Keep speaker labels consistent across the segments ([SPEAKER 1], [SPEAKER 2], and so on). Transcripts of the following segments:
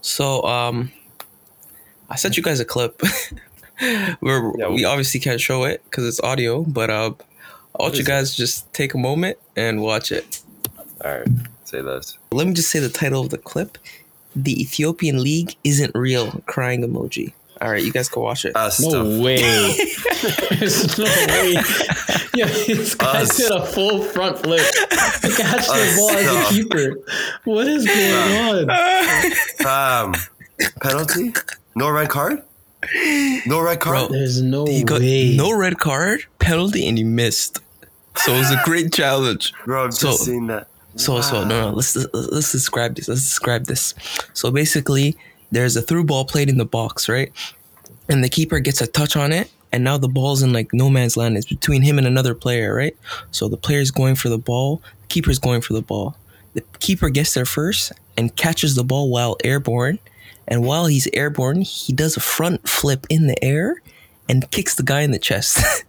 [SPEAKER 1] So um, I sent you guys a clip. We're,
[SPEAKER 2] Yeah,
[SPEAKER 1] we obviously can't show it because it's audio, but uh, I want
[SPEAKER 2] What
[SPEAKER 1] you
[SPEAKER 2] is
[SPEAKER 1] guys to just take a moment and watch it.
[SPEAKER 2] All right, say this.
[SPEAKER 1] Let me just say the title of the clip: "The Ethiopian League Isn't Real." Crying emoji. All right, you guys can watch it.
[SPEAKER 2] Us
[SPEAKER 3] No
[SPEAKER 2] to
[SPEAKER 3] way. There's no way. Yo, this guy
[SPEAKER 2] Us.
[SPEAKER 3] did a full front flip to catch the
[SPEAKER 2] Us.
[SPEAKER 3] ball as
[SPEAKER 2] No.
[SPEAKER 3] a keeper. What is going
[SPEAKER 2] um
[SPEAKER 3] on?
[SPEAKER 2] penalty? No red card? No red card?
[SPEAKER 1] Bro.
[SPEAKER 3] There's no
[SPEAKER 1] he got
[SPEAKER 3] way.
[SPEAKER 1] no red card penalty, and he missed. So it was a great challenge.
[SPEAKER 2] Bro, I've
[SPEAKER 1] So-
[SPEAKER 2] just seen that.
[SPEAKER 1] So so no no let's let's describe this. Let's describe this. So basically, there's a through ball played in the box, right? And the keeper gets a touch on it, and now the ball's in like no man's land. It's between him and another player, right? So the player's going for the ball, the keeper's going for the ball. The keeper gets there first and catches the ball while airborne. And while he's airborne, he does a front flip in the air and kicks the guy in the chest.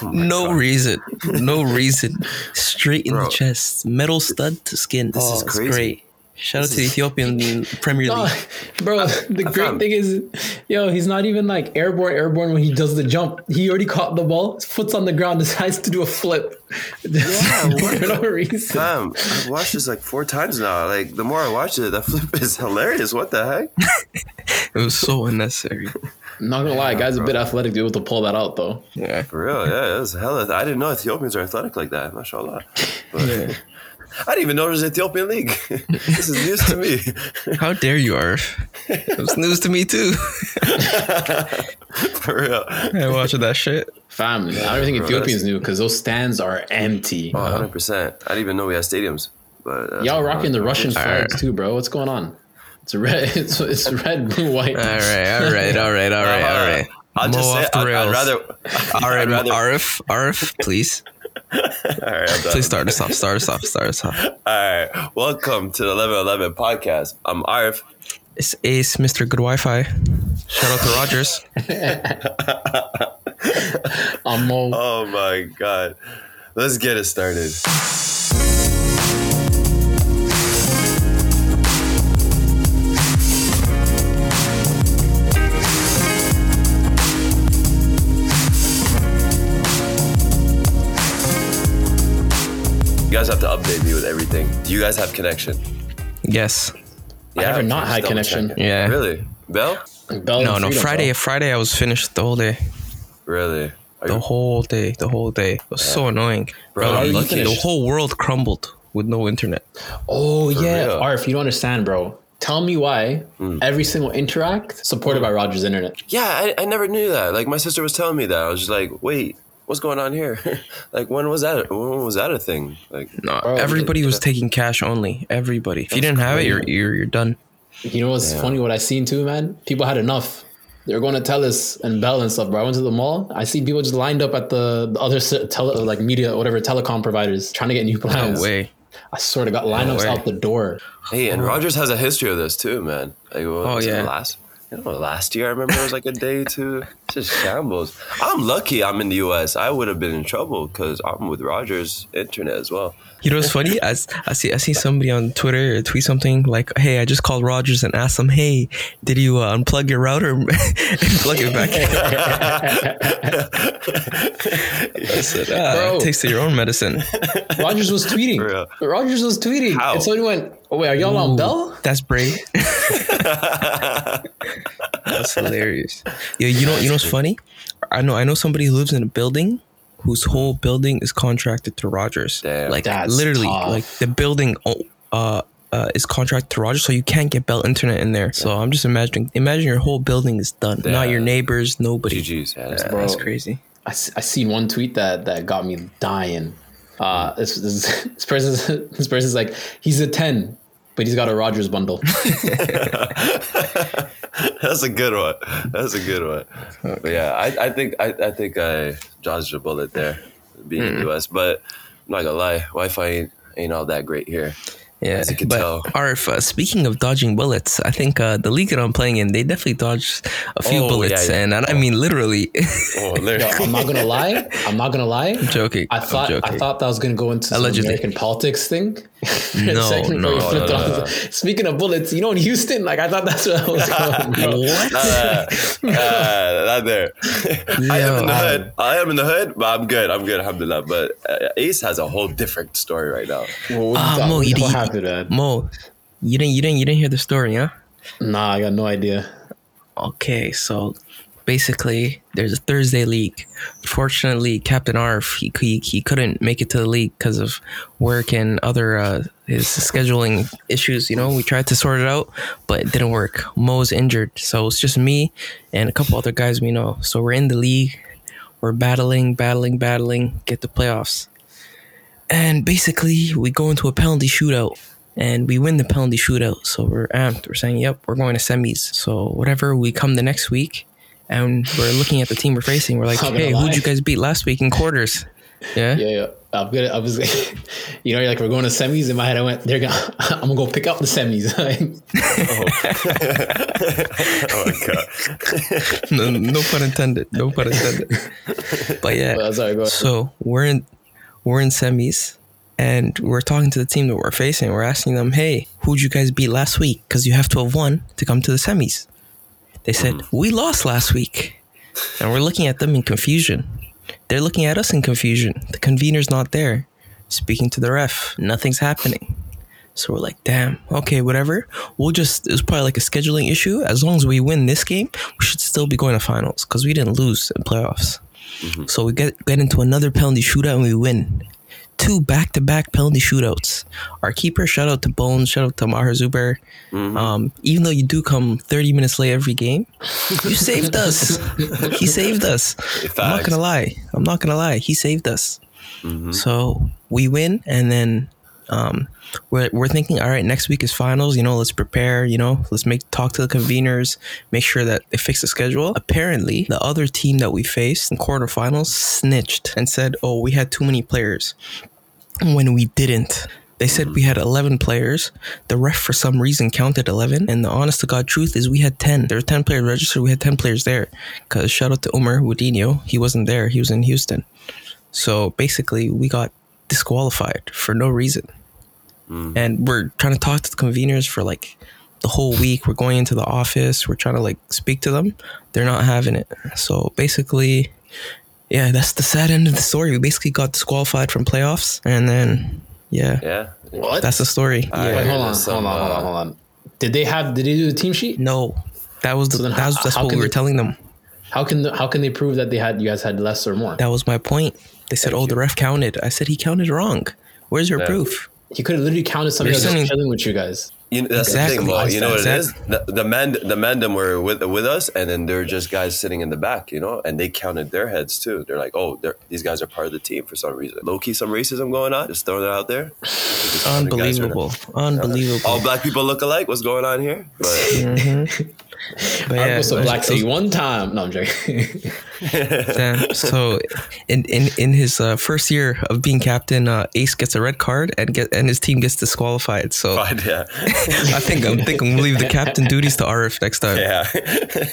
[SPEAKER 2] Oh
[SPEAKER 1] no reason. No reason. Straight in the
[SPEAKER 2] Bro.
[SPEAKER 1] chest. Metal stud to skin. This
[SPEAKER 2] is crazy.
[SPEAKER 1] great. Shout out to the Ethiopian Premier
[SPEAKER 3] No,
[SPEAKER 1] League.
[SPEAKER 3] bro, the
[SPEAKER 2] I
[SPEAKER 3] great
[SPEAKER 2] found-
[SPEAKER 3] thing is, yo, he's not even like airborne, airborne when he does the jump. He already caught the ball, his foot's on the ground, decides to do a flip.
[SPEAKER 2] Yeah, what
[SPEAKER 3] for no
[SPEAKER 2] the-
[SPEAKER 3] reason.
[SPEAKER 2] Fam, I've watched this like four times now. Like the more I watch it, that flip is hilarious. What the heck?
[SPEAKER 1] It was so unnecessary.
[SPEAKER 3] Not gonna lie, guy's a bit athletic to be able to pull that out though.
[SPEAKER 1] Yeah.
[SPEAKER 2] For real, yeah, it was hella. I didn't know Ethiopians are athletic like that. MashaAllah. But
[SPEAKER 1] Yeah.
[SPEAKER 2] I didn't even know there's an Ethiopian league. this is news to me.
[SPEAKER 1] How dare you, Arf? It was news to me too.
[SPEAKER 2] For real. Oh,
[SPEAKER 1] I watching that shit.
[SPEAKER 3] Fam, I don't think
[SPEAKER 2] bro,
[SPEAKER 3] Ethiopians
[SPEAKER 2] that's-
[SPEAKER 3] knew because those stands are empty.
[SPEAKER 1] Uh-huh.
[SPEAKER 2] Oh, 100%. I didn't even know we had stadiums. But uh,
[SPEAKER 3] Y'all rocking the Russian
[SPEAKER 1] Alright.
[SPEAKER 3] flags too, bro. What's going on? It's red. It's, it's red, blue, white.
[SPEAKER 1] All right, all right, all right, all right, all right.
[SPEAKER 2] I'll just
[SPEAKER 1] Mo
[SPEAKER 2] say
[SPEAKER 1] off the
[SPEAKER 2] I'd, I'd
[SPEAKER 1] rails.
[SPEAKER 2] rather.
[SPEAKER 1] All right,
[SPEAKER 2] I'd rather-
[SPEAKER 1] Arf, Arf, please,
[SPEAKER 2] All right, I'm done.
[SPEAKER 1] please start us off, start us off, start us off.
[SPEAKER 2] All right, welcome to the Eleven Eleven podcast. I'm Arif.
[SPEAKER 1] It's Ace, Mr. Good Wi-Fi. Shout out to Rogers.
[SPEAKER 3] I'm all,
[SPEAKER 2] Oh my god, let's get it started. You guys have to update me with everything. Do you guys have connection?
[SPEAKER 1] Yes.
[SPEAKER 2] Yeah,
[SPEAKER 3] never not
[SPEAKER 2] just
[SPEAKER 3] had
[SPEAKER 2] double
[SPEAKER 3] connection.
[SPEAKER 2] checking.
[SPEAKER 1] Yeah.
[SPEAKER 2] Really, Bell?
[SPEAKER 3] Bell
[SPEAKER 1] No,
[SPEAKER 3] and
[SPEAKER 1] no.
[SPEAKER 3] freedom,
[SPEAKER 1] Friday,
[SPEAKER 3] bro.
[SPEAKER 1] Friday, I was finished the whole day,
[SPEAKER 2] Really? Are
[SPEAKER 1] the
[SPEAKER 2] you,
[SPEAKER 1] whole day, the whole day. It was so annoying,
[SPEAKER 2] Bro,
[SPEAKER 1] bro.
[SPEAKER 2] how are you
[SPEAKER 1] lucky the
[SPEAKER 3] finished?
[SPEAKER 1] whole world crumbled with no internet.
[SPEAKER 3] Oh yeah,
[SPEAKER 2] real.
[SPEAKER 3] Arf, you don't understand, bro. Tell me why every single interact supported by Rogers Internet.
[SPEAKER 2] yeah, I, I never knew that. Like my sister was telling me that. I was just like, wait, what's going on here? like when was that? When was that a thing? Like
[SPEAKER 1] No,
[SPEAKER 3] Bro,
[SPEAKER 1] everybody was
[SPEAKER 2] yeah.
[SPEAKER 1] taking cash only. Everybody. If you didn't have it, you're you're, you're done.
[SPEAKER 3] You know what's funny? What I seen too, man. People had enough. They were going to Telus and Bell and stuff. Bro, I went to the mall. I see people just lined up at the, the other se- tele, like media, whatever telecom providers, trying to get new
[SPEAKER 1] No
[SPEAKER 3] plans.
[SPEAKER 1] way.
[SPEAKER 3] I sort of got lineups
[SPEAKER 1] way.
[SPEAKER 3] out the door.
[SPEAKER 2] Hey, and Rogers has a history of this too, man. Like, what was it
[SPEAKER 1] yeah.
[SPEAKER 2] last, you know, last year I remember it was like a day two. It's just shambles. I'm lucky I'm in the U.S. I would have been in trouble because I'm with Rogers Internet as well.
[SPEAKER 1] You know what's funny? I, s- I see I see somebody on Twitter tweet something like, "Hey, I just called Rogers and asked them, hey, did you uh, unplug your router and plug it back?" in?" I said, ah,
[SPEAKER 3] Bro.
[SPEAKER 1] "Taste of your own medicine."
[SPEAKER 3] Rogers was tweeting.
[SPEAKER 2] real.
[SPEAKER 3] Rogers was tweeting.
[SPEAKER 2] How?
[SPEAKER 3] And somebody went, oh, wait, are y'all on Bell?
[SPEAKER 1] That's brave. That's hilarious. Yeah, you know you know what's funny? I know I know somebody who lives in a building whose whole building is contracted to Rogers.
[SPEAKER 2] Damn.
[SPEAKER 1] like
[SPEAKER 3] That's
[SPEAKER 1] literally,
[SPEAKER 3] tough.
[SPEAKER 1] like the building o- uh, uh, is contracted to Rogers, so you can't get Bell Internet in there. So I'm just imagining. Imagine your whole building is done. Not your
[SPEAKER 2] Damn.
[SPEAKER 1] neighbors, nobody.
[SPEAKER 2] GG's. Yeah, that's-
[SPEAKER 3] Bro.
[SPEAKER 1] That's crazy.
[SPEAKER 3] I, s- I seen one tweet that that got me dying. Uh, this, this, this person's this person's like he's a ten, but he's got a Rogers bundle.
[SPEAKER 2] That's a good one. That's a good one. But yeah, I, I think I, I think I dodged a bullet there, being in the U.S. But I'm not gonna lie, Wi-Fi ain't, ain't all that great here.
[SPEAKER 1] Yeah,
[SPEAKER 2] you can
[SPEAKER 1] but
[SPEAKER 2] tell.
[SPEAKER 1] Arif, uh, speaking of dodging bullets, I think uh, the league that I'm playing in, they definitely dodged a few
[SPEAKER 2] Oh,
[SPEAKER 1] bullets,
[SPEAKER 2] yeah, yeah.
[SPEAKER 1] and I, I mean literally.
[SPEAKER 2] Oh,
[SPEAKER 3] Yo,
[SPEAKER 2] literally.
[SPEAKER 3] I'm not gonna lie. I'm not gonna lie.
[SPEAKER 1] joking.
[SPEAKER 3] I
[SPEAKER 1] I'm
[SPEAKER 3] thought I
[SPEAKER 1] joking.
[SPEAKER 3] thought that was gonna go into some
[SPEAKER 1] Allegedly.
[SPEAKER 3] American politics thing,
[SPEAKER 1] No,
[SPEAKER 3] second, bro,
[SPEAKER 1] no,
[SPEAKER 3] you
[SPEAKER 1] no,
[SPEAKER 3] flipped
[SPEAKER 2] no,
[SPEAKER 3] it
[SPEAKER 2] no.
[SPEAKER 3] on. Speaking of bullets, you know in Houston, like I thought that's where I was going. Bro.
[SPEAKER 2] Nah, nah, nah, not there. I am in the
[SPEAKER 1] Yo.
[SPEAKER 2] hood. I am in the hood, but I'm good. I'm good. Alhamdulillah. But uh, Ace has a whole different story right now.
[SPEAKER 3] Well, what,
[SPEAKER 1] Ah,
[SPEAKER 3] you thought-
[SPEAKER 1] Mo,
[SPEAKER 3] what
[SPEAKER 1] you didn't-
[SPEAKER 3] happened, man?
[SPEAKER 1] Mo, you didn't you didn't you didn't hear the story, huh?
[SPEAKER 3] Nah, I got no idea.
[SPEAKER 1] Okay, so basically, there's a Thursday league. Fortunately, Captain Arf he he, he couldn't make it to the league because of work and other uh, his scheduling issues. You know, we tried to sort it out, but it didn't work. Mo's injured, so it's just me and a couple other guys we know. So we're in the league. We're battling, battling, battling. Get the playoffs, and basically we go into a penalty shootout and we win the penalty shootout. So we're amped. We're saying, yep, we're going to semis. So whatever, we come the next week and we're looking at the team we're facing. We're like,
[SPEAKER 3] Not gonna
[SPEAKER 1] hey, who'd
[SPEAKER 3] lie.
[SPEAKER 1] you guys beat last week in quarters? Yeah.
[SPEAKER 3] Yeah, yeah. I'm gonna. I was, you know, you're like we're going to semis. In my head, I went, "They're gonna. I'm gonna go pick up the semis."
[SPEAKER 2] Oh my god.
[SPEAKER 1] no, no pun intended. No pun intended. But yeah.
[SPEAKER 3] But sorry, go ahead.
[SPEAKER 1] So we're in we're in semis and we're talking to the team that we're facing. We're asking them, hey, who'd you guys beat last week? Because you have to have won to come to the semis. They said,
[SPEAKER 3] Hmm.
[SPEAKER 1] We lost last week. And we're looking at them in confusion. They're looking at us in confusion. The convener's not there. Speaking to the ref. Nothing's happening. So we're like, damn, okay, whatever. We'll just, it was probably like a scheduling issue. As long as we win this game, we should still be going to finals because we didn't lose in playoffs. So we get, get into another penalty shootout and we win. Two back to back penalty shootouts. Our keeper, shout out to Bones, shout out to Maher Zuber. Um, even though you do come 30 minutes late every game, you saved us. he saved us. I'm not
[SPEAKER 2] Facts.
[SPEAKER 1] going to lie. I'm not going to lie. He saved us. So we win, and then um, we're, we're thinking, all right, next week is finals. You know, let's prepare. You know, let's make talk to the conveners, make sure that they fix the schedule. Apparently, the other team that we faced in quarterfinals snitched and said, oh, we had too many players when we didn't. They said we had 11 players. The ref, for some reason, counted 11. And the honest to God truth is we had 10. There were 10 players registered. We had 10 players there. Because shout out to Umar Woodinho. He wasn't there. He was in Houston. So basically, we got disqualified for no reason.
[SPEAKER 2] Hmm.
[SPEAKER 1] And we're trying to talk to the conveners for like the whole week. We're going into the office. We're trying to like speak to them. They're not having it. So basically, yeah, that's the sad end of the story. We basically got disqualified from playoffs. And then, yeah,
[SPEAKER 2] Yeah. Uh,
[SPEAKER 3] what?
[SPEAKER 1] that's the story.
[SPEAKER 2] All
[SPEAKER 3] Wait,
[SPEAKER 2] right,
[SPEAKER 3] hold on,
[SPEAKER 2] there's
[SPEAKER 3] hold
[SPEAKER 2] some,
[SPEAKER 3] on, hold on,
[SPEAKER 2] uh,
[SPEAKER 3] hold on. Did they have? Did they do the team sheet?
[SPEAKER 1] No, that was the,
[SPEAKER 3] then
[SPEAKER 1] that was,
[SPEAKER 3] how-
[SPEAKER 1] that's
[SPEAKER 3] how
[SPEAKER 1] what
[SPEAKER 3] can
[SPEAKER 1] we were
[SPEAKER 3] you-
[SPEAKER 1] telling them.
[SPEAKER 3] How can the, how can they prove that they had you guys had less or more?
[SPEAKER 1] That was my point. They said, oh, the ref counted. I said, he counted wrong. Where's your
[SPEAKER 2] Yeah.
[SPEAKER 1] proof?
[SPEAKER 3] He could have literally counted somebody
[SPEAKER 1] You're
[SPEAKER 3] that was
[SPEAKER 1] sending-
[SPEAKER 3] chilling with you guys.
[SPEAKER 2] You know, that's the
[SPEAKER 1] Exactly.
[SPEAKER 2] thing, Mo. You know what it is?
[SPEAKER 1] Exactly.
[SPEAKER 2] The, the man, the mandem were with with us, and then there were just guys sitting in the back, you know, and they counted their heads too. They're like, oh, they're, these guys are part of the team for some reason. Low key, some racism going on. Just throwing it out there. Just counting guys right now.
[SPEAKER 1] Unbelievable. Unbelievable.
[SPEAKER 2] All black people look alike. What's going on here? But
[SPEAKER 1] But
[SPEAKER 3] I
[SPEAKER 1] yeah,
[SPEAKER 3] was to
[SPEAKER 1] it was-
[SPEAKER 3] Black
[SPEAKER 1] it
[SPEAKER 3] City
[SPEAKER 1] was-
[SPEAKER 3] one time. No, I'm joking.
[SPEAKER 1] Damn. So, in in in his uh, first year of being captain, uh, Ace gets a red card and get and his team gets disqualified. So
[SPEAKER 2] but yeah,
[SPEAKER 1] I think I'm think I'm gonna leave the captain duties to RF next time.
[SPEAKER 2] yeah,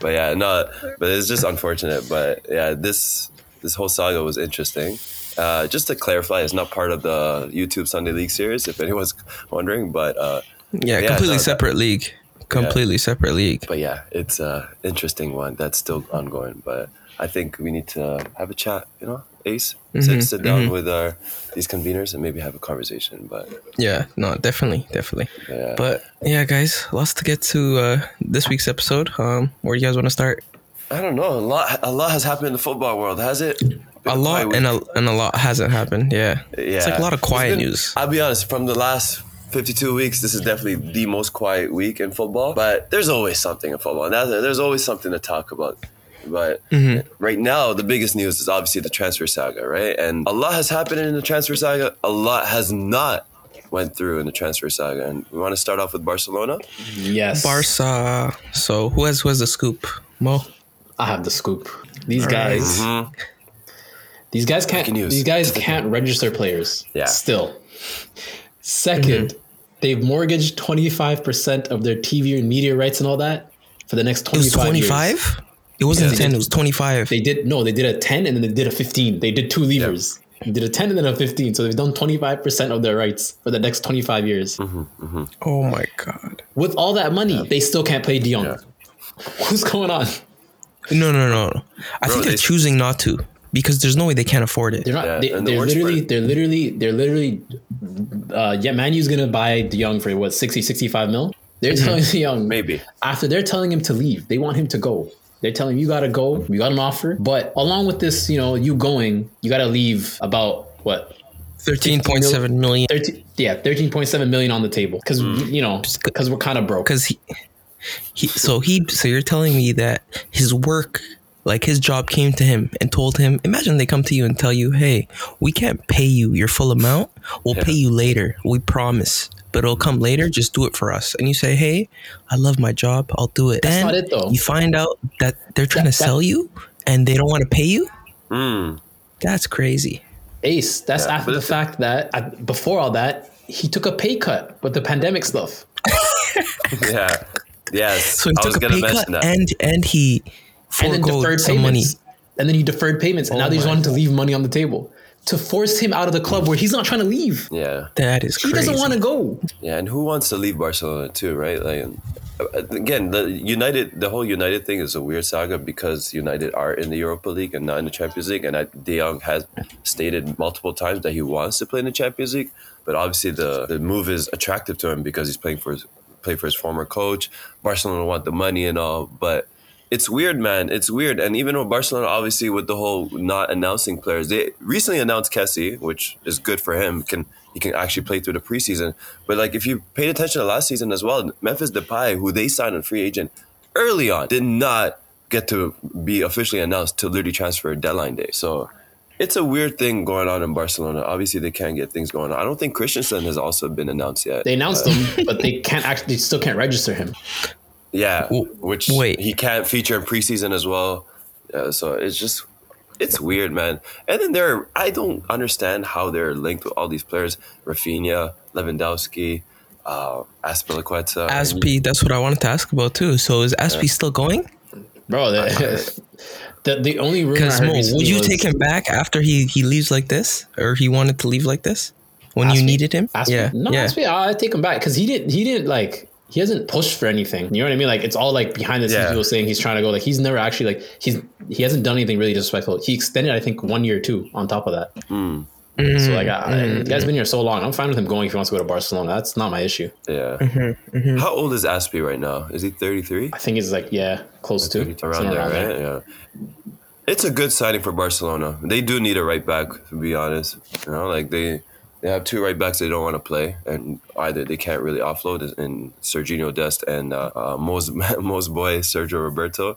[SPEAKER 2] but yeah, no, but it's just unfortunate. But yeah, this this whole saga was interesting. Uh, just to clarify, it's not part of the YouTube Sunday League series, if anyone's wondering. But uh,
[SPEAKER 1] Yeah,
[SPEAKER 2] Yeah,
[SPEAKER 1] completely
[SPEAKER 2] no, that-
[SPEAKER 1] separate league. Completely separate league.
[SPEAKER 2] but yeah, it's a interesting one that's still ongoing. But I think we need to have a chat. You know, Ace,
[SPEAKER 1] Mm-hmm,
[SPEAKER 2] sit, sit down with our these conveners and maybe have a conversation. But
[SPEAKER 1] Yeah, no, definitely, definitely.
[SPEAKER 2] Yeah.
[SPEAKER 1] But yeah, guys, lots to get to uh, this week's episode. Um, where do you guys want to start?
[SPEAKER 2] I don't know. A lot, a lot has happened in the football world, has it? Been
[SPEAKER 1] A
[SPEAKER 2] quiet
[SPEAKER 1] lot
[SPEAKER 2] week.
[SPEAKER 1] and a and a lot hasn't happened. Yeah,
[SPEAKER 2] Yeah.
[SPEAKER 1] it's like a lot of
[SPEAKER 2] It's
[SPEAKER 1] quiet
[SPEAKER 2] been-
[SPEAKER 1] news.
[SPEAKER 2] I'll be honest, from the last 52 weeks, this is definitely the most quiet week in football. But there's always something in football. Now, there- there's always something to talk about. But
[SPEAKER 1] Mm-hmm.
[SPEAKER 2] right now, the biggest news is obviously the transfer saga, right? And a lot has happened in the transfer saga. A lot has not went through in the transfer saga. And we want to start off with Barcelona.
[SPEAKER 3] yes,
[SPEAKER 1] Barca. So who has who has the scoop? Mo.
[SPEAKER 3] I have the scoop. These guys, these guys can't.
[SPEAKER 2] Mm-hmm. Breaking news.
[SPEAKER 3] These guys can't register players.
[SPEAKER 2] Yeah.
[SPEAKER 3] Still, 2nd they they've mortgaged twenty five percent of their TV and media rights and all that for the next
[SPEAKER 1] It
[SPEAKER 3] twenty
[SPEAKER 1] was
[SPEAKER 3] five.
[SPEAKER 1] 25? It wasn't
[SPEAKER 2] Yeah.
[SPEAKER 1] 10, it was 25.
[SPEAKER 3] They did no, they did a ten and then they did a fifteen. They did two levers. They did a 10 and then a 15. So they've done 25% of their rights for the next 25 years.
[SPEAKER 2] Mm-hmm.
[SPEAKER 1] Oh my god.
[SPEAKER 3] With all that money, they still can't play De Jong.
[SPEAKER 2] Yeah.
[SPEAKER 3] What's going on?
[SPEAKER 1] No, no, no, no. I
[SPEAKER 2] Bro,
[SPEAKER 1] think they're
[SPEAKER 2] they-
[SPEAKER 1] choosing not to because there's no way they can't afford it.
[SPEAKER 3] They're not.
[SPEAKER 2] Yeah,
[SPEAKER 3] they,
[SPEAKER 2] and the
[SPEAKER 3] they're
[SPEAKER 2] worst
[SPEAKER 3] literally.
[SPEAKER 2] part-
[SPEAKER 3] They're literally. They're literally. Uh, yeah, Manu's gonna buy De Jong for what 60, 65 mil. They're telling De Jong
[SPEAKER 2] Mm-hmm. Maybe.
[SPEAKER 3] after they're telling him to leave. They want him to go. They're telling him you gotta go. We got an offer, but along with this, you know, you going, you gotta leave about what
[SPEAKER 1] 13.7 million
[SPEAKER 3] 13 yeah 13.7 million on the table because
[SPEAKER 2] Mm.
[SPEAKER 3] you know because we're kind of broke
[SPEAKER 1] because he, he so he so you're telling me that his work like his job came to him and told him imagine they come to you and tell you hey we can't pay you your full amount we'll pay you later we promise but it'll come later just do it for us and you say hey i love my job i'll do it that's
[SPEAKER 3] not it, though.
[SPEAKER 1] you find out that they're trying
[SPEAKER 3] That-
[SPEAKER 1] to
[SPEAKER 3] that-
[SPEAKER 1] sell you and they don't want to pay you
[SPEAKER 2] Hmm.
[SPEAKER 1] that's crazy
[SPEAKER 3] ace that's
[SPEAKER 2] Yeah,
[SPEAKER 3] after
[SPEAKER 2] but
[SPEAKER 3] the
[SPEAKER 2] it's-
[SPEAKER 3] fact that I, before all that he took a pay cut with the pandemic stuff
[SPEAKER 2] Yeah. Yes.
[SPEAKER 1] so he
[SPEAKER 2] I was
[SPEAKER 1] took a
[SPEAKER 2] going to
[SPEAKER 1] pay
[SPEAKER 2] mention
[SPEAKER 1] cut
[SPEAKER 2] that.
[SPEAKER 1] and and he
[SPEAKER 3] and then
[SPEAKER 1] foregoed
[SPEAKER 3] deferred
[SPEAKER 1] some
[SPEAKER 3] payments
[SPEAKER 1] money Oh
[SPEAKER 3] and then he deferred payments and now they just
[SPEAKER 1] my
[SPEAKER 3] wanted to leave money on the table to force him out of the club where he's not trying to leave
[SPEAKER 2] yeah.
[SPEAKER 1] that is
[SPEAKER 3] he
[SPEAKER 1] crazy.
[SPEAKER 3] doesn't want to go
[SPEAKER 2] Yeah, and who wants to leave Barcelona too, right? Like, and, uh, again, the United, the whole United thing is a weird saga because United are in the Europa League and not in the Champions League, and I, De Jong has stated multiple times that he wants to play in the Champions League, but obviously the, the move is attractive to him because he's playing for his play for his former coach. Barcelona want the money and all, but it's weird, man. It's weird. And even with Barcelona, obviously, with the whole not announcing players, they recently announced Kessie, which is good for him. Can he can actually play through the preseason? But like, if you paid attention to last season as well, Memphis Depay, who they signed on free agent early on, did not get to be officially announced till literally transfer deadline day. So it's a weird thing going on in Barcelona. Obviously, they can't get things going on. I don't think Christensen has also been announced yet.
[SPEAKER 3] they announced him but they can't actually they still can't register him
[SPEAKER 2] Yeah,
[SPEAKER 1] W-
[SPEAKER 2] which
[SPEAKER 1] wait.
[SPEAKER 2] he can't feature in preseason as well. Yeah, so it's just it's weird, man. And then there, are, I don't understand how they're linked with all these players: Rafinha, Lewandowski, uh, Aspilicueta.
[SPEAKER 1] Aspi, that's what I wanted to ask about too. So is Aspi still going?
[SPEAKER 3] bro the, the, the only rumor I
[SPEAKER 1] Because
[SPEAKER 3] heard
[SPEAKER 1] Mo,
[SPEAKER 3] recently
[SPEAKER 1] would you
[SPEAKER 3] was-
[SPEAKER 1] take him back after he he leaves like this, or he wanted to leave like this when you
[SPEAKER 3] Aspi?
[SPEAKER 1] needed him?
[SPEAKER 3] Aspi?
[SPEAKER 1] yeah,
[SPEAKER 3] no,
[SPEAKER 1] yeah.
[SPEAKER 3] Aspi, I take him back because he didn't. He didn't like. He hasn't pushed for anything. You know what I mean? Like it's all like behind the scenes
[SPEAKER 2] Yeah.
[SPEAKER 3] people saying he's trying to go. Like he's never actually like he's he hasn't done anything really disrespectful. He extended, I think, one year too. On top of that, so like I,
[SPEAKER 1] Hmm.
[SPEAKER 3] the guy's been here so long. I'm fine with him going if he wants to go to Barcelona. That's not my issue.
[SPEAKER 2] yeah. How old is Aspi right now? Is he thirty-three?
[SPEAKER 3] I think he's like yeah, close to
[SPEAKER 2] Around
[SPEAKER 3] somewhere
[SPEAKER 2] there,
[SPEAKER 3] around there.
[SPEAKER 2] right? Yeah. It's a good signing for Barcelona. They do need a right back, to be honest. You know, like they they have two right backs they don't want to play, and either they can't really offload in Sergio Dest and uh, uh, Mo's Mo's boy Sergio Roberto,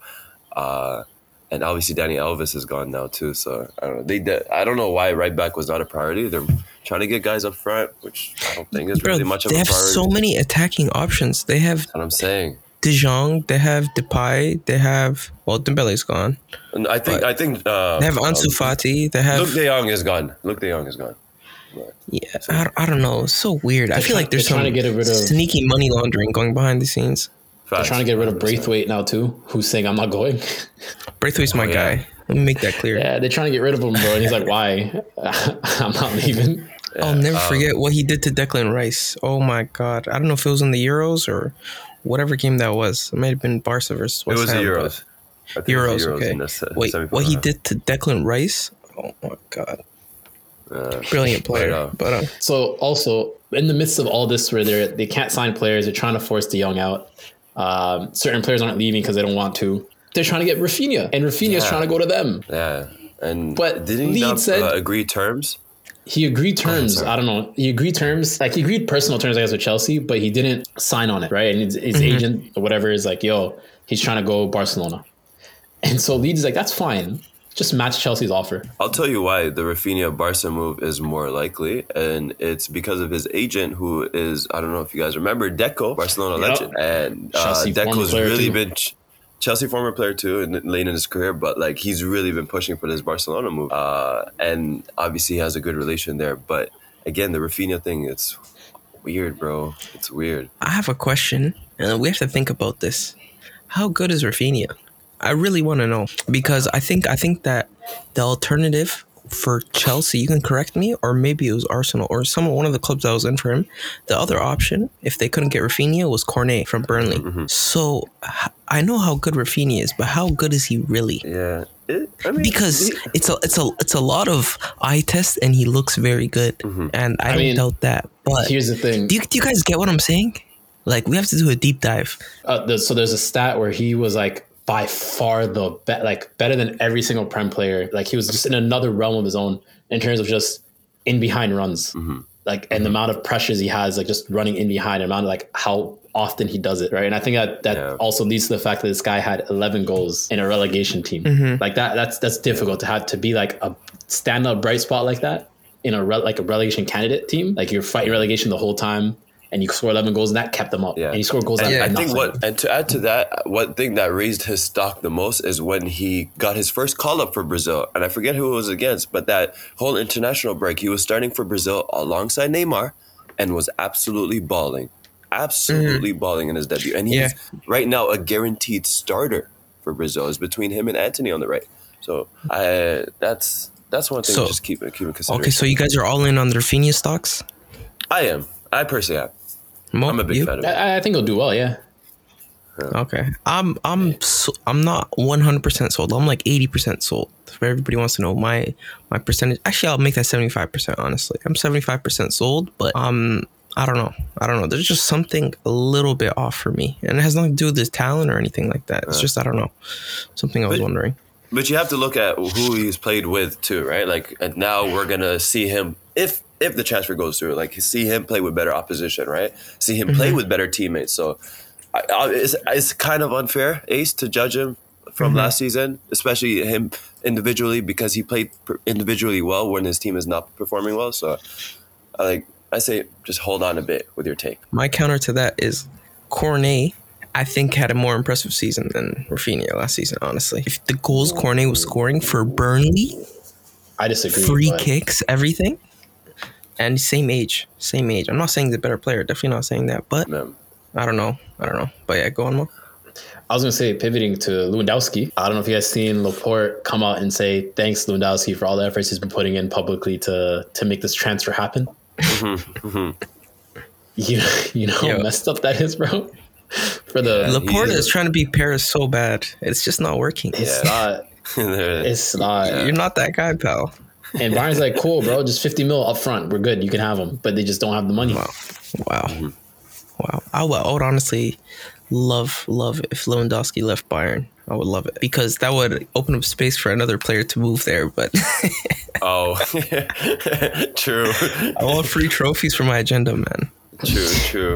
[SPEAKER 2] uh, and obviously Danny Alves is gone now too. So I don't know. They de- I don't know why right back was not a priority. They're trying to get guys up front, which I don't think is
[SPEAKER 1] Bro,
[SPEAKER 2] really much of
[SPEAKER 1] they
[SPEAKER 2] a
[SPEAKER 1] have
[SPEAKER 2] priority.
[SPEAKER 1] so many attacking options. They have
[SPEAKER 2] That's what I'm saying.
[SPEAKER 1] De Jong, they have Depay, they have well, Dembele's gone.
[SPEAKER 2] And I think I think uh,
[SPEAKER 1] They have
[SPEAKER 2] um,
[SPEAKER 1] Ansu Fati. They have
[SPEAKER 2] Luke De Jong is gone. Luke De Jong is gone.
[SPEAKER 1] yeah. I, don't- I don't know. It's so weird. I feel
[SPEAKER 3] trying-
[SPEAKER 1] like there's
[SPEAKER 3] they're
[SPEAKER 1] some
[SPEAKER 3] trying to get rid of-
[SPEAKER 1] sneaky money laundering going behind the scenes.
[SPEAKER 2] Facts.
[SPEAKER 3] Trying to get rid of Braithwaite now too, who's saying I'm not going.
[SPEAKER 1] Braithwaite's my
[SPEAKER 2] Oh, yeah.
[SPEAKER 1] guy. Let me make that clear.
[SPEAKER 3] yeah, they're trying to get rid of him, bro. And he's like, why? I'm not leaving.
[SPEAKER 1] I'll never
[SPEAKER 2] um,
[SPEAKER 1] forget what he did to Declan Rice. Oh my god! I don't know if it was in the Euros or whatever game that was. It might have been Barca versus
[SPEAKER 2] It
[SPEAKER 1] West
[SPEAKER 2] was the
[SPEAKER 1] Ham,
[SPEAKER 2] Euros. I think
[SPEAKER 1] but-
[SPEAKER 2] it
[SPEAKER 1] Euros,
[SPEAKER 2] was the
[SPEAKER 1] okay.
[SPEAKER 2] in the se-
[SPEAKER 1] Wait, what he
[SPEAKER 2] semifinal.
[SPEAKER 1] did to Declan Rice? Oh my god!
[SPEAKER 2] Yeah.
[SPEAKER 1] Brilliant player,
[SPEAKER 2] uh,
[SPEAKER 1] but uh,
[SPEAKER 3] So also in the midst of all this, where they they can't sign players, they're trying to force the young out. Um, certain players aren't leaving because they don't want to. They're trying to get Rafinha, and Rafinha's
[SPEAKER 2] Yeah.
[SPEAKER 3] trying to go to them.
[SPEAKER 2] Yeah. And
[SPEAKER 3] But
[SPEAKER 2] didn't he
[SPEAKER 3] Leeds
[SPEAKER 2] not,
[SPEAKER 3] said-
[SPEAKER 2] uh, agree terms?
[SPEAKER 3] He agreed terms.
[SPEAKER 2] sorry.
[SPEAKER 3] I don't know. He agreed terms, like he agreed personal terms, I guess, with Chelsea, but he didn't sign on it, right? And his, his agent or whatever is like, "Yo, he's trying to go Barcelona," and so Leeds is like, "That's fine, just match Chelsea's offer."
[SPEAKER 2] I'll tell you why the Rafinha Barca move is more likely, and it's because of his agent, who is I don't know if you guys remember Deco, Barcelona
[SPEAKER 3] Yep.
[SPEAKER 2] legend, and uh,
[SPEAKER 3] Chelsea former
[SPEAKER 2] Deco's
[SPEAKER 3] player
[SPEAKER 2] really
[SPEAKER 3] too.
[SPEAKER 2] been ch- Chelsea former player too, and late in his career, but like he's really been pushing for this Barcelona move, uh, and obviously he has a good relation there. But again, the Rafinha thing, it's weird, bro. It's weird.
[SPEAKER 1] I have a question, and we have to think about this. How good is Rafinha? I really want to know because I think I think that the alternative for Chelsea, you can correct me, or maybe it was Arsenal or some one of the clubs I was in for him. The other option, if they couldn't get Rafinha, was Cornet from Burnley. So h- I know how good Rafinha is, but how good is he really?
[SPEAKER 2] Yeah. It, I mean,
[SPEAKER 1] Because
[SPEAKER 2] he-
[SPEAKER 1] it's a it's a it's a lot of eye test, and he looks very good, and I, don't
[SPEAKER 3] mean,
[SPEAKER 1] doubt that. But
[SPEAKER 3] Here's the thing.
[SPEAKER 1] do you, do you guys get what I'm saying? Like we have to do a deep dive.
[SPEAKER 3] uh, the, so there's a stat where he was like by far the be- like better than every single prem player. Like he was just in another realm of his own in terms of just in behind runs,
[SPEAKER 2] Mm-hmm.
[SPEAKER 3] like and the amount of pressures he has, like just running in behind, amount of like how often he does it, right? And I think that that
[SPEAKER 2] Yeah.
[SPEAKER 3] also leads to the fact that this guy had 11 goals in a relegation team. Like that, that's that's difficult to have to be like a standout bright spot like that in a re- like a relegation candidate team. Like you're fighting relegation the whole time. And you score 11 goals, and that kept them up.
[SPEAKER 2] Yeah.
[SPEAKER 3] And you score goals.
[SPEAKER 2] And
[SPEAKER 3] that
[SPEAKER 2] I
[SPEAKER 3] meant
[SPEAKER 2] think
[SPEAKER 3] nothing.
[SPEAKER 2] what and to add to that, one thing that raised his stock the most is when he got his first call up for Brazil, and I forget who it was against, but that whole international break, he was starting for Brazil alongside Neymar, and was absolutely balling,
[SPEAKER 1] Mm-hmm.
[SPEAKER 2] absolutely balling in his debut, and he's right now a guaranteed starter for Brazil. Is between him and Anthony on the right, so I that's that's one thing
[SPEAKER 1] So-
[SPEAKER 2] to just keep keep in consideration.
[SPEAKER 1] Okay, so you guys are all in on the Rafinha stocks.
[SPEAKER 2] I am, I personally am,
[SPEAKER 1] Mo,
[SPEAKER 2] I'm a big
[SPEAKER 1] you?
[SPEAKER 2] fan of it.
[SPEAKER 3] I, I think he'll do well. Yeah,
[SPEAKER 1] Okay, I'm I'm so, I'm not 100 percent sold. I'm like 80 percent sold. If everybody wants to know my my percentage, actually, I'll make that 75 percent. Honestly, I'm 75 percent sold, but um, I don't know. I don't know. There's just something a little bit off for me, and it has nothing to do with his talent or anything like that. It's just I don't know. Something I was wondering.
[SPEAKER 2] Uh. But you have to look at who he's played with too, right? Like, and now we're gonna see him if if the transfer goes through, like see him play with better opposition, right? See him play with better teammates. So, I, I, it's it's kind of unfair, Ace, to judge him from last season, especially him individually because he played per- individually well when his team is not performing well. So, I like I say, just hold on a bit with your take.
[SPEAKER 1] My counter to that is Cornet. I think had a more impressive season than Rafinha last season. Honestly, if the goals Cornet was scoring for Burnley,
[SPEAKER 3] I disagree.
[SPEAKER 1] free
[SPEAKER 3] but
[SPEAKER 1] kicks, everything. And same age, same age. I'm not saying he's a better player. Definitely not saying that. But
[SPEAKER 2] Man.
[SPEAKER 1] I don't know. I don't know. But yeah, go on, Mo.
[SPEAKER 3] I was going to say pivoting to Lewandowski. I don't know if you guys seen Laporte come out and say thanks Lewandowski for all the efforts he's been putting in publicly to to make this transfer happen. you you know
[SPEAKER 1] Yeah.
[SPEAKER 3] how messed up that is, bro. For the
[SPEAKER 1] Laporta
[SPEAKER 2] is-
[SPEAKER 1] is trying to beat Paris so bad. It's just not working.
[SPEAKER 3] it's
[SPEAKER 2] Yeah.
[SPEAKER 3] not it's not.
[SPEAKER 1] You're not that guy, pal.
[SPEAKER 3] And Brian's like, cool, bro. Just fifty mil up front. We're good. You can have him, but they just don't have the money.
[SPEAKER 2] Mm-hmm.
[SPEAKER 1] Wow. Wow. I would, I would honestly love, love if Lewandowski left Bayern. I would love it because that would open up space for another player to move there. But
[SPEAKER 2] oh, true.
[SPEAKER 1] I want free trophies for my agenda, man.
[SPEAKER 2] True, true.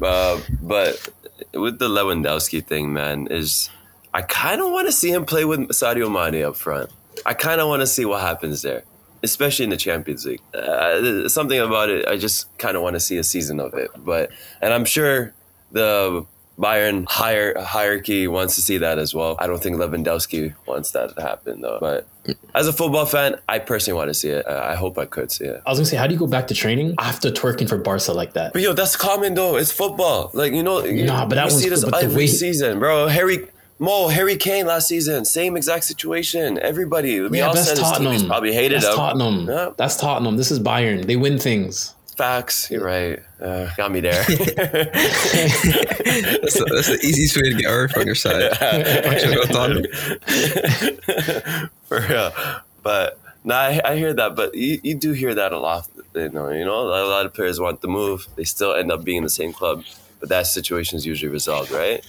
[SPEAKER 2] Uh, but with the Lewandowski thing, man, is I kind of want to see him play with Sadio Mane up front. I kind of want to see what happens there, especially in the Champions League. Uh, there's something about it, I just kind of want to see a season of it. But and I'm sure the Bayern hier- hierarchy wants to see that as well. I don't think Lewandowski wants that to happen though. But as a football fan, I personally want to see it. I I hope I could see it.
[SPEAKER 3] I was gonna say, how do you go back to training after twerking for Barca like that?
[SPEAKER 2] But yo, that's common though. It's football. Like you know,
[SPEAKER 3] Nah, but that
[SPEAKER 2] we
[SPEAKER 3] one's
[SPEAKER 2] see this
[SPEAKER 3] good, but the
[SPEAKER 2] every
[SPEAKER 3] way-
[SPEAKER 2] season, bro. Harry, Mo, Harry Kane last season, same exact situation. Everybody, we all said his teammates probably hated
[SPEAKER 3] that's
[SPEAKER 2] him.
[SPEAKER 3] Tottenham.
[SPEAKER 2] Yeah,
[SPEAKER 3] That's Tottenham. This is Bayern. They win things.
[SPEAKER 2] facts. You're right. Uh, got me there.
[SPEAKER 1] That's the, that's the easiest way to get Earth on your side. Actually, go Tottenham.
[SPEAKER 2] For real. But nah, I, I hear that. But you, you do hear that a lot. You know, you know, a lot of players want the move. They still end up being in the same club, but that situation is usually resolved, right?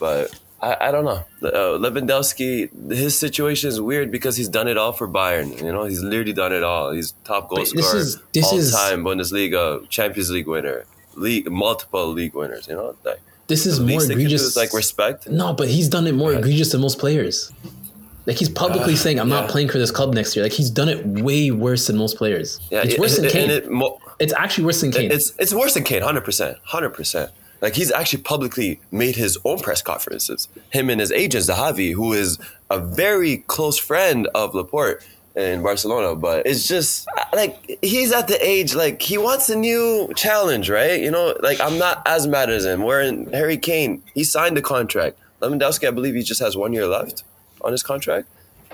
[SPEAKER 2] But I, I don't know. Uh, Lewandowski, his situation is weird because he's done it all for Bayern. You know, he's literally done it all. He's top goal
[SPEAKER 3] But
[SPEAKER 2] scorer,
[SPEAKER 3] this is- this
[SPEAKER 2] all
[SPEAKER 3] is-
[SPEAKER 2] time Bundesliga, Champions League winner, league multiple league winners. You know, like
[SPEAKER 3] This is more
[SPEAKER 2] least they can do
[SPEAKER 3] egregious.
[SPEAKER 2] is like respect.
[SPEAKER 3] no, but he's done it more egregious than most players. Like he's publicly saying, "I'm
[SPEAKER 2] Uh,
[SPEAKER 3] not
[SPEAKER 2] yeah.
[SPEAKER 3] playing for this club next year." Like he's done it way worse than most players.
[SPEAKER 2] Yeah,
[SPEAKER 3] it's
[SPEAKER 2] it-
[SPEAKER 3] worse than
[SPEAKER 2] it-
[SPEAKER 3] Kane.
[SPEAKER 2] and it mo-
[SPEAKER 3] it's actually worse than Kane.
[SPEAKER 2] It's it's worse than Kane, hundred percent, hundred percent. Like he's actually publicly made his own press conferences. Him and his agent Zahavi, who is a very close friend of Laporte in Barcelona, but it's just I- like he's at the age like he wants a new challenge, right? You know, like I'm not as mad as him. We're in Harry Kane. He signed the contract. Lewandowski, I believe he just has one year left on his contract.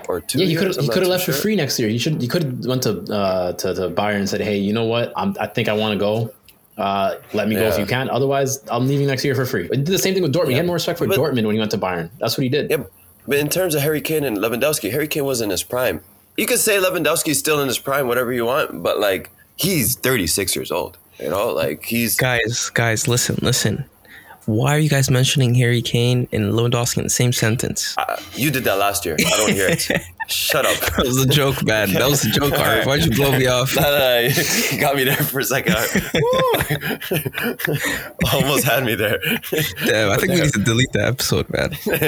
[SPEAKER 2] or two.
[SPEAKER 3] Yeah, you
[SPEAKER 2] years,
[SPEAKER 3] could
[SPEAKER 2] I'm
[SPEAKER 3] you
[SPEAKER 2] not
[SPEAKER 3] could have
[SPEAKER 2] too
[SPEAKER 3] left
[SPEAKER 2] sure.
[SPEAKER 3] for free next year. You should you could have went to uh, to to Bayern and said, hey, you know what? I'm, I think I want to go. Uh, let me go if
[SPEAKER 2] Yeah.
[SPEAKER 3] you can. Otherwise, I'm leaving next year for free. He did the same thing with Dortmund. He had more respect for
[SPEAKER 2] But-
[SPEAKER 3] Dortmund when he went to Bayern. That's what he did.
[SPEAKER 2] Yeah, but in terms of Harry Kane and Lewandowski, Harry Kane was in his prime. You could say Lewandowski's still in his prime, whatever you want, but like he's 36 years old. You know, like he's
[SPEAKER 1] guys, guys, listen, listen. Why are you guys mentioning Harry Kane and Lewandowski in the same sentence?
[SPEAKER 2] uh, you did that last year. I don't hear it. Shut up.
[SPEAKER 1] That was a joke, man. That was a joke, Art. Why'd you blow me off?
[SPEAKER 2] No, no, no, Uh, you got me there for a second. Woo! Almost had me there.
[SPEAKER 1] Damn, I think we need to delete that episode, man.
[SPEAKER 2] For real.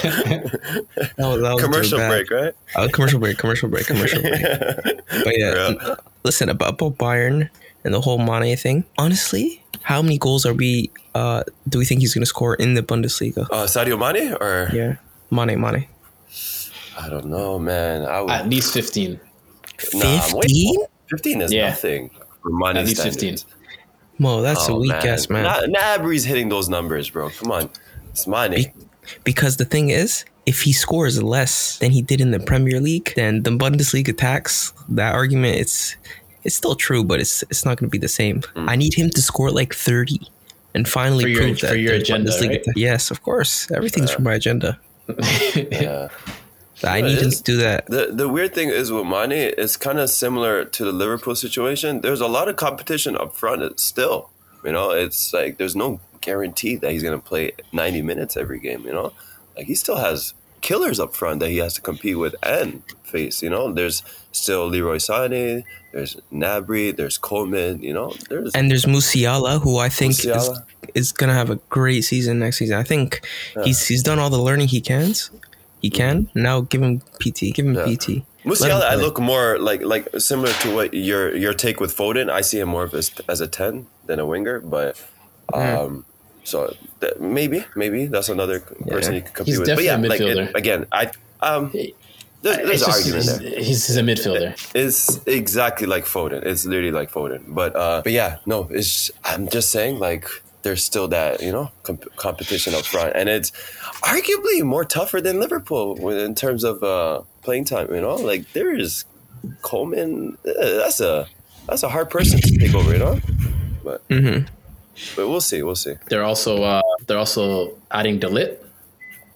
[SPEAKER 1] That was, that was
[SPEAKER 2] Commercial
[SPEAKER 1] bad.
[SPEAKER 2] break, right?
[SPEAKER 1] Uh, commercial break, commercial break, commercial break. But yeah,
[SPEAKER 2] Yeah.
[SPEAKER 1] n- listen about, about Bayern and the whole Mane thing. Honestly, how many goals are we? Uh, do we think he's gonna score in the Bundesliga?
[SPEAKER 2] Uh, Sadio Mane or
[SPEAKER 1] Yeah, Mane, Mane.
[SPEAKER 2] I don't know, man. I would
[SPEAKER 3] At least fifteen.
[SPEAKER 2] nah, I'm way-
[SPEAKER 1] Fifteen?
[SPEAKER 2] 15 is
[SPEAKER 3] Yeah.
[SPEAKER 2] nothing. For Mane
[SPEAKER 3] At least
[SPEAKER 2] standards.
[SPEAKER 3] fifteen.
[SPEAKER 1] Mo, that's a
[SPEAKER 2] Oh,
[SPEAKER 1] weak ass man.
[SPEAKER 2] Nah, nah, Bree's hitting those numbers, bro. Come on. It's Mane.
[SPEAKER 1] because the thing is, if he scores less than he did in the Premier League, then the Bundesliga tax that argument it's it's still true, but it's it's not going to be the same.
[SPEAKER 2] Mm.
[SPEAKER 1] I need him to score like thirty. And finally,
[SPEAKER 3] For your-
[SPEAKER 1] prove that
[SPEAKER 3] for your
[SPEAKER 1] there's
[SPEAKER 3] agenda,
[SPEAKER 1] Bundesliga
[SPEAKER 3] right?
[SPEAKER 1] ta- Yes, of course. Everything's for my agenda.
[SPEAKER 2] Yeah.
[SPEAKER 1] I
[SPEAKER 2] it
[SPEAKER 1] need him
[SPEAKER 2] is.
[SPEAKER 1] to do that.
[SPEAKER 2] The the weird thing is with Mane, it's kind of similar to the Liverpool situation. There's a lot of competition up front it's still. You know, it's like there's no guarantee that he's going to play 90 minutes every game. You know, like he still has killers up front that he has to compete with and face. You know, there's still Leroy Sané, there's Nabri, there's Coleman. You know, there's
[SPEAKER 1] And there's Musiala, who I think is,
[SPEAKER 2] Musiala.
[SPEAKER 1] is gonna have a great season next season. I think he's he's done all the learning he can. He can now give him PT, give him
[SPEAKER 2] Mm-hmm. Yeah.
[SPEAKER 1] PT. Let him
[SPEAKER 2] Musiala, I
[SPEAKER 1] play.
[SPEAKER 2] look more like like similar to what your your take with Foden. I see him more of as, as a ten than a winger, but
[SPEAKER 3] Hmm.
[SPEAKER 2] um, so that, maybe maybe that's another person you could compete
[SPEAKER 3] He's
[SPEAKER 2] with.
[SPEAKER 3] definitely
[SPEAKER 2] but
[SPEAKER 3] a
[SPEAKER 2] yeah, like,
[SPEAKER 3] midfielder.
[SPEAKER 2] it- again, I um, there's, there's
[SPEAKER 3] It's
[SPEAKER 2] an
[SPEAKER 3] just-
[SPEAKER 2] argument
[SPEAKER 3] he's,
[SPEAKER 2] there.
[SPEAKER 3] he's, he's a midfielder.
[SPEAKER 2] It's exactly like Foden. It's literally like Foden. But uh, but yeah, no, it's I'm just saying like there's still that you know comp- competition up front, and it's arguably more tougher than Liverpool when- in terms of uh, playing time. You know, like there is Coleman. uh, That's a that's a hard person to take over. You know, but
[SPEAKER 3] Mm-hmm.
[SPEAKER 2] but we'll see, we'll see.
[SPEAKER 3] They're also uh, they're also adding Delit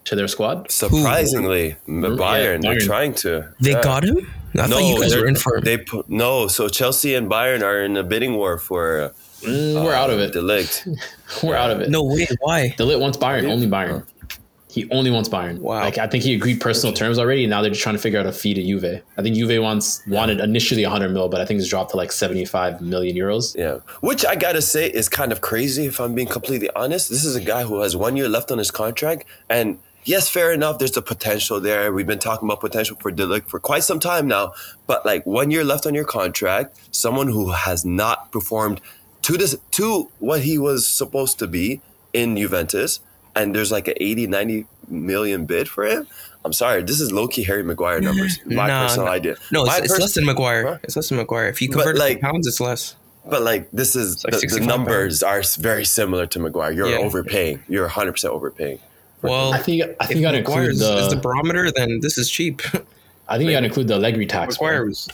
[SPEAKER 3] to their squad.
[SPEAKER 2] Surprisingly, Bayern, they're
[SPEAKER 3] Mm-hmm. Bayern.
[SPEAKER 2] trying to
[SPEAKER 1] They
[SPEAKER 2] yeah.
[SPEAKER 1] got him. I thought you guys
[SPEAKER 2] they're-
[SPEAKER 1] were in for him.
[SPEAKER 2] They pu- no, so Chelsea and Bayern are in a bidding war for. Uh,
[SPEAKER 3] Mm, We're out of it.
[SPEAKER 2] Delict.
[SPEAKER 3] We're out of it.
[SPEAKER 1] no way. Why?
[SPEAKER 3] Delit wants Byron, only Byron. He only wants Byron.
[SPEAKER 1] Wow.
[SPEAKER 3] Like I think he agreed personal terms already, and now they're just trying to figure out a fee to Juve. I think Juve wants wanted initially 100 mil, but I think it's dropped to like 75 million euros.
[SPEAKER 2] Yeah. Which I gotta say is kind of crazy if I'm being completely honest. This is a guy who has one year left on his contract. And yes, fair enough, there's the potential there. We've been talking about potential for Delict for quite some time now. But like one year left on your contract, someone who has not performed to this to what he was supposed to be in Juventus, and there's like an 80, 90 million bid for him. I'm sorry, this is low key Harry Maguire numbers. My
[SPEAKER 1] Nah,
[SPEAKER 2] personal
[SPEAKER 1] nah.
[SPEAKER 2] idea.
[SPEAKER 1] No,
[SPEAKER 2] My
[SPEAKER 1] it's, it's
[SPEAKER 2] pers-
[SPEAKER 1] less than McGuire.
[SPEAKER 2] Huh?
[SPEAKER 1] It's less than McGuire. If you convert it to
[SPEAKER 2] like-
[SPEAKER 1] pounds, it's less.
[SPEAKER 2] But like this is
[SPEAKER 1] like
[SPEAKER 2] the- the,
[SPEAKER 1] 65
[SPEAKER 2] numbers are s- very similar to Maguire. You're
[SPEAKER 1] Yeah.
[SPEAKER 2] overpaying. You're 100 percent overpaying.
[SPEAKER 1] Well,
[SPEAKER 3] I think I
[SPEAKER 1] if
[SPEAKER 3] think you gotta
[SPEAKER 1] Maguire
[SPEAKER 3] include
[SPEAKER 1] is,
[SPEAKER 3] the,
[SPEAKER 1] is the barometer, then this is cheap.
[SPEAKER 3] I think you gotta include the Allegri tax. bro.
[SPEAKER 1] McGuire was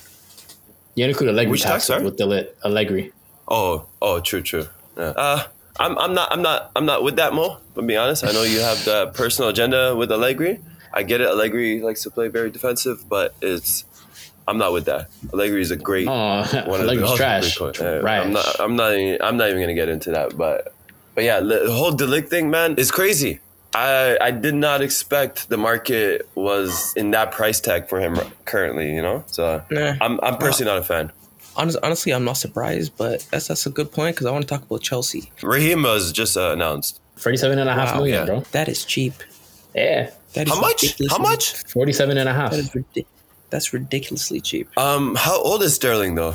[SPEAKER 3] You gotta include Allegri
[SPEAKER 2] Which
[SPEAKER 3] tax,
[SPEAKER 2] tax, sorry?
[SPEAKER 3] with Delit Allegri.
[SPEAKER 2] Oh, oh, true, true. Yeah. Uh, I'm, I'm not, I'm not, I'm not with that Mo. But be honest, I know you have the personal agenda with Allegri. I get it. Allegri likes to play very defensive, but it's, I'm not with that. Allegri is a great.
[SPEAKER 3] Oh,
[SPEAKER 2] one of the-
[SPEAKER 3] Allegri's
[SPEAKER 2] oh, great
[SPEAKER 3] trash.
[SPEAKER 2] coach. Yeah,
[SPEAKER 3] Trash.
[SPEAKER 2] I'm not, I'm not, even, I'm not even gonna get into that. But, but yeah, the whole Delict thing, man, is crazy. I, I did not expect the market was in that price tag for him currently. You know, so
[SPEAKER 1] Nah.
[SPEAKER 2] I'm, I'm personally not a fan.
[SPEAKER 1] honest, honestly, I'm not surprised, but that's that's a good point because I want to talk about Chelsea.
[SPEAKER 2] Raheem was just uh, announced.
[SPEAKER 3] 37 and a half
[SPEAKER 1] Wow.
[SPEAKER 3] million,
[SPEAKER 2] Yeah.
[SPEAKER 3] bro.
[SPEAKER 1] That is cheap.
[SPEAKER 3] Yeah.
[SPEAKER 1] That is
[SPEAKER 2] How much?
[SPEAKER 1] ridiculously-
[SPEAKER 2] How much?
[SPEAKER 3] 47 and a half.
[SPEAKER 1] That is ridic- That's ridiculously cheap.
[SPEAKER 2] Um, how old is Sterling though?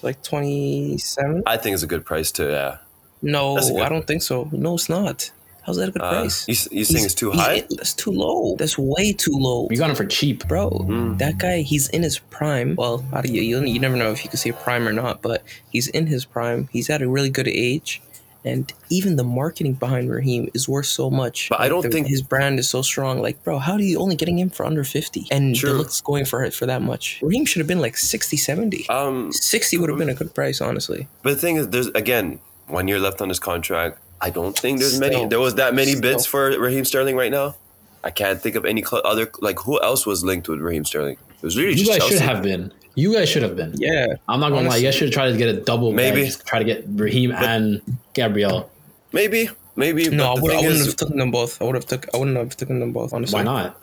[SPEAKER 1] Like twenty seven?
[SPEAKER 2] I think it's a good price too. Yeah.
[SPEAKER 1] No,
[SPEAKER 2] that's a good-
[SPEAKER 1] I don't think so. No, it's not. How's that a good
[SPEAKER 2] Uh,
[SPEAKER 1] price?
[SPEAKER 2] You, you think it's too high?
[SPEAKER 1] That's too low. That's way too low.
[SPEAKER 3] You got him for cheap.
[SPEAKER 1] bro
[SPEAKER 2] Mm.
[SPEAKER 1] that guy he's in his prime well I don't- you, you, you never know if you could say prime or not but he's in his prime he's at a really good age and even the marketing behind Raheem is worth so much.
[SPEAKER 2] But I
[SPEAKER 1] Like,
[SPEAKER 2] don't
[SPEAKER 1] the-
[SPEAKER 2] think-
[SPEAKER 1] his brand is so strong. Like, bro, how do you only getting him for under fifty? And the
[SPEAKER 2] True.
[SPEAKER 1] looks going for for that much. Raheem should have been like 60, 70.
[SPEAKER 2] Um,
[SPEAKER 1] 60 would have been a good price, honestly.
[SPEAKER 2] But the thing is, there's again one year left on his contract. I don't think there's many.
[SPEAKER 1] Still.
[SPEAKER 2] There was that many bids
[SPEAKER 1] Still.
[SPEAKER 2] for Raheem Sterling right now. I can't think of any cl- other like who else was linked with Raheem Sterling. It was really
[SPEAKER 3] You
[SPEAKER 2] just
[SPEAKER 3] guys
[SPEAKER 2] Chelsea.
[SPEAKER 3] should have been. You guys should have been.
[SPEAKER 1] Yeah,
[SPEAKER 3] I'm not gonna lie. You guys should try to get a double. bag,
[SPEAKER 2] Maybe.
[SPEAKER 3] just try to get Raheem and Gabriel.
[SPEAKER 2] maybe, maybe.
[SPEAKER 1] No, I,
[SPEAKER 2] but the
[SPEAKER 1] would, I
[SPEAKER 2] thing
[SPEAKER 1] wouldn't
[SPEAKER 2] is-
[SPEAKER 1] have taken them both. I would have took. I wouldn't have taken them both. Honestly,
[SPEAKER 3] Why not?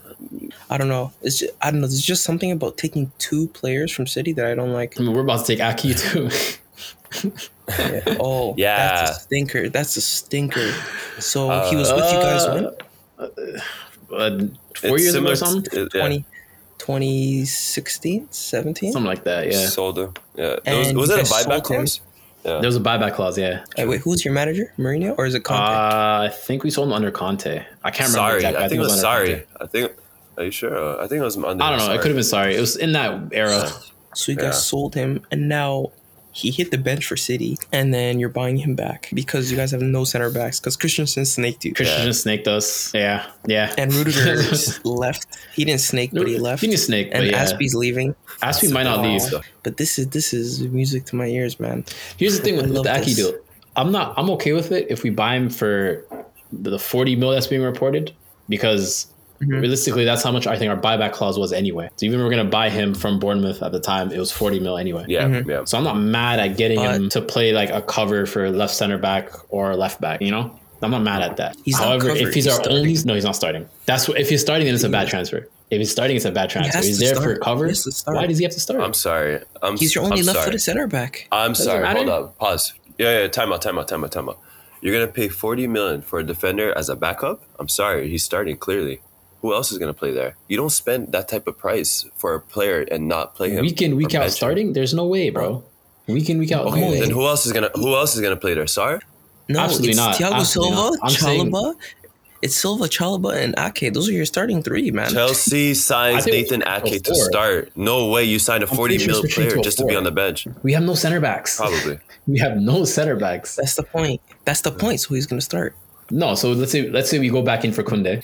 [SPEAKER 1] I don't know. It's just, I don't know. There's just something about taking two players from City that I don't like.
[SPEAKER 3] I mean, we're about to take Aki too.
[SPEAKER 1] Yeah. Oh,
[SPEAKER 2] Yeah.
[SPEAKER 1] that's a stinker. That's a stinker. So he was with you guys when
[SPEAKER 3] uh, four
[SPEAKER 2] it's
[SPEAKER 3] years
[SPEAKER 2] similar
[SPEAKER 3] ago or something,
[SPEAKER 2] to- it- yeah.
[SPEAKER 1] 20, 2016, 17?
[SPEAKER 3] something like that. Yeah,
[SPEAKER 2] Solder. Yeah. There was,
[SPEAKER 1] And
[SPEAKER 2] was it a
[SPEAKER 1] they sold
[SPEAKER 2] buyback
[SPEAKER 1] him.
[SPEAKER 2] clause?
[SPEAKER 3] there was a buyback clause. Yeah,
[SPEAKER 1] Hey, wait, who's your manager? Mourinho or is it Conte?
[SPEAKER 3] uh, I think we sold him under Conte. I can't remember.
[SPEAKER 2] Sorry,
[SPEAKER 3] exactly.
[SPEAKER 2] I think it was
[SPEAKER 3] under
[SPEAKER 2] sorry.
[SPEAKER 3] Conte.
[SPEAKER 2] I think. Are you sure? I think it was under.
[SPEAKER 3] I don't know.
[SPEAKER 2] Sarri.
[SPEAKER 3] It could have been sorry. It was in that era.
[SPEAKER 1] So you guys
[SPEAKER 2] Yeah.
[SPEAKER 1] sold him, and now he hit the bench for City, and then you're buying him back because you guys have no center backs because Christensen snaked you.
[SPEAKER 3] Christian snaked us. Yeah, yeah.
[SPEAKER 1] and Rudiger left. He didn't snake, but he left.
[SPEAKER 3] He didn't snake, but
[SPEAKER 1] and
[SPEAKER 3] yeah.
[SPEAKER 1] Aspie's leaving.
[SPEAKER 3] Aspie might not
[SPEAKER 1] Wow.
[SPEAKER 3] leave.
[SPEAKER 1] But this is this is music to my ears, man.
[SPEAKER 3] Here's the thing with,
[SPEAKER 1] I
[SPEAKER 3] with
[SPEAKER 1] love
[SPEAKER 3] the Aki
[SPEAKER 1] this.
[SPEAKER 3] deal. I'm not. I'm okay with it if we buy him for the 40 mil that's being reported because realistically, that's how much I think our buyback clause was anyway. So even if we're gonna buy him from Bournemouth at the time, it was 40 mil anyway.
[SPEAKER 2] Yeah, yeah.
[SPEAKER 3] So I'm not mad at getting
[SPEAKER 1] But-
[SPEAKER 3] him to play like a cover for left center back or left back. You know, I'm not mad at that.
[SPEAKER 1] He's not
[SPEAKER 3] However,
[SPEAKER 1] covered,
[SPEAKER 3] if he's,
[SPEAKER 1] he's
[SPEAKER 3] our only, no, he's not starting. That's what, if he's starting, then it's a bad transfer. If he's starting, it's a bad transfer.
[SPEAKER 1] has
[SPEAKER 3] He's
[SPEAKER 1] to
[SPEAKER 3] there for
[SPEAKER 1] start.
[SPEAKER 3] cover.
[SPEAKER 1] He has to start.
[SPEAKER 3] Why does he have to start?
[SPEAKER 2] I'm sorry. I'm,
[SPEAKER 1] He's your only
[SPEAKER 2] I'm sorry.
[SPEAKER 1] left-footed center back.
[SPEAKER 2] I'm sorry.
[SPEAKER 3] matter.
[SPEAKER 2] Hold up. Pause. Yeah, yeah. Time out. Time out. Time out. Time out. You're gonna pay forty million for a defender as a backup. I'm sorry. He's starting clearly. Who else is gonna play there? You don't spend that type of price for a player and not play him.
[SPEAKER 3] week in, week
[SPEAKER 2] or
[SPEAKER 3] out
[SPEAKER 2] bench him.
[SPEAKER 3] starting, there's no way, bro. Week in, week out,
[SPEAKER 2] Okay,
[SPEAKER 3] no way.
[SPEAKER 2] then who else is gonna Who else is gonna play there? Sorry.
[SPEAKER 1] No,
[SPEAKER 3] Absolutely
[SPEAKER 1] it's
[SPEAKER 3] not.
[SPEAKER 1] Thiago
[SPEAKER 3] Absolutely
[SPEAKER 1] Silva,
[SPEAKER 3] not. I'm saying-
[SPEAKER 1] Chalaba. It's Silva, Chalaba, and Ake. Those are your starting three, man.
[SPEAKER 2] Chelsea signs
[SPEAKER 3] think
[SPEAKER 2] Nathan
[SPEAKER 3] it's
[SPEAKER 2] Ake to
[SPEAKER 3] four.
[SPEAKER 2] start. No way you signed a forty
[SPEAKER 3] pretty sure
[SPEAKER 2] mil
[SPEAKER 3] it's switching
[SPEAKER 2] player
[SPEAKER 3] to a
[SPEAKER 2] just to be
[SPEAKER 3] four.
[SPEAKER 2] on the bench.
[SPEAKER 3] We have no center backs.
[SPEAKER 2] Probably.
[SPEAKER 3] We have no center backs.
[SPEAKER 1] That's the point. That's the point. So he's gonna start.
[SPEAKER 3] No, so let's say let's say we go back in for Kunde.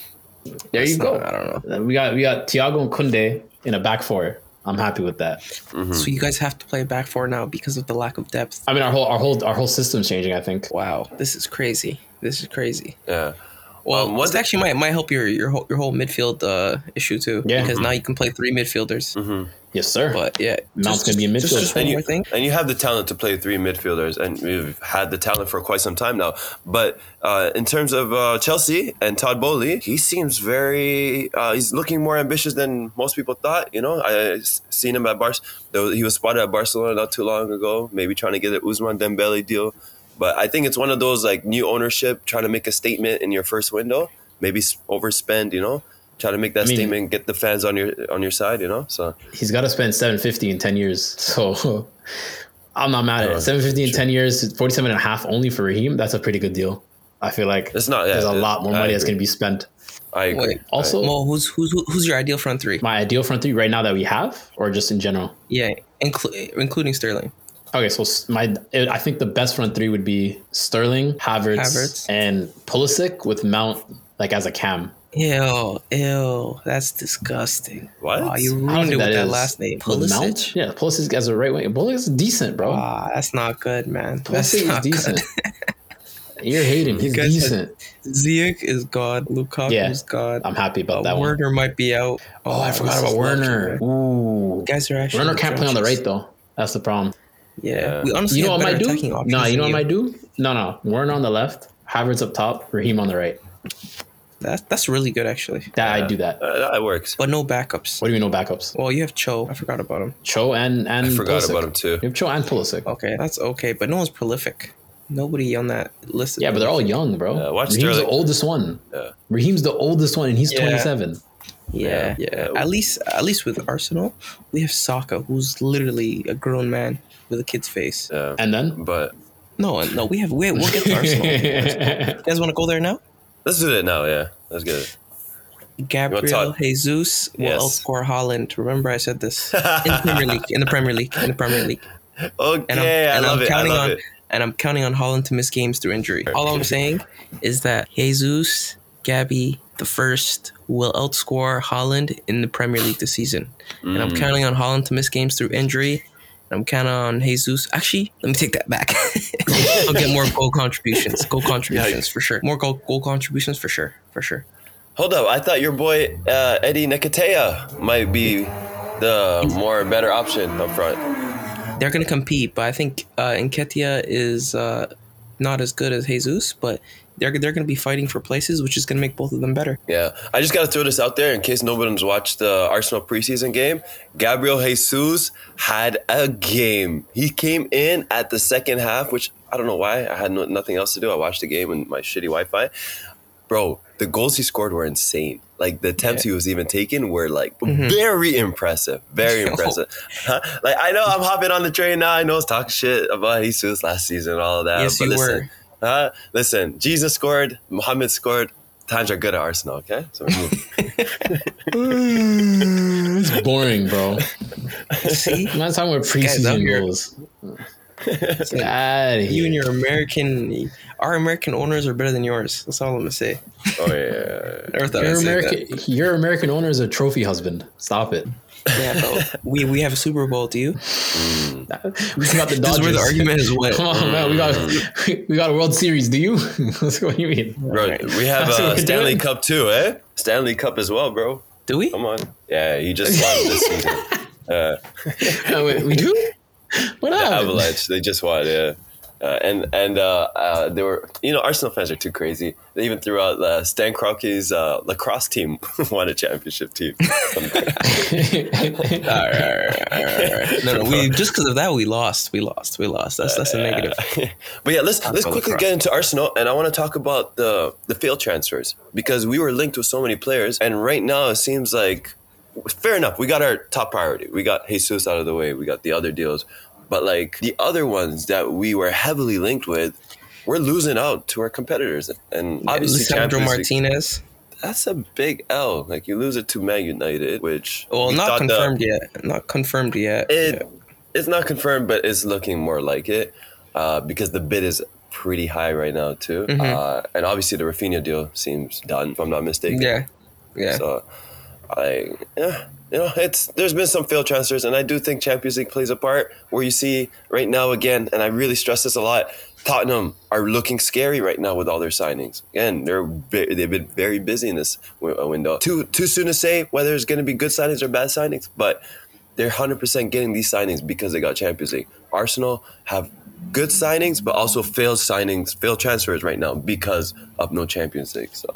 [SPEAKER 3] There you
[SPEAKER 1] That's
[SPEAKER 3] go.
[SPEAKER 1] not- I don't know.
[SPEAKER 3] We got we got Thiago and Kunde in a back four. I'm happy with that.
[SPEAKER 2] Mm-hmm.
[SPEAKER 1] So you guys have to play back four now because of the lack of depth.
[SPEAKER 3] I mean, our whole our whole our whole system's changing. I think.
[SPEAKER 1] Wow, this is crazy. This is crazy.
[SPEAKER 2] Yeah.
[SPEAKER 1] Well,
[SPEAKER 2] Um,
[SPEAKER 1] um,
[SPEAKER 2] one
[SPEAKER 1] this
[SPEAKER 2] thi-
[SPEAKER 1] actually might might help your your whole, your whole midfield uh, issue too.
[SPEAKER 3] Yeah.
[SPEAKER 2] Mm-hmm.
[SPEAKER 1] Because now you can play three midfielders.
[SPEAKER 3] Yes, sir.
[SPEAKER 1] But yeah,
[SPEAKER 3] Mount's
[SPEAKER 1] just-
[SPEAKER 3] gonna be a
[SPEAKER 1] just-
[SPEAKER 3] midfielder.
[SPEAKER 1] Just
[SPEAKER 2] and
[SPEAKER 1] one
[SPEAKER 2] Mm-hmm. you,
[SPEAKER 1] more thing.
[SPEAKER 2] And you have the talent to play three midfielders, and we've had the talent for quite some time now. But uh, in terms of uh, Chelsea and Todd Bowley, he seems very. Uh, he's looking more ambitious than most people thought. You know, I uh, s- seen him at Bar. there was- He was spotted at Barcelona not too long ago. Maybe trying to get an Usman Dembele deal. But I think it's one of those like new ownership trying to make a statement in your first window. Maybe s- overspend. You know. Try to make that
[SPEAKER 3] mean-
[SPEAKER 2] statement, get the fans on your on your side, you know. So
[SPEAKER 3] he's got to spend 750 in 10 years. So I'm not mad at
[SPEAKER 2] Uh,
[SPEAKER 3] it. 750 in 10 years, 47 and a half only for Raheem. That's a pretty good deal. I feel like
[SPEAKER 2] It's not- yeah,
[SPEAKER 3] there's a
[SPEAKER 2] it-
[SPEAKER 3] lot more
[SPEAKER 2] I
[SPEAKER 3] money that's
[SPEAKER 2] agree.
[SPEAKER 3] going to be spent.
[SPEAKER 2] I agree.
[SPEAKER 1] Wait,
[SPEAKER 3] Also,
[SPEAKER 1] Well, who's who's who- who's your ideal front three?
[SPEAKER 3] my ideal front three right now that we have, or just in general.
[SPEAKER 1] Yeah, inclu- including Sterling.
[SPEAKER 3] Okay, so s- my I think the best front three would be Sterling, Havertz,
[SPEAKER 1] Havertz.
[SPEAKER 3] and Pulisic with Mount like as a cam.
[SPEAKER 1] Ew, ew, that's disgusting.
[SPEAKER 2] What?
[SPEAKER 1] Wow, you
[SPEAKER 3] I don't
[SPEAKER 1] ruined
[SPEAKER 3] think
[SPEAKER 1] it with that
[SPEAKER 3] is-
[SPEAKER 1] last name.
[SPEAKER 3] With Mount?
[SPEAKER 1] Pulisic.
[SPEAKER 3] Yeah, Pulisic as a right wing. Pulisic's decent, bro.
[SPEAKER 1] Ah, that's not good, man. That's
[SPEAKER 3] Pulisic is
[SPEAKER 1] not
[SPEAKER 3] decent. You're hating. He's
[SPEAKER 1] guys had-
[SPEAKER 3] decent.
[SPEAKER 1] good. Ziyech is god. Lukaku
[SPEAKER 3] Yeah.
[SPEAKER 1] is god.
[SPEAKER 3] I'm happy about that one.
[SPEAKER 1] Werner might be out.
[SPEAKER 3] Oh, I
[SPEAKER 1] this
[SPEAKER 3] forgot
[SPEAKER 1] is
[SPEAKER 3] about Werner.
[SPEAKER 1] lucky, man.
[SPEAKER 3] Ooh.
[SPEAKER 1] You guys are actually.
[SPEAKER 3] Werner can't play on the
[SPEAKER 1] atrocious.
[SPEAKER 3] right though. That's the problem.
[SPEAKER 1] Yeah,
[SPEAKER 2] Yeah.
[SPEAKER 1] we honestly
[SPEAKER 3] You know
[SPEAKER 1] have
[SPEAKER 3] what I
[SPEAKER 1] better
[SPEAKER 3] might do?
[SPEAKER 1] attacking options.
[SPEAKER 3] No, you know what I
[SPEAKER 1] than
[SPEAKER 3] might do? No, no. Werner on the left, Havertz up top, Raheem on the right.
[SPEAKER 1] That's that's really good actually.
[SPEAKER 3] That I do that.
[SPEAKER 2] Uh, that works.
[SPEAKER 1] But no backups.
[SPEAKER 3] What do we know backups?
[SPEAKER 1] Well, you have Cho. I forgot about him.
[SPEAKER 3] Cho and and
[SPEAKER 2] I
[SPEAKER 1] Mm,
[SPEAKER 2] forgot
[SPEAKER 3] Pulisic.
[SPEAKER 2] about him too. Oh,
[SPEAKER 3] You have Cho and Pulisic.
[SPEAKER 1] Okay, that's okay. But no one's prolific. Nobody on that list. is
[SPEAKER 3] Yeah, but they're all young, bro.
[SPEAKER 2] Yeah, watch
[SPEAKER 3] Raheem's the
[SPEAKER 2] Sterling.
[SPEAKER 3] oldest one.
[SPEAKER 2] Yeah.
[SPEAKER 3] Raheem's the oldest one, and he's
[SPEAKER 1] Yeah.
[SPEAKER 3] 27.
[SPEAKER 1] Yeah,
[SPEAKER 2] Yeah.
[SPEAKER 1] yeah.
[SPEAKER 2] Yeah.
[SPEAKER 1] At least, at least with Arsenal, we have Saka, who's literally a grown man with a kid's face.
[SPEAKER 2] Yeah.
[SPEAKER 3] And then
[SPEAKER 2] But
[SPEAKER 1] No, no, we have. We, we'll get to Arsenal. you guys want to go there now?
[SPEAKER 2] let's do that now. Yeah, let's get it.
[SPEAKER 1] Gabriel
[SPEAKER 2] talk-
[SPEAKER 1] Jesus will
[SPEAKER 2] Yes.
[SPEAKER 1] outscore Holland. Remember, I said this in the Premier League. In the Premier League. In the Premier League.
[SPEAKER 2] Okay,
[SPEAKER 1] And I'm,
[SPEAKER 2] I
[SPEAKER 1] and
[SPEAKER 2] love
[SPEAKER 1] I'm
[SPEAKER 2] it. I
[SPEAKER 1] counting on.
[SPEAKER 2] love it.
[SPEAKER 1] and I'm counting on Holland to miss games through injury. All I'm saying is that Jesus, Gabby, the first will outscore Holland in the Premier League this season, and
[SPEAKER 2] Mm.
[SPEAKER 1] I'm counting on Holland to miss games through injury. and I'm counting on Jesus. Actually, let me take that back. I'll get more goal contributions. Goal contributions for sure. More goal goal contributions for sure. For sure.
[SPEAKER 2] Hold up, I thought your boy uh, Eddie Nikatea might be the more better option up front.
[SPEAKER 1] they're going to compete, but I think uh, Nketiah is uh, not as good as Jesus, but they're they're going to be fighting for places, which is going to make both of them better.
[SPEAKER 2] Yeah, I just got to throw this out there in case nobody's watched the Arsenal preseason game. Gabriel Jesus had a game. He came in at the second half, which I don't know why. I had no, nothing else to do. I watched the game and my shitty Wi Fi. Bro, the goals he scored were insane. Like the attempts he was even taking were like
[SPEAKER 1] Mm-hmm.
[SPEAKER 2] very impressive. Very impressive. Huh? Like I know I'm hopping on the train now. I know it's talking shit about Jesus last season and all of that.
[SPEAKER 1] Yes, you were.
[SPEAKER 2] listen, Huh? Uh, Listen, Jesus scored, Muhammad scored. Times are good at Arsenal, okay? So we move.
[SPEAKER 3] It's boring, bro.
[SPEAKER 1] See,
[SPEAKER 3] I'm not talking about
[SPEAKER 1] guy's out
[SPEAKER 3] preseason
[SPEAKER 1] here.
[SPEAKER 3] goals. Get out of
[SPEAKER 1] you
[SPEAKER 3] here.
[SPEAKER 1] and your American, our American owners are better than yours. That's all I'm gonna say.
[SPEAKER 2] oh yeah.
[SPEAKER 1] Never thought I'd
[SPEAKER 3] Your
[SPEAKER 1] say that.
[SPEAKER 3] American, your American owner is a trophy husband. Stop it.
[SPEAKER 1] Yeah, bro. we we have a Super Bowl. Do you?
[SPEAKER 3] We got the Dodgers.
[SPEAKER 1] This is where the argument is went.
[SPEAKER 3] Come on, man. We got we got a World Series. Do you? what do you mean?
[SPEAKER 2] Bro,
[SPEAKER 1] Alright.
[SPEAKER 2] we have
[SPEAKER 3] That's what
[SPEAKER 2] uh,
[SPEAKER 3] we're
[SPEAKER 2] Stanley
[SPEAKER 3] doing.
[SPEAKER 2] Cup too, eh? Stanley Cup as well, bro.
[SPEAKER 1] Do we?
[SPEAKER 2] Come on. Yeah, you just won this season.
[SPEAKER 3] Uh, wait, we do? What happened?
[SPEAKER 2] Avalanche, they just won, yeah. Uh, and and uh, uh, they were, you know, Arsenal fans are too crazy. They even threw out uh, Stan Kroenke's uh, lacrosse team won a championship team.
[SPEAKER 1] All right, all right, all right, all right. No, no. We just because of that we lost. We lost. We lost. That's that's a negative.
[SPEAKER 2] but yeah, let's let's
[SPEAKER 1] about
[SPEAKER 2] quickly
[SPEAKER 1] lacrosse.
[SPEAKER 2] get into Arsenal, and I want to talk about the the failed transfers because we were linked with so many players, and right now it seems like fair enough. We got our top priority. We got Jesus out of the way. We got the other deals, but like the other ones that we were heavily linked with, we're losing out to our competitors, and obviously
[SPEAKER 1] Lisandro
[SPEAKER 2] Champions League-
[SPEAKER 1] Martinez.
[SPEAKER 2] that's a big L. Like you lose it to Man United, which
[SPEAKER 1] Well,
[SPEAKER 2] we
[SPEAKER 1] not
[SPEAKER 2] thought the-
[SPEAKER 1] confirmed yet. Not confirmed yet.
[SPEAKER 2] it it's not confirmed, but it's looking more like it uh, because the bid is pretty high right now too, uh, and obviously the Rafinha deal seems done, if I'm not mistaken.
[SPEAKER 1] yeah. Yeah.
[SPEAKER 2] So, I yeah, you know, it's there's been some failed transfers, and I do think Champions League plays a part where you see right now again, and I really stress this a lot. Tottenham are looking scary right now with all their signings. Again, they're ve- they've been very busy in this wi- uh, window. Too too soon to say whether it's going to be good signings or bad signings, but they're hundred percent getting these signings because they got Champions League. Arsenal have good signings, but also failed signings, failed transfers right now because of no Champions League. So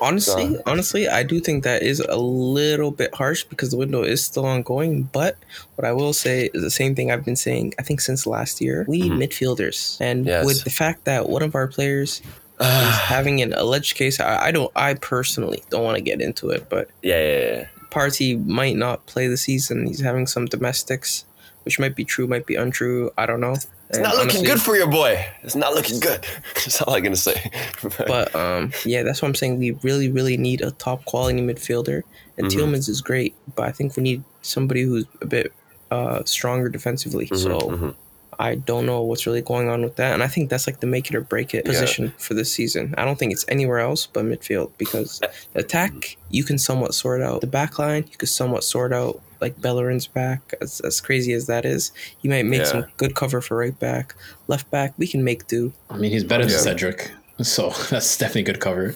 [SPEAKER 1] Honestly,
[SPEAKER 2] So-
[SPEAKER 1] honestly, I do think that is a little bit harsh because the window is still ongoing. But what I will say is the same thing I've been saying, I think, since last year. We need midfielders. And
[SPEAKER 2] Mm-hmm. Yes.
[SPEAKER 1] with the fact that one of our players is having an alleged case, I, I don't, I personally don't want to get into it, but
[SPEAKER 2] yeah, yeah, yeah.
[SPEAKER 1] Party might not play the season. He's having some domestics, which might be true, might be untrue. I don't know.
[SPEAKER 2] It's not looking good for your boy. It's not looking good. That's all I'm gonna say.
[SPEAKER 1] But um, yeah, that's what I'm saying. We really, really need a top quality midfielder, and Tielemans is great, but I think we need somebody who's a bit uh, stronger defensively.
[SPEAKER 2] Mm-hmm,
[SPEAKER 1] so I don't know what's really going on with that, and I think that's like the make it or break it position for this season. I don't think it's anywhere else but midfield because the attack you can somewhat sort out the back line. You could somewhat sort out like Bellerin's back, as, as crazy as that is. You might make
[SPEAKER 2] Yeah.
[SPEAKER 1] some good cover for right back, left back. We can make do.
[SPEAKER 3] I mean, he's better than
[SPEAKER 2] Yeah.
[SPEAKER 3] Cedric, so that's definitely good cover.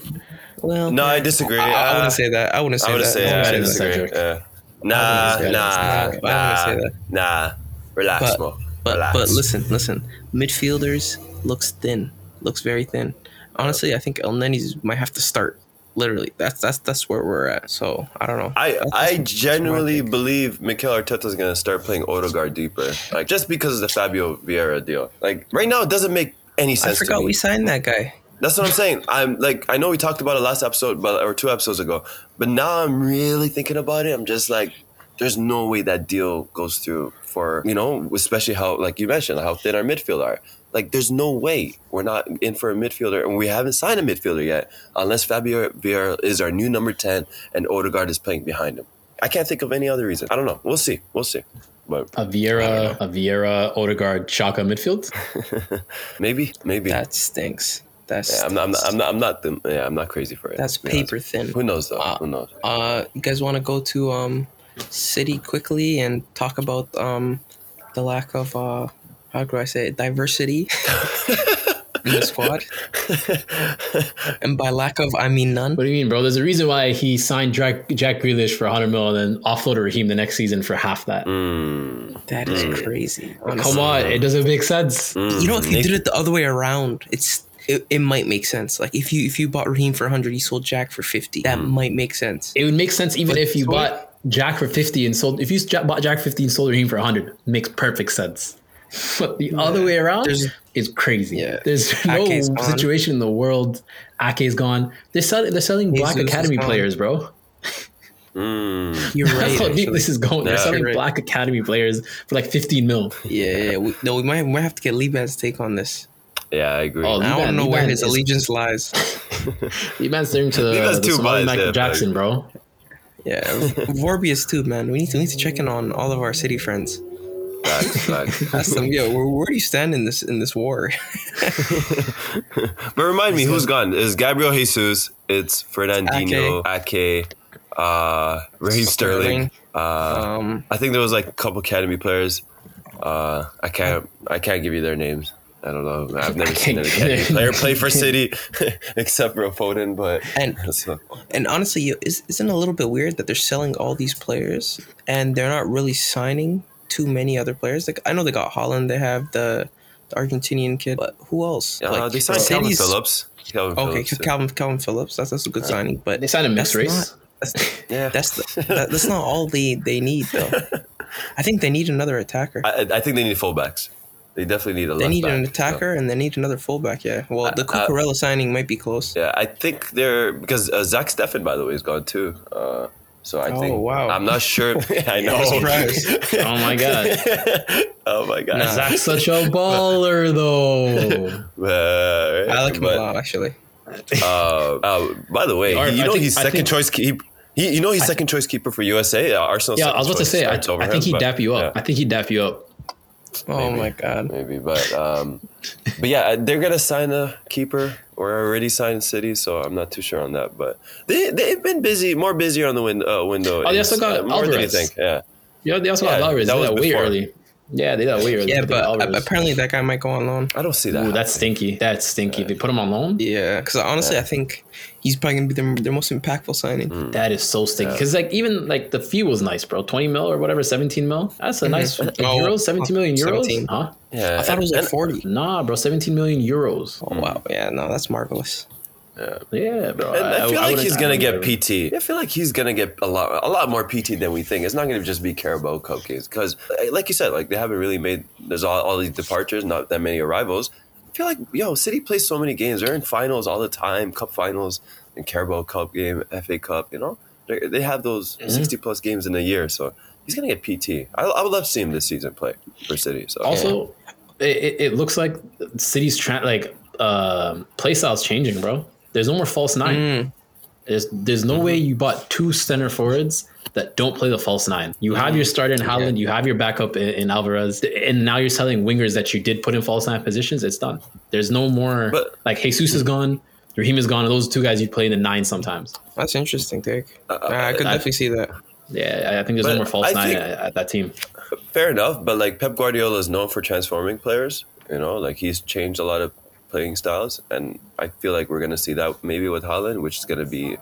[SPEAKER 1] Well,
[SPEAKER 2] no, I disagree.
[SPEAKER 1] I, I
[SPEAKER 2] Uh,
[SPEAKER 1] wouldn't say that. I wouldn't say
[SPEAKER 2] I would
[SPEAKER 1] that.
[SPEAKER 2] say
[SPEAKER 1] I wouldn't
[SPEAKER 2] I
[SPEAKER 3] better than
[SPEAKER 1] say that.
[SPEAKER 2] disagree.
[SPEAKER 3] Cedric.
[SPEAKER 2] Yeah. Nah,
[SPEAKER 3] think he's better than
[SPEAKER 2] nah,
[SPEAKER 1] Cedric. I wouldn't say
[SPEAKER 2] nah,
[SPEAKER 1] that.
[SPEAKER 2] nah. Relax,
[SPEAKER 1] But-
[SPEAKER 2] bro.
[SPEAKER 1] But
[SPEAKER 2] Relax.
[SPEAKER 1] but listen, listen. Midfielders looks thin. Looks very thin. Honestly, I think El Nenny's might have to start. Literally, that's that's that's where we're at. So I don't know.
[SPEAKER 2] I,
[SPEAKER 1] That's-
[SPEAKER 2] I
[SPEAKER 1] that's-
[SPEAKER 2] genuinely believe Mikel Arteta is gonna start playing Odegaard deeper, like just because of the Fabio Vieira deal. Like right now, it doesn't make any
[SPEAKER 1] I
[SPEAKER 2] sense. to
[SPEAKER 1] forgot
[SPEAKER 2] me.
[SPEAKER 1] we signed that guy.
[SPEAKER 2] That's what I'm saying. I'm like I know we talked about it last episode, but or two episodes ago. But now I'm really thinking about it. I'm just like, there's no way that deal goes through for you know, especially how like you mentioned how thin our midfield are. Like, there's no way we're not in for a midfielder, and we haven't signed a midfielder yet, unless Fabio Vieira is our new number ten and Odegaard is playing behind him. I can't think of any other reason. I don't know. We'll see. We'll see. But
[SPEAKER 3] A Vieira, a Vieira, Odegaard, Chaka midfield.
[SPEAKER 2] maybe, maybe.
[SPEAKER 1] That stinks. That's
[SPEAKER 2] yeah, I'm not. I'm not. I'm not. I'm not the, yeah, I'm not crazy for it.
[SPEAKER 1] That's
[SPEAKER 2] to be honest.
[SPEAKER 1] paper thin.
[SPEAKER 2] Who knows though?
[SPEAKER 1] Uh,
[SPEAKER 2] Who knows?
[SPEAKER 1] Uh, you guys want to go to um, City quickly and talk about um, the lack of uh, how do I say it? diversity in the squad? and by lack of, I mean none.
[SPEAKER 3] What do you mean, bro? There's a reason why he signed Jack, Jack Grealish for 100 mil and then offloaded Raheem the next season for half that.
[SPEAKER 1] Mm. That is crazy.
[SPEAKER 3] Mm. Come Mm.
[SPEAKER 1] honestly.
[SPEAKER 3] on, it doesn't make sense.
[SPEAKER 1] You know, if you did it the other way around, it's it, it might make sense. Like if you if you bought Raheem for 100, you sold Jack for 50. That
[SPEAKER 3] Mm.
[SPEAKER 1] might make sense.
[SPEAKER 3] It would make sense even if you
[SPEAKER 1] so-
[SPEAKER 3] bought Jack for 50 and sold, if you ja- bought Jack for 50 and sold Raheem for 100, makes perfect sense. But the other way around
[SPEAKER 1] There's-
[SPEAKER 3] is crazy.
[SPEAKER 1] Yeah.
[SPEAKER 3] There's no
[SPEAKER 1] Ake's gone.
[SPEAKER 3] situation in the world. Ake's gone. They're, sell- they're selling Black
[SPEAKER 1] Jesus is
[SPEAKER 3] Academy
[SPEAKER 1] gone.
[SPEAKER 3] players, bro.
[SPEAKER 2] Mm,
[SPEAKER 1] You're right.
[SPEAKER 3] That's how deep
[SPEAKER 1] actually.
[SPEAKER 3] this is going. They're
[SPEAKER 2] Yeah.
[SPEAKER 3] selling
[SPEAKER 1] You're right.
[SPEAKER 3] Black Academy players for like 15 mil.
[SPEAKER 1] Yeah, yeah, yeah. We, no, we might we might have to get Liebman's take on this.
[SPEAKER 2] Yeah, I agree.
[SPEAKER 3] Oh,
[SPEAKER 1] I
[SPEAKER 3] Liebman-
[SPEAKER 1] don't know where
[SPEAKER 3] Liebman
[SPEAKER 1] his
[SPEAKER 3] is-
[SPEAKER 1] allegiance lies.
[SPEAKER 3] The man's staring to
[SPEAKER 2] He does
[SPEAKER 3] the, the
[SPEAKER 2] too
[SPEAKER 3] Somali
[SPEAKER 2] much,
[SPEAKER 3] Michael
[SPEAKER 2] yeah,
[SPEAKER 3] Jackson, bro.
[SPEAKER 1] Yeah, Vorbius too, man. We need to we need to check in on all of our city friends.
[SPEAKER 2] Facts, facts.
[SPEAKER 1] Ask them, yo, where, where do you stand in this in this war?
[SPEAKER 2] But remind me, who's gone? It's Gabriel Jesus. It's Fernandinho, Ake, uh, Raheem Sterling.
[SPEAKER 1] Sterling.
[SPEAKER 2] Uh.
[SPEAKER 1] um,
[SPEAKER 2] I think there was like a couple academy players. Uh, I can't. I can't give you their names. I don't know. I've never seen an
[SPEAKER 3] can't give
[SPEAKER 2] academy
[SPEAKER 3] you-
[SPEAKER 2] player play for City except for Foden. But
[SPEAKER 1] And-
[SPEAKER 2] so,
[SPEAKER 1] and honestly, yo, is, isn't it a little bit weird that they're selling all these players and they're not really signing too many other players? Like I know they got Holland, they have the, the Argentinian kid, but who else?
[SPEAKER 2] uh,
[SPEAKER 1] like
[SPEAKER 2] they signed Calvin
[SPEAKER 1] City's-
[SPEAKER 2] Phillips. uh, Calvin
[SPEAKER 1] Okay,
[SPEAKER 2] Phillips, yeah.
[SPEAKER 1] Calvin Calvin Phillips. That's that's a good signing, but
[SPEAKER 3] Uh, They signed a mixed
[SPEAKER 1] that's
[SPEAKER 3] race.
[SPEAKER 1] not- that's,
[SPEAKER 2] Yeah.
[SPEAKER 1] that's the, that, that's not all they they need though. I think they need another attacker.
[SPEAKER 2] I, I think they need fullbacks. They definitely need a.
[SPEAKER 1] They
[SPEAKER 2] left
[SPEAKER 1] need
[SPEAKER 2] back,
[SPEAKER 1] an
[SPEAKER 2] so.
[SPEAKER 1] attacker and they need another fullback. Yeah. Well, the
[SPEAKER 2] uh,
[SPEAKER 1] Cucurella signing might be close.
[SPEAKER 2] Yeah, I think they're because uh, Zach Steffen, by the way, is gone too. Uh, so I
[SPEAKER 1] Oh,
[SPEAKER 2] think
[SPEAKER 1] wow.
[SPEAKER 2] I'm not sure. I know.
[SPEAKER 1] surprise.
[SPEAKER 3] Oh my god.
[SPEAKER 2] oh my god.
[SPEAKER 1] Nah.
[SPEAKER 3] Zach's such a baller though.
[SPEAKER 2] Uh,
[SPEAKER 1] I like him
[SPEAKER 2] but,
[SPEAKER 1] a lot, actually.
[SPEAKER 2] Uh, uh, by the way,
[SPEAKER 3] Or-
[SPEAKER 2] you
[SPEAKER 3] I
[SPEAKER 2] know
[SPEAKER 3] think-
[SPEAKER 2] he's
[SPEAKER 3] I
[SPEAKER 2] second
[SPEAKER 3] think-
[SPEAKER 2] choice keep. He, you know he's second choice keeper for USA. Uh, Arsenal.
[SPEAKER 3] Yeah, I was about to say I, I think he'd dap you up.
[SPEAKER 2] Yeah,
[SPEAKER 3] I think he'd dap you up.
[SPEAKER 1] Oh my god.
[SPEAKER 2] maybe, but um, but yeah, uh, they're gonna sign a keeper or already signed City, so I'm not too sure on that. But they they've been busy, more busier on the win- uh, window.
[SPEAKER 3] Oh, they
[SPEAKER 2] is,
[SPEAKER 3] also got
[SPEAKER 2] more than you
[SPEAKER 3] Alvarez.
[SPEAKER 2] think. Yeah.
[SPEAKER 3] Yeah, they also got
[SPEAKER 2] Yeah,
[SPEAKER 3] Alvarez.
[SPEAKER 2] that
[SPEAKER 3] They
[SPEAKER 2] was
[SPEAKER 3] got way
[SPEAKER 2] before.
[SPEAKER 3] early. Yeah, they got way early.
[SPEAKER 1] Yeah,
[SPEAKER 3] They got
[SPEAKER 1] but a-
[SPEAKER 3] Alvarez.
[SPEAKER 1] apparently that guy might go on loan.
[SPEAKER 2] I don't see that.
[SPEAKER 3] Ooh, that's stinky. That's stinky. They put him on loan.
[SPEAKER 1] Yeah, because honestly, I think he's probably gonna be their, their most impactful signing.
[SPEAKER 2] Mm,
[SPEAKER 3] That is so stinky. Because like even like the fee was nice, bro. Twenty mil or whatever, seventeen mil. That's a nice
[SPEAKER 1] Mhm. Oh,
[SPEAKER 3] euros. Seventeen million euros,
[SPEAKER 1] 17.
[SPEAKER 3] huh?
[SPEAKER 2] yeah.
[SPEAKER 1] I thought it was like
[SPEAKER 2] And- Mm.
[SPEAKER 1] forty.
[SPEAKER 3] Nah, bro. Seventeen million euros.
[SPEAKER 1] Oh, wow. Yeah. No, that's marvelous.
[SPEAKER 3] Yeah, bro.
[SPEAKER 2] And I, feel like
[SPEAKER 3] wouldn't-
[SPEAKER 2] he's
[SPEAKER 3] I
[SPEAKER 2] gonna
[SPEAKER 3] wouldn't
[SPEAKER 2] get
[SPEAKER 3] whatever.
[SPEAKER 2] PT. I feel like he's gonna get a lot, a lot more PT than we think. It's not gonna just be Carabao Cup games because, like you said, like they haven't really made. There's all, all these departures, not that many arrivals. I feel like yo, City plays so many games. They're in finals all the time, cup finals, and Carabao Cup game, FA Cup. You know, they they have those sixty plus games in a year. So he's gonna get PT. I, I would love to see him this season play for City. So
[SPEAKER 3] Also, it, it, it looks like cities tra- like um play styles changing, bro. There's no more false nine.
[SPEAKER 2] Hmm.
[SPEAKER 3] There's there's no way you bought two center forwards that don't play the false nine. You have your starter in Holland, you have your backup in, in Alvarez, and now you're selling wingers that you did put in false nine positions. It's done. There's no more
[SPEAKER 2] But-
[SPEAKER 3] like Jesus is gone, Raheem is gone. and Those two guys you play in the nine sometimes.
[SPEAKER 1] That's interesting, Dick. I could
[SPEAKER 2] Uh, I-
[SPEAKER 1] definitely see that.
[SPEAKER 3] Yeah, I- I think there's
[SPEAKER 2] But
[SPEAKER 3] no more false
[SPEAKER 2] I
[SPEAKER 3] nine
[SPEAKER 2] think-
[SPEAKER 3] at, at that team.
[SPEAKER 2] Fair enough, but like Pep Guardiola is known for transforming players. You know, like he's changed a lot of playing styles, and I feel like we're gonna see that maybe with Holland, which is gonna be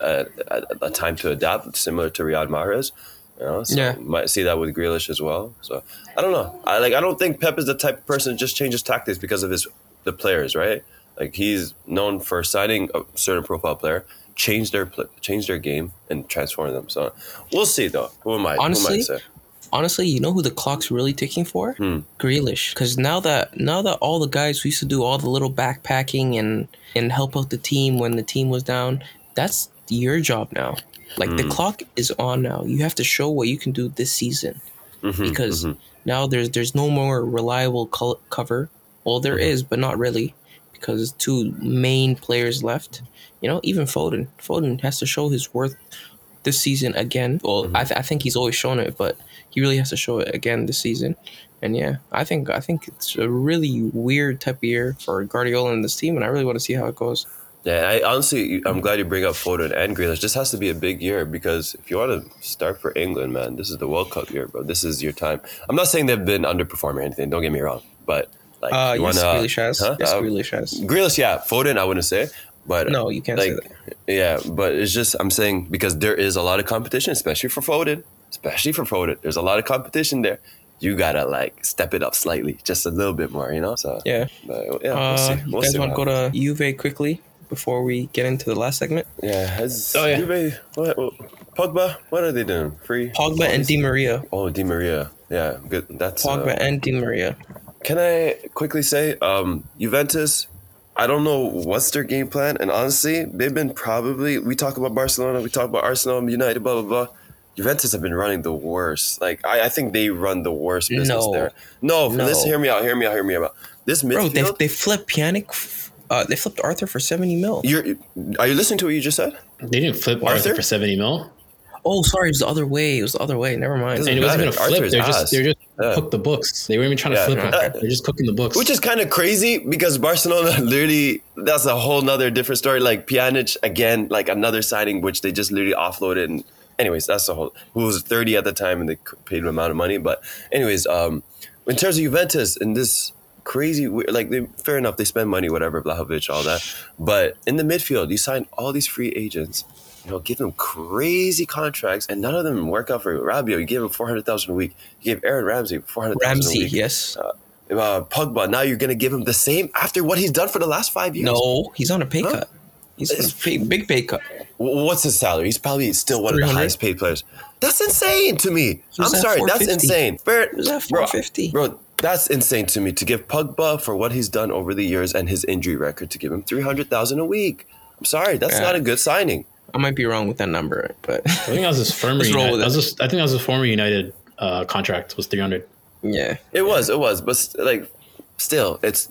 [SPEAKER 2] a, a, a time to adapt, similar to Riyad Mahrez. You know, so
[SPEAKER 1] Yeah.
[SPEAKER 2] might see that with Grealish as well. So I don't know. I like I don't think Pep is the type of person that just changes tactics because of his the players, right? Like he's known for signing a certain profile player, change their pl- change their game, and transform them. So we'll see though. Who am I? who am I to
[SPEAKER 1] Honestly,
[SPEAKER 2] say? Hmm.
[SPEAKER 1] honestly, you know who the clock's really ticking for? Grealish, because now that now that all the guys who used to do all the little backpacking and and help out the team when the team was down, that's your job now. Like the clock is on now. You have to show what you can do this season,
[SPEAKER 2] Mm-hmm,
[SPEAKER 1] because now there's there's no more reliable col- cover. Well, there is,
[SPEAKER 2] Mm-hmm.
[SPEAKER 1] but not really, because there's two main players left. You know, even Foden. Foden has to show his worth this season again. Well,
[SPEAKER 2] Mm-hmm.
[SPEAKER 1] I, th- I think he's always shown it, but he really has to show it again this season. And yeah, I think I think it's a really weird type of year for Guardiola and this team, and I really want to see how it goes.
[SPEAKER 2] Yeah, I honestly, I'm glad you bring up Foden and Grealish. This has to be a big year because if you want to start for England, man, this is the World Cup year, bro. This is your time. I'm not saying they've been underperforming or anything. Don't get me wrong, but like,
[SPEAKER 1] Uh, yes,
[SPEAKER 2] you wanna-
[SPEAKER 1] Grealish has.
[SPEAKER 2] Huh?
[SPEAKER 1] Yes,
[SPEAKER 2] Uh,
[SPEAKER 1] Grealish has.
[SPEAKER 2] Grealish, yeah, Foden, I wouldn't say, but
[SPEAKER 1] No, you can't say
[SPEAKER 2] Yeah, but it's just I'm saying because there is a lot of competition, especially for Foden, especially for Foden. There's a lot of competition there. You gotta like step it up slightly, just a little bit more, you know. So
[SPEAKER 1] Yeah.
[SPEAKER 2] but, yeah, we'll
[SPEAKER 1] Uh,
[SPEAKER 2] see. We'll
[SPEAKER 1] you guys
[SPEAKER 2] see
[SPEAKER 1] want to
[SPEAKER 2] what
[SPEAKER 1] go to Juve quickly before we get into the last segment?
[SPEAKER 2] happens. yeah. Has,
[SPEAKER 3] Oh, yeah.
[SPEAKER 2] Juve- what, what- Pogba, what are they doing? Free
[SPEAKER 1] Pogba and Di Maria.
[SPEAKER 2] Oh, Di Maria. Yeah, good. That's uh,
[SPEAKER 1] Pogba and Di Maria.
[SPEAKER 2] Can I quickly say, um, Juventus? I don't know what's their game plan, and honestly, they've been probably. We talk about Barcelona, we talk about Arsenal, United, blah blah blah. Juventus have been running the worst. Like I, I think they run the worst business
[SPEAKER 1] No.
[SPEAKER 2] there. No,
[SPEAKER 1] No.
[SPEAKER 2] listen, hear me out, hear me out, hear me out. This
[SPEAKER 1] Bro,
[SPEAKER 2] midfield.
[SPEAKER 1] they, they flipped Pjanic. Uh, they flipped Arthur for seventy mil.
[SPEAKER 2] you're, are you listening to what you just said?
[SPEAKER 3] They didn't flip Arthur,
[SPEAKER 2] Arthur?
[SPEAKER 3] for seventy mil,
[SPEAKER 1] Oh, sorry, it was the other way. It was the other way. Never mind.
[SPEAKER 2] Doesn't
[SPEAKER 3] and it wasn't even a
[SPEAKER 2] matter.
[SPEAKER 3] flip.
[SPEAKER 2] Arthur's
[SPEAKER 3] They're
[SPEAKER 2] ass.
[SPEAKER 3] just they're just
[SPEAKER 2] Yeah.
[SPEAKER 3] cook the books. They weren't even trying to
[SPEAKER 2] Yeah.
[SPEAKER 3] flip him.
[SPEAKER 2] Uh,
[SPEAKER 3] They're just cooking the books.
[SPEAKER 2] Which is kind of crazy because Barcelona literally, that's a whole nother different story. Like Pjanic, again, like another signing, which they just literally offloaded. And anyways, that's the whole, who was 30 at the time and they c- paid him amount of money. But anyways, um, in terms of Juventus and this crazy, we- like they, fair enough, they spend money, whatever, Blahovic, all that. But in the midfield, you sign all these free agents. You know, give them crazy contracts, and none of them work out for you. Rabio, you gave him four hundred thousand a week. You gave Aaron Ramsey four hundred thousand a
[SPEAKER 1] Ramsey,
[SPEAKER 2] week
[SPEAKER 1] yes.
[SPEAKER 2] uh, Pogba. Now you're going to give him the same after what he's done for the last five years.
[SPEAKER 1] No, he's on a pay
[SPEAKER 2] Huh?
[SPEAKER 1] cut. He's on a pay, big pay cut.
[SPEAKER 2] W- What's his salary? He's probably still one of the
[SPEAKER 1] 300?
[SPEAKER 2] highest paid players. That's insane to me. I'm
[SPEAKER 1] was at
[SPEAKER 2] sorry. That's
[SPEAKER 1] 450.
[SPEAKER 2] insane. Fair,
[SPEAKER 1] was at
[SPEAKER 2] bro,
[SPEAKER 1] 450.
[SPEAKER 2] Bro, that's insane to me to give Pogba for what he's done over the years and his injury record to give him 300,000 a week. I'm sorry. That's
[SPEAKER 1] Yeah.
[SPEAKER 2] not a good signing.
[SPEAKER 1] I might be wrong with that number, but
[SPEAKER 3] I think that was his former.
[SPEAKER 1] Let's roll
[SPEAKER 3] United,
[SPEAKER 1] with it.
[SPEAKER 3] that was his- I think that was his former United uh, contract was three hundred.
[SPEAKER 1] yeah.
[SPEAKER 2] It was, it was, but st- like, still, it's.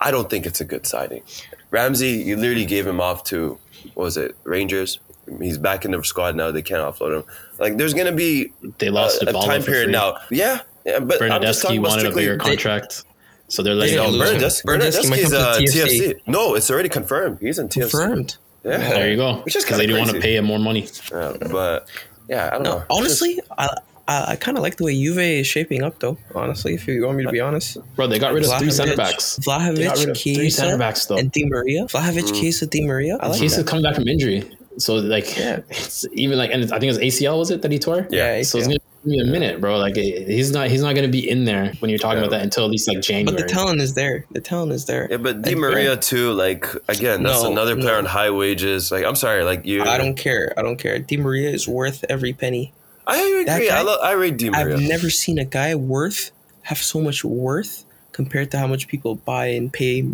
[SPEAKER 2] I don't think it's a good signing. Ramsey, you literally gave him off to what was it Rangers? He's back in the squad now. They can't offload him. Like, there's gonna be
[SPEAKER 3] They lost
[SPEAKER 2] Uh, a, a
[SPEAKER 3] to Balma
[SPEAKER 2] time
[SPEAKER 3] for
[SPEAKER 2] period
[SPEAKER 3] free.
[SPEAKER 2] now. Yeah, yeah but I'm just
[SPEAKER 3] Bernadeschi
[SPEAKER 2] talking about
[SPEAKER 3] wanted a
[SPEAKER 2] strictly.
[SPEAKER 3] bigger contract, so they're letting
[SPEAKER 1] They
[SPEAKER 2] no,
[SPEAKER 3] him
[SPEAKER 1] don't
[SPEAKER 3] lose.
[SPEAKER 1] lose
[SPEAKER 3] him.
[SPEAKER 1] him.
[SPEAKER 2] Bernades-
[SPEAKER 1] Bernadeschi might
[SPEAKER 2] Bernadeschi's
[SPEAKER 1] come
[SPEAKER 2] uh,
[SPEAKER 1] to TFC.
[SPEAKER 2] TFC. No, it's already confirmed. He's in TFC.
[SPEAKER 1] Confirmed.
[SPEAKER 2] Yeah,
[SPEAKER 3] There you go.
[SPEAKER 2] Which is
[SPEAKER 3] Because
[SPEAKER 2] kind
[SPEAKER 3] they
[SPEAKER 2] of
[SPEAKER 3] didn't want to pay him more money.
[SPEAKER 2] Yeah, but yeah, I don't know.
[SPEAKER 1] No,
[SPEAKER 2] It's just-
[SPEAKER 1] honestly, I I, I kind of like the way Juve is shaping up, though. Honestly, if you want me to be honest,
[SPEAKER 3] Bro, they got rid of three
[SPEAKER 1] Vlahovic-
[SPEAKER 3] center backs. They got rid
[SPEAKER 1] Vlahovic,
[SPEAKER 3] of three center
[SPEAKER 1] Chiesa,
[SPEAKER 3] backs, though.
[SPEAKER 1] and Di Maria. Vlahovic, Chiesa, Di Maria. I like
[SPEAKER 3] He's
[SPEAKER 1] that.
[SPEAKER 3] coming back from injury, so like
[SPEAKER 1] Yeah.
[SPEAKER 3] it's even like, and I think it was ACL was it that he tore?
[SPEAKER 2] Yeah,
[SPEAKER 1] Yeah,
[SPEAKER 3] So
[SPEAKER 1] ACL.
[SPEAKER 3] it's gonna be a minute, bro. Like it- he's not he's not gonna be in there when you're talking
[SPEAKER 2] Yeah.
[SPEAKER 3] about that until at least like January.
[SPEAKER 1] but the talent is there. The talent is there.
[SPEAKER 2] Yeah, but Di Maria too. Like again, that's
[SPEAKER 1] No,
[SPEAKER 2] another player
[SPEAKER 1] no.
[SPEAKER 2] on high wages. Like I'm sorry, like you.
[SPEAKER 1] I don't care. I don't care. Di Maria is worth every penny.
[SPEAKER 2] I
[SPEAKER 1] That
[SPEAKER 2] agree.
[SPEAKER 1] guy-
[SPEAKER 2] I, lo- I rate Di Maria.
[SPEAKER 1] I've never seen a guy worth have so much worth compared to how much people buy and pay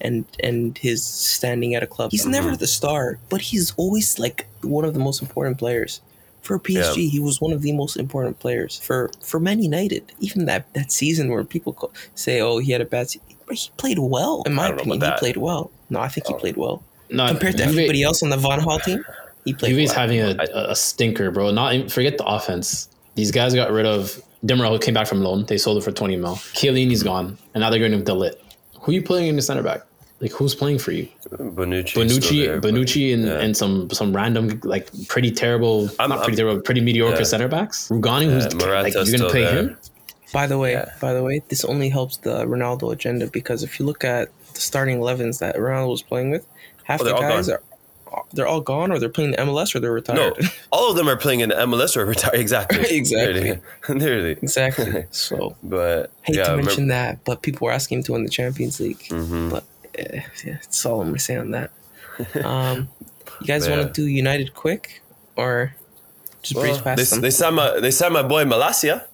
[SPEAKER 1] and and his standing at a club. He's never
[SPEAKER 2] Mm-hmm.
[SPEAKER 1] the star, but he's always like one of the most important players. For PSG, he was one of the most important players. For for Man United, even that that season where people call, say, "Oh, he had a bad season," but he played well. In my
[SPEAKER 2] don't know
[SPEAKER 1] opinion,
[SPEAKER 2] about
[SPEAKER 1] he
[SPEAKER 2] that. Oh.
[SPEAKER 1] played well. No, I think he played well
[SPEAKER 3] no,
[SPEAKER 1] compared to
[SPEAKER 3] Juve-
[SPEAKER 1] everybody else on the Van Hal team. He played
[SPEAKER 3] Juve's
[SPEAKER 1] well.
[SPEAKER 3] having a, a stinker, bro. Not even- forget the offense. These guys got rid of Demerol, who came back from loan. They sold him for 20 mil. Chiellini's gone, and now they're going to Delit. Who are you putting in the center back? Like who's playing for you?
[SPEAKER 2] Uh, Bonucci.
[SPEAKER 3] Bonucci,
[SPEAKER 2] but-
[SPEAKER 3] Bonucci, and,
[SPEAKER 2] yeah.
[SPEAKER 3] and some some random like pretty terrible,
[SPEAKER 2] I'm-
[SPEAKER 3] not pretty
[SPEAKER 2] I'm-
[SPEAKER 3] terrible, pretty mediocre
[SPEAKER 2] yeah.
[SPEAKER 3] center backs. Rugani, who's like
[SPEAKER 2] Morata's
[SPEAKER 3] you're gonna
[SPEAKER 2] still
[SPEAKER 3] play
[SPEAKER 2] there.
[SPEAKER 3] him?
[SPEAKER 1] By the way,
[SPEAKER 2] Yeah.
[SPEAKER 1] by the way, this only helps the Ronaldo agenda because if you look at the starting 11s that Ronaldo was playing with, half
[SPEAKER 2] Oh,
[SPEAKER 1] the
[SPEAKER 2] they're all
[SPEAKER 1] guys
[SPEAKER 2] gone.
[SPEAKER 1] are they're all gone or they're playing MLS or they're
[SPEAKER 2] No,
[SPEAKER 1] retired.
[SPEAKER 2] all of them are playing in the MLS or retired. Exactly.
[SPEAKER 1] Exactly.
[SPEAKER 2] Literally. Literally.
[SPEAKER 1] exactly. So
[SPEAKER 2] But
[SPEAKER 1] hate
[SPEAKER 2] yeah,
[SPEAKER 1] to
[SPEAKER 2] remember- Mm-hmm.
[SPEAKER 1] mention that, but people were asking him to win the Champions League.
[SPEAKER 2] Mm.
[SPEAKER 1] But eh, yeah, that's all I'm gonna say on that. Um, you guys
[SPEAKER 2] But
[SPEAKER 1] want to do
[SPEAKER 2] yeah.
[SPEAKER 1] United quick or just breeze
[SPEAKER 2] Well, they,
[SPEAKER 1] past them?
[SPEAKER 2] they signed my they signed my boy Malasia.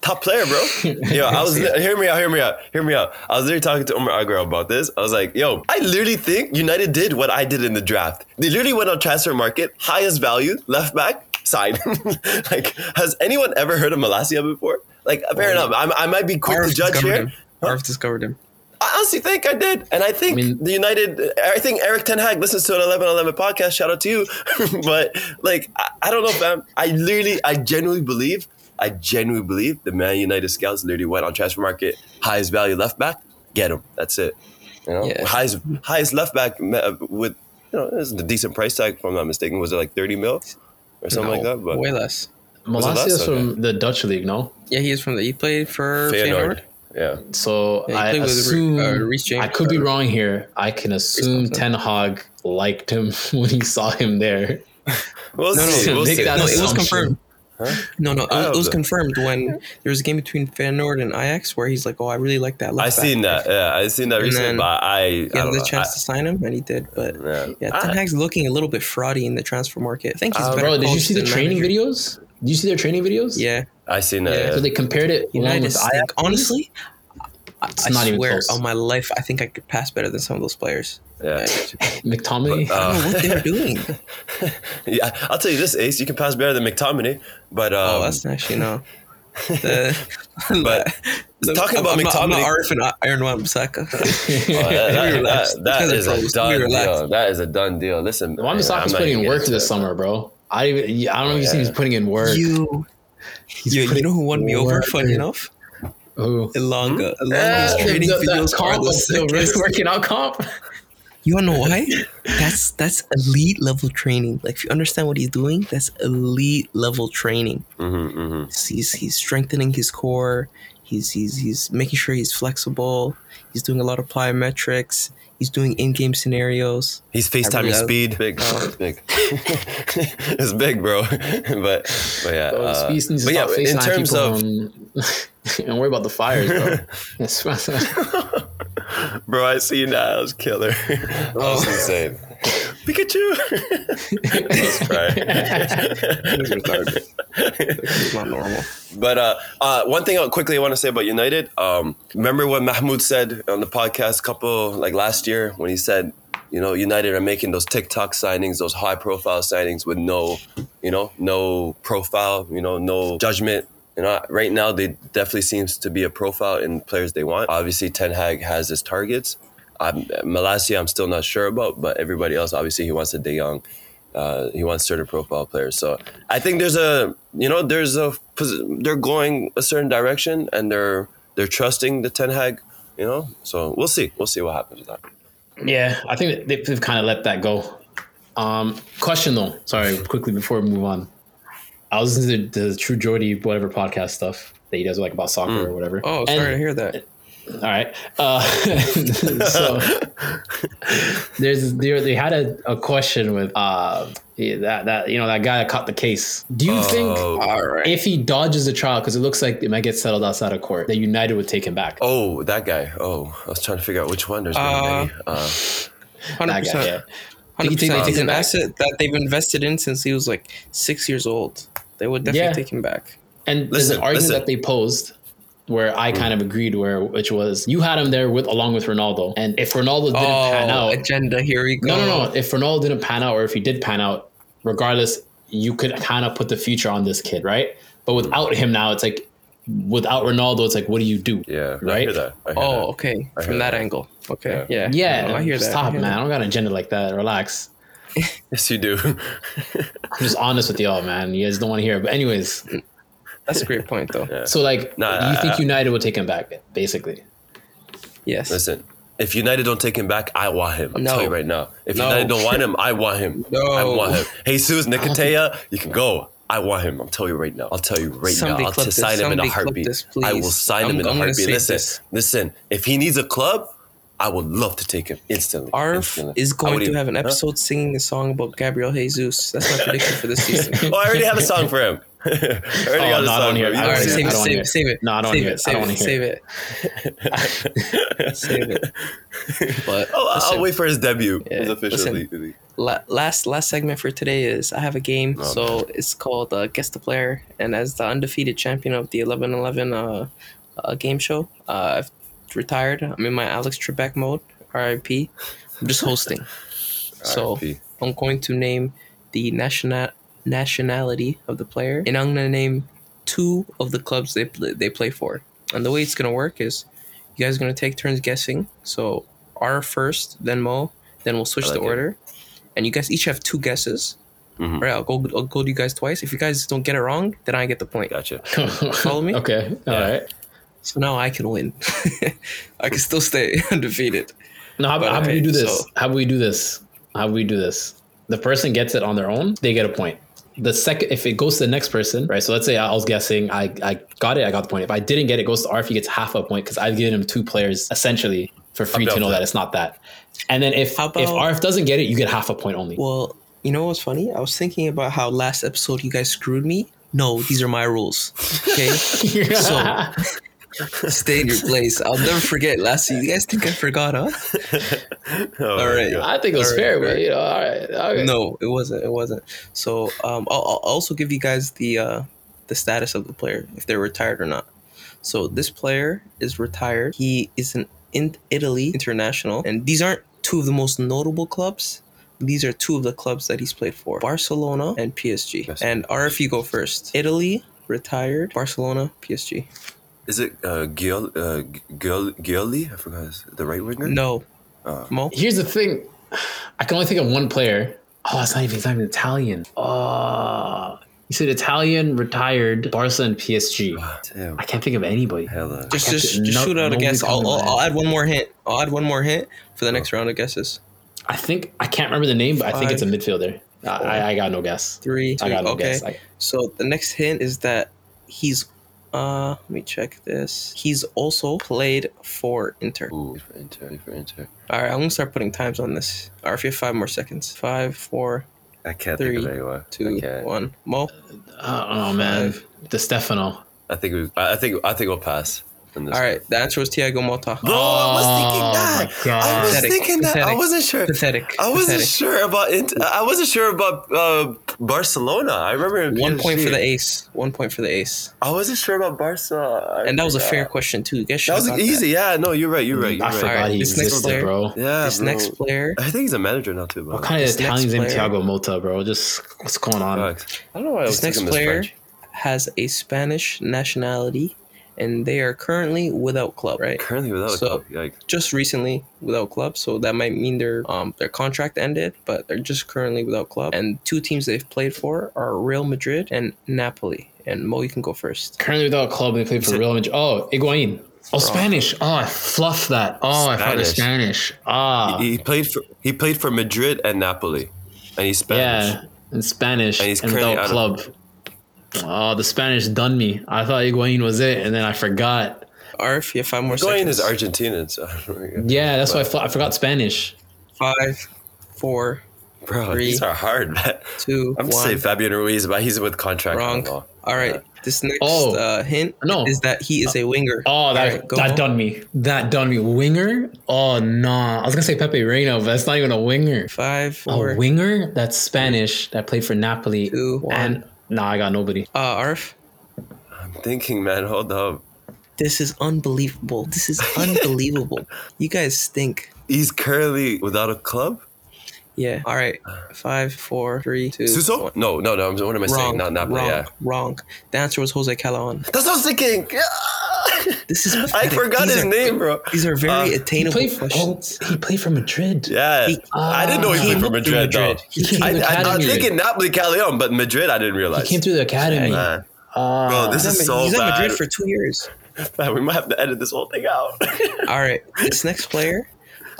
[SPEAKER 2] Top player, bro. Yo, I was li- hear me out, hear me out, hear me out. I was literally talking to Omar Agro about this. I was like, yo, I literally think United did what I did in the draft. They literally went on transfer market, highest value, left back, sign. like, has anyone
[SPEAKER 1] Oh.
[SPEAKER 2] ever heard of Malasia before? Like, fair enough. I'm, I might be quick
[SPEAKER 1] Arf
[SPEAKER 2] to judge
[SPEAKER 1] discovered
[SPEAKER 2] here.
[SPEAKER 1] him. Arf discovered him.
[SPEAKER 2] I honestly think I did. And I think
[SPEAKER 3] I mean-
[SPEAKER 2] the United, I think Eric Ten Hag listens to an 11 11 podcast. Shout out to you. but like, I, I don't know, fam. I literally, I genuinely believe, I genuinely believe the Man United scouts literally went on transfer market, highest value left back, get him. That's it. You know,
[SPEAKER 1] Yeah.
[SPEAKER 2] highest, highest left back me- with, you know, this is a decent price tag, if I'm not mistaken. Was it like 30 mil or something like
[SPEAKER 1] No,
[SPEAKER 2] that? But
[SPEAKER 1] way less.
[SPEAKER 3] Malacia's
[SPEAKER 2] last?
[SPEAKER 3] from the Dutch league, no?
[SPEAKER 1] Yeah, he is from the. He played for Feyenoord.
[SPEAKER 2] Feyenoard. Yeah.
[SPEAKER 3] So
[SPEAKER 1] Yeah, he
[SPEAKER 3] I
[SPEAKER 1] played with, uh,
[SPEAKER 3] assume
[SPEAKER 1] Reece James.
[SPEAKER 3] I could be wrong here. I can assume Ten Hag liked him when he saw him there.
[SPEAKER 2] We'll
[SPEAKER 1] No, no,
[SPEAKER 2] see.
[SPEAKER 1] no,
[SPEAKER 2] We'll
[SPEAKER 3] make
[SPEAKER 2] see.
[SPEAKER 3] that
[SPEAKER 1] No, it was
[SPEAKER 3] assumption.
[SPEAKER 1] confirmed. No, no, it was,
[SPEAKER 2] I
[SPEAKER 1] it
[SPEAKER 2] don't
[SPEAKER 1] was
[SPEAKER 2] know.
[SPEAKER 1] confirmed when there was a game between Feyenoord and Ajax where he's like, "Oh, I really like that."
[SPEAKER 2] I
[SPEAKER 1] left back."
[SPEAKER 2] seen that. Yeah, I seen that
[SPEAKER 1] And
[SPEAKER 2] recently,
[SPEAKER 1] then
[SPEAKER 2] but I,
[SPEAKER 1] He
[SPEAKER 2] I
[SPEAKER 1] had
[SPEAKER 2] don't
[SPEAKER 1] the
[SPEAKER 2] know.
[SPEAKER 1] chance to sign him, and he did. But
[SPEAKER 2] Yeah.
[SPEAKER 1] yeah, Ten
[SPEAKER 2] I-
[SPEAKER 1] Hag's looking a little bit fraudy in the transfer market. I think he's
[SPEAKER 2] Uh,
[SPEAKER 1] better.
[SPEAKER 3] Bro, did you
[SPEAKER 1] coach
[SPEAKER 3] see the
[SPEAKER 1] than
[SPEAKER 3] training
[SPEAKER 1] manager.
[SPEAKER 3] videos? Did you see their training videos?
[SPEAKER 1] Yeah,
[SPEAKER 2] I, seen that.
[SPEAKER 1] Yeah.
[SPEAKER 2] yeah.
[SPEAKER 3] So they compared it along
[SPEAKER 1] United
[SPEAKER 3] with
[SPEAKER 1] stink.
[SPEAKER 3] Ajax.
[SPEAKER 1] Honestly, I,
[SPEAKER 3] It's
[SPEAKER 1] I
[SPEAKER 3] not even
[SPEAKER 1] swear
[SPEAKER 3] close.
[SPEAKER 1] on my life, I think I could pass better than some of those players.
[SPEAKER 2] Yeah.
[SPEAKER 3] McTominay.
[SPEAKER 2] But, uh,
[SPEAKER 1] I don't know what they're doing.
[SPEAKER 2] yeah, I'll tell you this, Ace. You can pass better than McTominay, but um,
[SPEAKER 1] oh, that's actually no. The,
[SPEAKER 2] But
[SPEAKER 1] the-
[SPEAKER 2] talking about
[SPEAKER 1] I'm not- I'm not
[SPEAKER 2] McTominay-
[SPEAKER 1] Arif and Aaron Wan-Bissaka.
[SPEAKER 2] uh, that,
[SPEAKER 1] We
[SPEAKER 2] that-
[SPEAKER 1] relax.
[SPEAKER 2] that-
[SPEAKER 1] Because of
[SPEAKER 2] that is a
[SPEAKER 1] pros.
[SPEAKER 2] done
[SPEAKER 1] We relax.
[SPEAKER 2] deal. That is a done deal. Listen,
[SPEAKER 3] Wan
[SPEAKER 2] man, I'm
[SPEAKER 3] Bissaka's
[SPEAKER 2] not
[SPEAKER 3] putting in
[SPEAKER 2] even
[SPEAKER 3] work
[SPEAKER 2] getting
[SPEAKER 3] this
[SPEAKER 2] into
[SPEAKER 3] summer, bro. I don't even, I don't know if you see
[SPEAKER 2] Yeah.
[SPEAKER 3] he's putting in work.
[SPEAKER 1] You, you, you know who won me over? Funny enough,
[SPEAKER 3] Who?
[SPEAKER 1] Hmm? Ilonga. Ilonga's
[SPEAKER 3] Yeah,
[SPEAKER 1] training
[SPEAKER 3] that- that
[SPEAKER 1] videos are
[SPEAKER 3] comp
[SPEAKER 1] the
[SPEAKER 3] of still really
[SPEAKER 1] sickest.
[SPEAKER 3] working out comp.
[SPEAKER 1] You wanna know why? That's that's elite level training. Like if you understand what he's doing, that's elite level training.
[SPEAKER 2] that. Mhm, mhm.
[SPEAKER 1] He's he's strengthening his core. He's he's he's making sure he's flexible. He's doing a lot of plyometrics. He's doing in-game scenarios.
[SPEAKER 2] He's
[SPEAKER 1] really
[SPEAKER 2] FaceTiming
[SPEAKER 1] love-
[SPEAKER 2] speed. Big, it's big. it's big, bro. but but yeah,
[SPEAKER 3] Bro,
[SPEAKER 2] uh,
[SPEAKER 3] Spees needs to
[SPEAKER 2] but yeah.
[SPEAKER 3] stop
[SPEAKER 2] In
[SPEAKER 3] FaceTime
[SPEAKER 2] terms
[SPEAKER 3] people
[SPEAKER 2] of
[SPEAKER 3] on- and worry about the fires, bro. That's-
[SPEAKER 2] bro, I seen that. I was killer. that was
[SPEAKER 1] Oh.
[SPEAKER 2] insane. Pikachu. That's right.
[SPEAKER 1] He's retarded. He's not normal.
[SPEAKER 2] But uh, uh, one thing I quickly want to say about United. Um, remember what Mahmoud said on the podcast a couple like last year when he said, you know, United are making those TikTok signings, those high profile signings with no, you know, no profile, you know, no judgment. You know, right now they definitely seems to be a profile in players they want. Obviously, Ten Hag has his targets. I'm, Malasia, I'm still not sure about, but everybody else, obviously, he wants a De Jong uh, he wants certain profile players. So I think there's a you know there's a pos- they're going a certain direction and they're they're trusting the Ten Hag. You know, so we'll see. We'll see what happens with that.
[SPEAKER 3] yeah, I think they, they've kind of let that go. Um, question though, sorry, quickly before we move on. I was listening to the True Jordy whatever podcast stuff that you guys like about soccer
[SPEAKER 2] Hmm.
[SPEAKER 3] or whatever.
[SPEAKER 1] Oh, sorry
[SPEAKER 3] And-
[SPEAKER 1] to hear that.
[SPEAKER 3] All right. Uh, so there's there, they had a, a question with uh yeah, that that you know that guy that caught the case. Do you think
[SPEAKER 2] Oh,
[SPEAKER 1] All right.
[SPEAKER 3] if he dodges the trial because it looks like it might get settled outside of court that United would take him back?
[SPEAKER 2] oh, that guy. Oh, I was trying to figure out which one. There's been
[SPEAKER 1] Uh,
[SPEAKER 2] many. Uh,
[SPEAKER 3] that guy,
[SPEAKER 1] 100%.
[SPEAKER 3] yeah.
[SPEAKER 1] Hundred
[SPEAKER 3] Think you
[SPEAKER 1] percent.
[SPEAKER 3] take
[SPEAKER 1] He's
[SPEAKER 3] him
[SPEAKER 1] an
[SPEAKER 3] back?
[SPEAKER 1] asset that they've invested in since he was like six years old. They would definitely
[SPEAKER 3] Yeah.
[SPEAKER 1] take him back.
[SPEAKER 3] And there's
[SPEAKER 2] Listen,
[SPEAKER 3] an argument
[SPEAKER 2] listen.
[SPEAKER 3] that they posed where I kind of agreed where which was you had him there with along with Ronaldo and if Ronaldo didn't pan
[SPEAKER 1] Oh,
[SPEAKER 3] out
[SPEAKER 1] agenda. Here we go.
[SPEAKER 3] No, no, no. If Ronaldo didn't pan out, or if he did pan out, regardless, you could kind of put the future on this kid, right? But without him now, it's like without Ronaldo, it's like, what do you do?
[SPEAKER 2] yeah, I
[SPEAKER 3] right.
[SPEAKER 2] hear that. I hear
[SPEAKER 1] Oh,
[SPEAKER 2] that.
[SPEAKER 1] okay.
[SPEAKER 2] I
[SPEAKER 1] From
[SPEAKER 2] hear
[SPEAKER 1] that,
[SPEAKER 2] that.
[SPEAKER 1] angle. Okay. Yeah.
[SPEAKER 3] Yeah,
[SPEAKER 1] No, I hear that.
[SPEAKER 3] Stop,
[SPEAKER 1] I hear
[SPEAKER 3] man. I don't got an agenda like that. Relax.
[SPEAKER 2] yes, you do.
[SPEAKER 3] I'm just honest with y'all, man. You guys don't want to hear. it. But anyways,
[SPEAKER 1] that. That's a great point, though.
[SPEAKER 3] so like,
[SPEAKER 2] Nah,
[SPEAKER 3] do you
[SPEAKER 2] I-
[SPEAKER 3] think
[SPEAKER 2] I-
[SPEAKER 3] United will take him back? Basically,
[SPEAKER 1] Yes.
[SPEAKER 2] Listen, if United don't take him back, I want him. I'm
[SPEAKER 1] No.
[SPEAKER 2] telling you right now. If
[SPEAKER 1] No.
[SPEAKER 2] United don't want him, I want him.
[SPEAKER 1] No.
[SPEAKER 2] I want him. Jesus, Nicotea, you can go. I want him. I'm telling you right now. I'll tell you right
[SPEAKER 1] Somebody
[SPEAKER 2] now. I'll
[SPEAKER 1] clip
[SPEAKER 2] t-
[SPEAKER 1] this.
[SPEAKER 2] sign him in
[SPEAKER 1] Somebody
[SPEAKER 2] a
[SPEAKER 1] clip
[SPEAKER 2] heartbeat.
[SPEAKER 1] this,
[SPEAKER 2] I will
[SPEAKER 1] please.
[SPEAKER 2] sign him
[SPEAKER 1] I'm-
[SPEAKER 2] in a
[SPEAKER 1] I'm gonna
[SPEAKER 2] heartbeat.
[SPEAKER 1] save
[SPEAKER 2] Listen,
[SPEAKER 1] this.
[SPEAKER 2] listen. If he needs a club, I would love to take him instantly.
[SPEAKER 1] Arf
[SPEAKER 2] instantly.
[SPEAKER 1] is
[SPEAKER 2] I would
[SPEAKER 1] going to
[SPEAKER 2] even-
[SPEAKER 1] have an
[SPEAKER 2] Huh?
[SPEAKER 1] episode singing a song about Gabriel Jesus. That's my prediction for this season.
[SPEAKER 2] Oh, I already have a song for him. I already got a
[SPEAKER 3] no, I don't
[SPEAKER 2] song
[SPEAKER 3] hear
[SPEAKER 2] for
[SPEAKER 3] it.
[SPEAKER 2] him.
[SPEAKER 3] I
[SPEAKER 1] All
[SPEAKER 3] don't
[SPEAKER 1] right,
[SPEAKER 3] hear
[SPEAKER 1] save it,
[SPEAKER 3] I don't
[SPEAKER 1] save
[SPEAKER 3] hear
[SPEAKER 1] it,
[SPEAKER 3] it.
[SPEAKER 1] save it.
[SPEAKER 3] No, I don't
[SPEAKER 1] save
[SPEAKER 3] hear it. I
[SPEAKER 1] Save
[SPEAKER 3] don't
[SPEAKER 1] it,
[SPEAKER 3] wanna
[SPEAKER 1] save
[SPEAKER 3] hear
[SPEAKER 1] it. Save it. But
[SPEAKER 2] Oh, I'll
[SPEAKER 1] listen,
[SPEAKER 2] wait for his debut.
[SPEAKER 1] Yeah,
[SPEAKER 2] his official
[SPEAKER 1] listen.
[SPEAKER 2] league.
[SPEAKER 1] la- last last segment for today is I have a game, so it's called uh, Guess the Player, and as the undefeated champion of the 11-11 uh, uh, game show, uh, I've retired. I'm in my Alex Trebek mode, RIP. I'm just hosting. so
[SPEAKER 2] RIP.
[SPEAKER 1] I'm going to name the national nationality of the player, and I'm going to name two of the clubs they pl- they play for. And the way it's going to work is You guys are gonna take turns guessing. So R first, then Mo, then we'll switch
[SPEAKER 2] I
[SPEAKER 1] the
[SPEAKER 2] like it.
[SPEAKER 1] order. And you guys each have two guesses.
[SPEAKER 2] Mhm.
[SPEAKER 1] Right, I'll go. I'll go to you guys twice. If you guys don't get it wrong, then I get the point.
[SPEAKER 2] Gotcha.
[SPEAKER 1] Follow me?
[SPEAKER 3] Okay. All
[SPEAKER 2] Yeah.
[SPEAKER 3] right.
[SPEAKER 1] So now I can win. I can still stay undefeated.
[SPEAKER 3] No, how,
[SPEAKER 1] But,
[SPEAKER 3] how about we
[SPEAKER 1] alright,
[SPEAKER 3] do this?
[SPEAKER 1] so-
[SPEAKER 3] How about we do this? How about we do this? The person gets it on their own, they get a point. The second, if it goes to the next person, right? So let's say I was guessing, I, I got it, I got the point. If I didn't get it, it goes to Arf, he gets half a point because I've given him two players essentially for free to
[SPEAKER 2] about
[SPEAKER 3] know that?
[SPEAKER 2] that?
[SPEAKER 3] it's not that. And then if
[SPEAKER 1] How
[SPEAKER 3] if
[SPEAKER 1] about-
[SPEAKER 3] Arf doesn't get it, you get half a point only.
[SPEAKER 1] Well, you know what's funny? I was thinking about how last episode you guys screwed me. No, these are my rules. Okay,
[SPEAKER 3] so,
[SPEAKER 1] stay in your place. I'll never forget last. You guys think I forgot, huh?
[SPEAKER 2] All
[SPEAKER 1] right.
[SPEAKER 3] I think it was
[SPEAKER 1] Alright,
[SPEAKER 3] fair, but
[SPEAKER 1] alright.
[SPEAKER 3] you know, all right. Okay.
[SPEAKER 1] No, it wasn't. It wasn't. So um, I'll, I'll also give you guys the uh, the status of the player if they're retired or not. So this player is retired. He is an in Italy international, and these aren't two of the most notable clubs. These are two of the clubs that he's played for: Barcelona and PSG.
[SPEAKER 2] Yes.
[SPEAKER 1] And RF, you go first. Italy retired. Barcelona, PSG.
[SPEAKER 2] Is it uh, Giol, uh, Giol, Gioli? I forgot his, the right winger.
[SPEAKER 1] No,
[SPEAKER 3] Uh,
[SPEAKER 1] Mo.
[SPEAKER 3] Here's the thing. I can only think of one player. Oh, it's not even, it's not even Italian. Oh, you said Italian, retired, Barca and PSG.
[SPEAKER 2] Ah, Damn.
[SPEAKER 3] I can't think of anybody.
[SPEAKER 2] Hella.
[SPEAKER 1] Just,
[SPEAKER 3] I
[SPEAKER 1] just,
[SPEAKER 3] can't-
[SPEAKER 1] just
[SPEAKER 3] no-
[SPEAKER 1] shoot out a
[SPEAKER 3] nobody
[SPEAKER 1] guess. I'll,
[SPEAKER 3] coming to
[SPEAKER 1] I'll,
[SPEAKER 3] mind.
[SPEAKER 1] I'll add one more hint. I'll add one more hint for the next round of guesses.
[SPEAKER 3] I think I can't remember the name, but I think it's a midfielder. I, I, I got no guess.
[SPEAKER 1] Three.
[SPEAKER 3] I got no
[SPEAKER 1] okay.
[SPEAKER 3] guess. I,
[SPEAKER 1] So the next hint is that he's. Uh, let me check this. He's also played for Inter.
[SPEAKER 2] Ooh, for Inter, for Inter.
[SPEAKER 1] All right, I'm gonna start putting times on this. All right, if you have five more seconds. Five, four,
[SPEAKER 2] I can't think
[SPEAKER 1] Three,
[SPEAKER 2] of anyone.
[SPEAKER 1] two,
[SPEAKER 2] I can't.
[SPEAKER 1] one. Mo.
[SPEAKER 3] oh man,
[SPEAKER 1] Five.
[SPEAKER 3] the Stefano.
[SPEAKER 2] I think we. I I think. I think we'll pass. on this
[SPEAKER 1] All right,
[SPEAKER 2] one.
[SPEAKER 1] the answer was Thiago Mota.
[SPEAKER 2] No, I
[SPEAKER 3] Oh,
[SPEAKER 2] was thinking that.
[SPEAKER 3] my
[SPEAKER 2] I was
[SPEAKER 1] God.
[SPEAKER 2] thinking that. I
[SPEAKER 1] Pathetic.
[SPEAKER 2] wasn't sure.
[SPEAKER 1] Pathetic.
[SPEAKER 2] I wasn't
[SPEAKER 1] Pathetic.
[SPEAKER 2] sure about. Int- I wasn't sure about uh, Barcelona. I remember it
[SPEAKER 1] One
[SPEAKER 2] PSG.
[SPEAKER 1] point for the ace. One point for the ace.
[SPEAKER 2] I wasn't sure about Barca. I
[SPEAKER 1] And that was a fair
[SPEAKER 2] forgot.
[SPEAKER 1] question too. You guys should
[SPEAKER 2] That was
[SPEAKER 1] have got
[SPEAKER 2] easy. Yeah. No, you're right. You're right. You're
[SPEAKER 3] I
[SPEAKER 2] right.
[SPEAKER 3] forgot
[SPEAKER 1] Alright,
[SPEAKER 3] he
[SPEAKER 1] this next
[SPEAKER 3] existed,
[SPEAKER 1] player-
[SPEAKER 3] bro.
[SPEAKER 2] Yeah.
[SPEAKER 1] This
[SPEAKER 2] bro.
[SPEAKER 1] next player.
[SPEAKER 2] I think he's a manager now too. Bro.
[SPEAKER 3] What kind of
[SPEAKER 1] This next
[SPEAKER 3] Italian's named
[SPEAKER 1] player-
[SPEAKER 3] Thiago Mota, bro? Just what's going on?
[SPEAKER 2] Fuck. I don't know why I was
[SPEAKER 1] This next
[SPEAKER 2] thinking this
[SPEAKER 1] player
[SPEAKER 2] French.
[SPEAKER 1] has a Spanish nationality, and they are currently without club. Right.
[SPEAKER 2] Currently without.
[SPEAKER 1] So-
[SPEAKER 2] a club. Yikes.
[SPEAKER 1] just recently without club, so that might mean their um their contract ended, but they're just currently without club. And two teams they've played for are Real Madrid and Napoli. And Mo, you can go first.
[SPEAKER 3] Currently without a club, they played for Real Madrid. Oh, Iguain. Oh, Spanish. Oh, I fluffed that. Oh, I forgot the Spanish. Ah,
[SPEAKER 2] He played for he played for Madrid and Napoli, and he's Spanish.
[SPEAKER 3] yeah, in Spanish
[SPEAKER 2] And
[SPEAKER 3] and,
[SPEAKER 2] he's currently
[SPEAKER 3] without
[SPEAKER 2] out of-
[SPEAKER 3] club. Oh, the Spanish done me. I thought Iguain was it, and then I forgot.
[SPEAKER 1] Arf, you have five more
[SPEAKER 2] Going
[SPEAKER 1] seconds.
[SPEAKER 2] is Argentinian, so
[SPEAKER 3] Yeah, that's why I, fl- I forgot Spanish.
[SPEAKER 1] five, four,
[SPEAKER 2] bro,
[SPEAKER 1] Three,
[SPEAKER 2] these are hard, man.
[SPEAKER 1] two,
[SPEAKER 2] I'm
[SPEAKER 1] one.
[SPEAKER 2] saying Fabian Ruiz, but he's with contract.
[SPEAKER 1] wrong.
[SPEAKER 2] now.
[SPEAKER 1] All right. This next
[SPEAKER 3] Oh.
[SPEAKER 1] uh, hint
[SPEAKER 3] No.
[SPEAKER 1] is that he is a winger.
[SPEAKER 3] Oh, that
[SPEAKER 1] Alright, go
[SPEAKER 3] that
[SPEAKER 1] Mo.
[SPEAKER 3] done me. That done me. Winger. Oh nah. I was gonna say Pepe Reino, but that's not even a winger.
[SPEAKER 1] Five, four,
[SPEAKER 3] A winger that's Spanish that played for Napoli.
[SPEAKER 1] Two, one.
[SPEAKER 3] and nah, I got nobody.
[SPEAKER 1] uh, Arf.
[SPEAKER 2] I'm thinking, man. Hold up.
[SPEAKER 1] This is unbelievable. This is unbelievable. you guys stink.
[SPEAKER 2] He's currently without a club.
[SPEAKER 1] Yeah. All right. Five, four, three, two, one.
[SPEAKER 2] Suso? No, no, no. What am I saying? Not Napoli.
[SPEAKER 1] wrong,
[SPEAKER 2] Yeah.
[SPEAKER 1] wrong. The answer was Jose Calderon.
[SPEAKER 2] That's what I was thinking.
[SPEAKER 1] This is
[SPEAKER 2] I
[SPEAKER 1] pathetic.
[SPEAKER 2] forgot
[SPEAKER 1] These
[SPEAKER 2] his
[SPEAKER 1] are-
[SPEAKER 2] name, bro.
[SPEAKER 1] These are very
[SPEAKER 2] Uh,
[SPEAKER 1] attainable
[SPEAKER 3] Played for, oh,
[SPEAKER 1] questions.
[SPEAKER 3] he played for Madrid.
[SPEAKER 2] Yeah,
[SPEAKER 1] He-
[SPEAKER 2] I didn't know he
[SPEAKER 3] Ah.
[SPEAKER 2] played
[SPEAKER 3] He
[SPEAKER 2] for
[SPEAKER 1] moved to
[SPEAKER 2] Madrid. though.
[SPEAKER 1] Madrid. He
[SPEAKER 3] came
[SPEAKER 2] I,
[SPEAKER 3] to the
[SPEAKER 2] I, I was
[SPEAKER 3] academy.
[SPEAKER 2] thinking Napoli, Calion, but Madrid, I didn't realize.
[SPEAKER 3] He came through the
[SPEAKER 1] Yeah.
[SPEAKER 3] academy.
[SPEAKER 2] Man,
[SPEAKER 3] Ah.
[SPEAKER 2] bro, this
[SPEAKER 1] He's
[SPEAKER 2] is
[SPEAKER 1] at-
[SPEAKER 2] so
[SPEAKER 1] He's at
[SPEAKER 2] bad.
[SPEAKER 1] Madrid for two years.
[SPEAKER 2] Man, we might have to edit this whole thing out.
[SPEAKER 1] All right, this next player,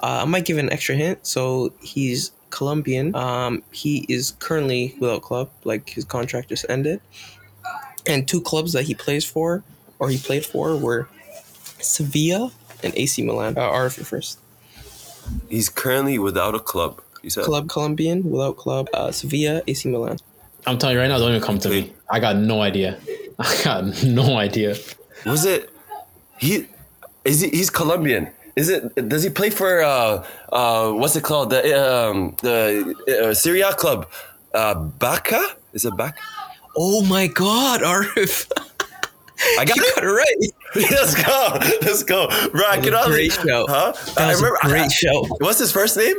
[SPEAKER 1] uh, I might give an extra hint. So he's Colombian. Um, he is currently without club, like his contract just ended. And two clubs that he plays for, or he played for, were Sevilla and AC Milan. Uh, RF you first.
[SPEAKER 2] He's currently without a club. You said
[SPEAKER 1] Club Colombian, without club, uh, Sevilla, AC Milan.
[SPEAKER 3] I'm telling you right now, don't even come to me. I got no idea. I got no idea.
[SPEAKER 2] was it? He is he, he's Colombian. Is it? Does he play for uh uh what's it called the um the uh, Syria club? Uh, Baca is it Baca?
[SPEAKER 1] Oh my God, Arif!
[SPEAKER 2] I got
[SPEAKER 1] You
[SPEAKER 2] it.
[SPEAKER 1] got it right.
[SPEAKER 2] Let's go. Let's go, bro. I
[SPEAKER 1] was
[SPEAKER 2] can
[SPEAKER 1] a
[SPEAKER 2] only-
[SPEAKER 1] great show.
[SPEAKER 2] Huh?
[SPEAKER 1] That was a great
[SPEAKER 2] I-
[SPEAKER 1] show.
[SPEAKER 2] What's his first name?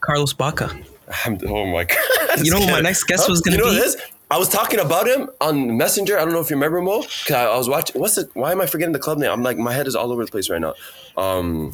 [SPEAKER 1] Carlos Baca.
[SPEAKER 2] I'm, oh my god!
[SPEAKER 1] You know what my next guess was gonna
[SPEAKER 2] you know
[SPEAKER 1] be?
[SPEAKER 2] This? I was talking about him on Messenger. I don't know if you remember Mo. 'cause I, I was watching. What's it? Why am I forgetting the club name? I'm like my head is all over the place right now. Um,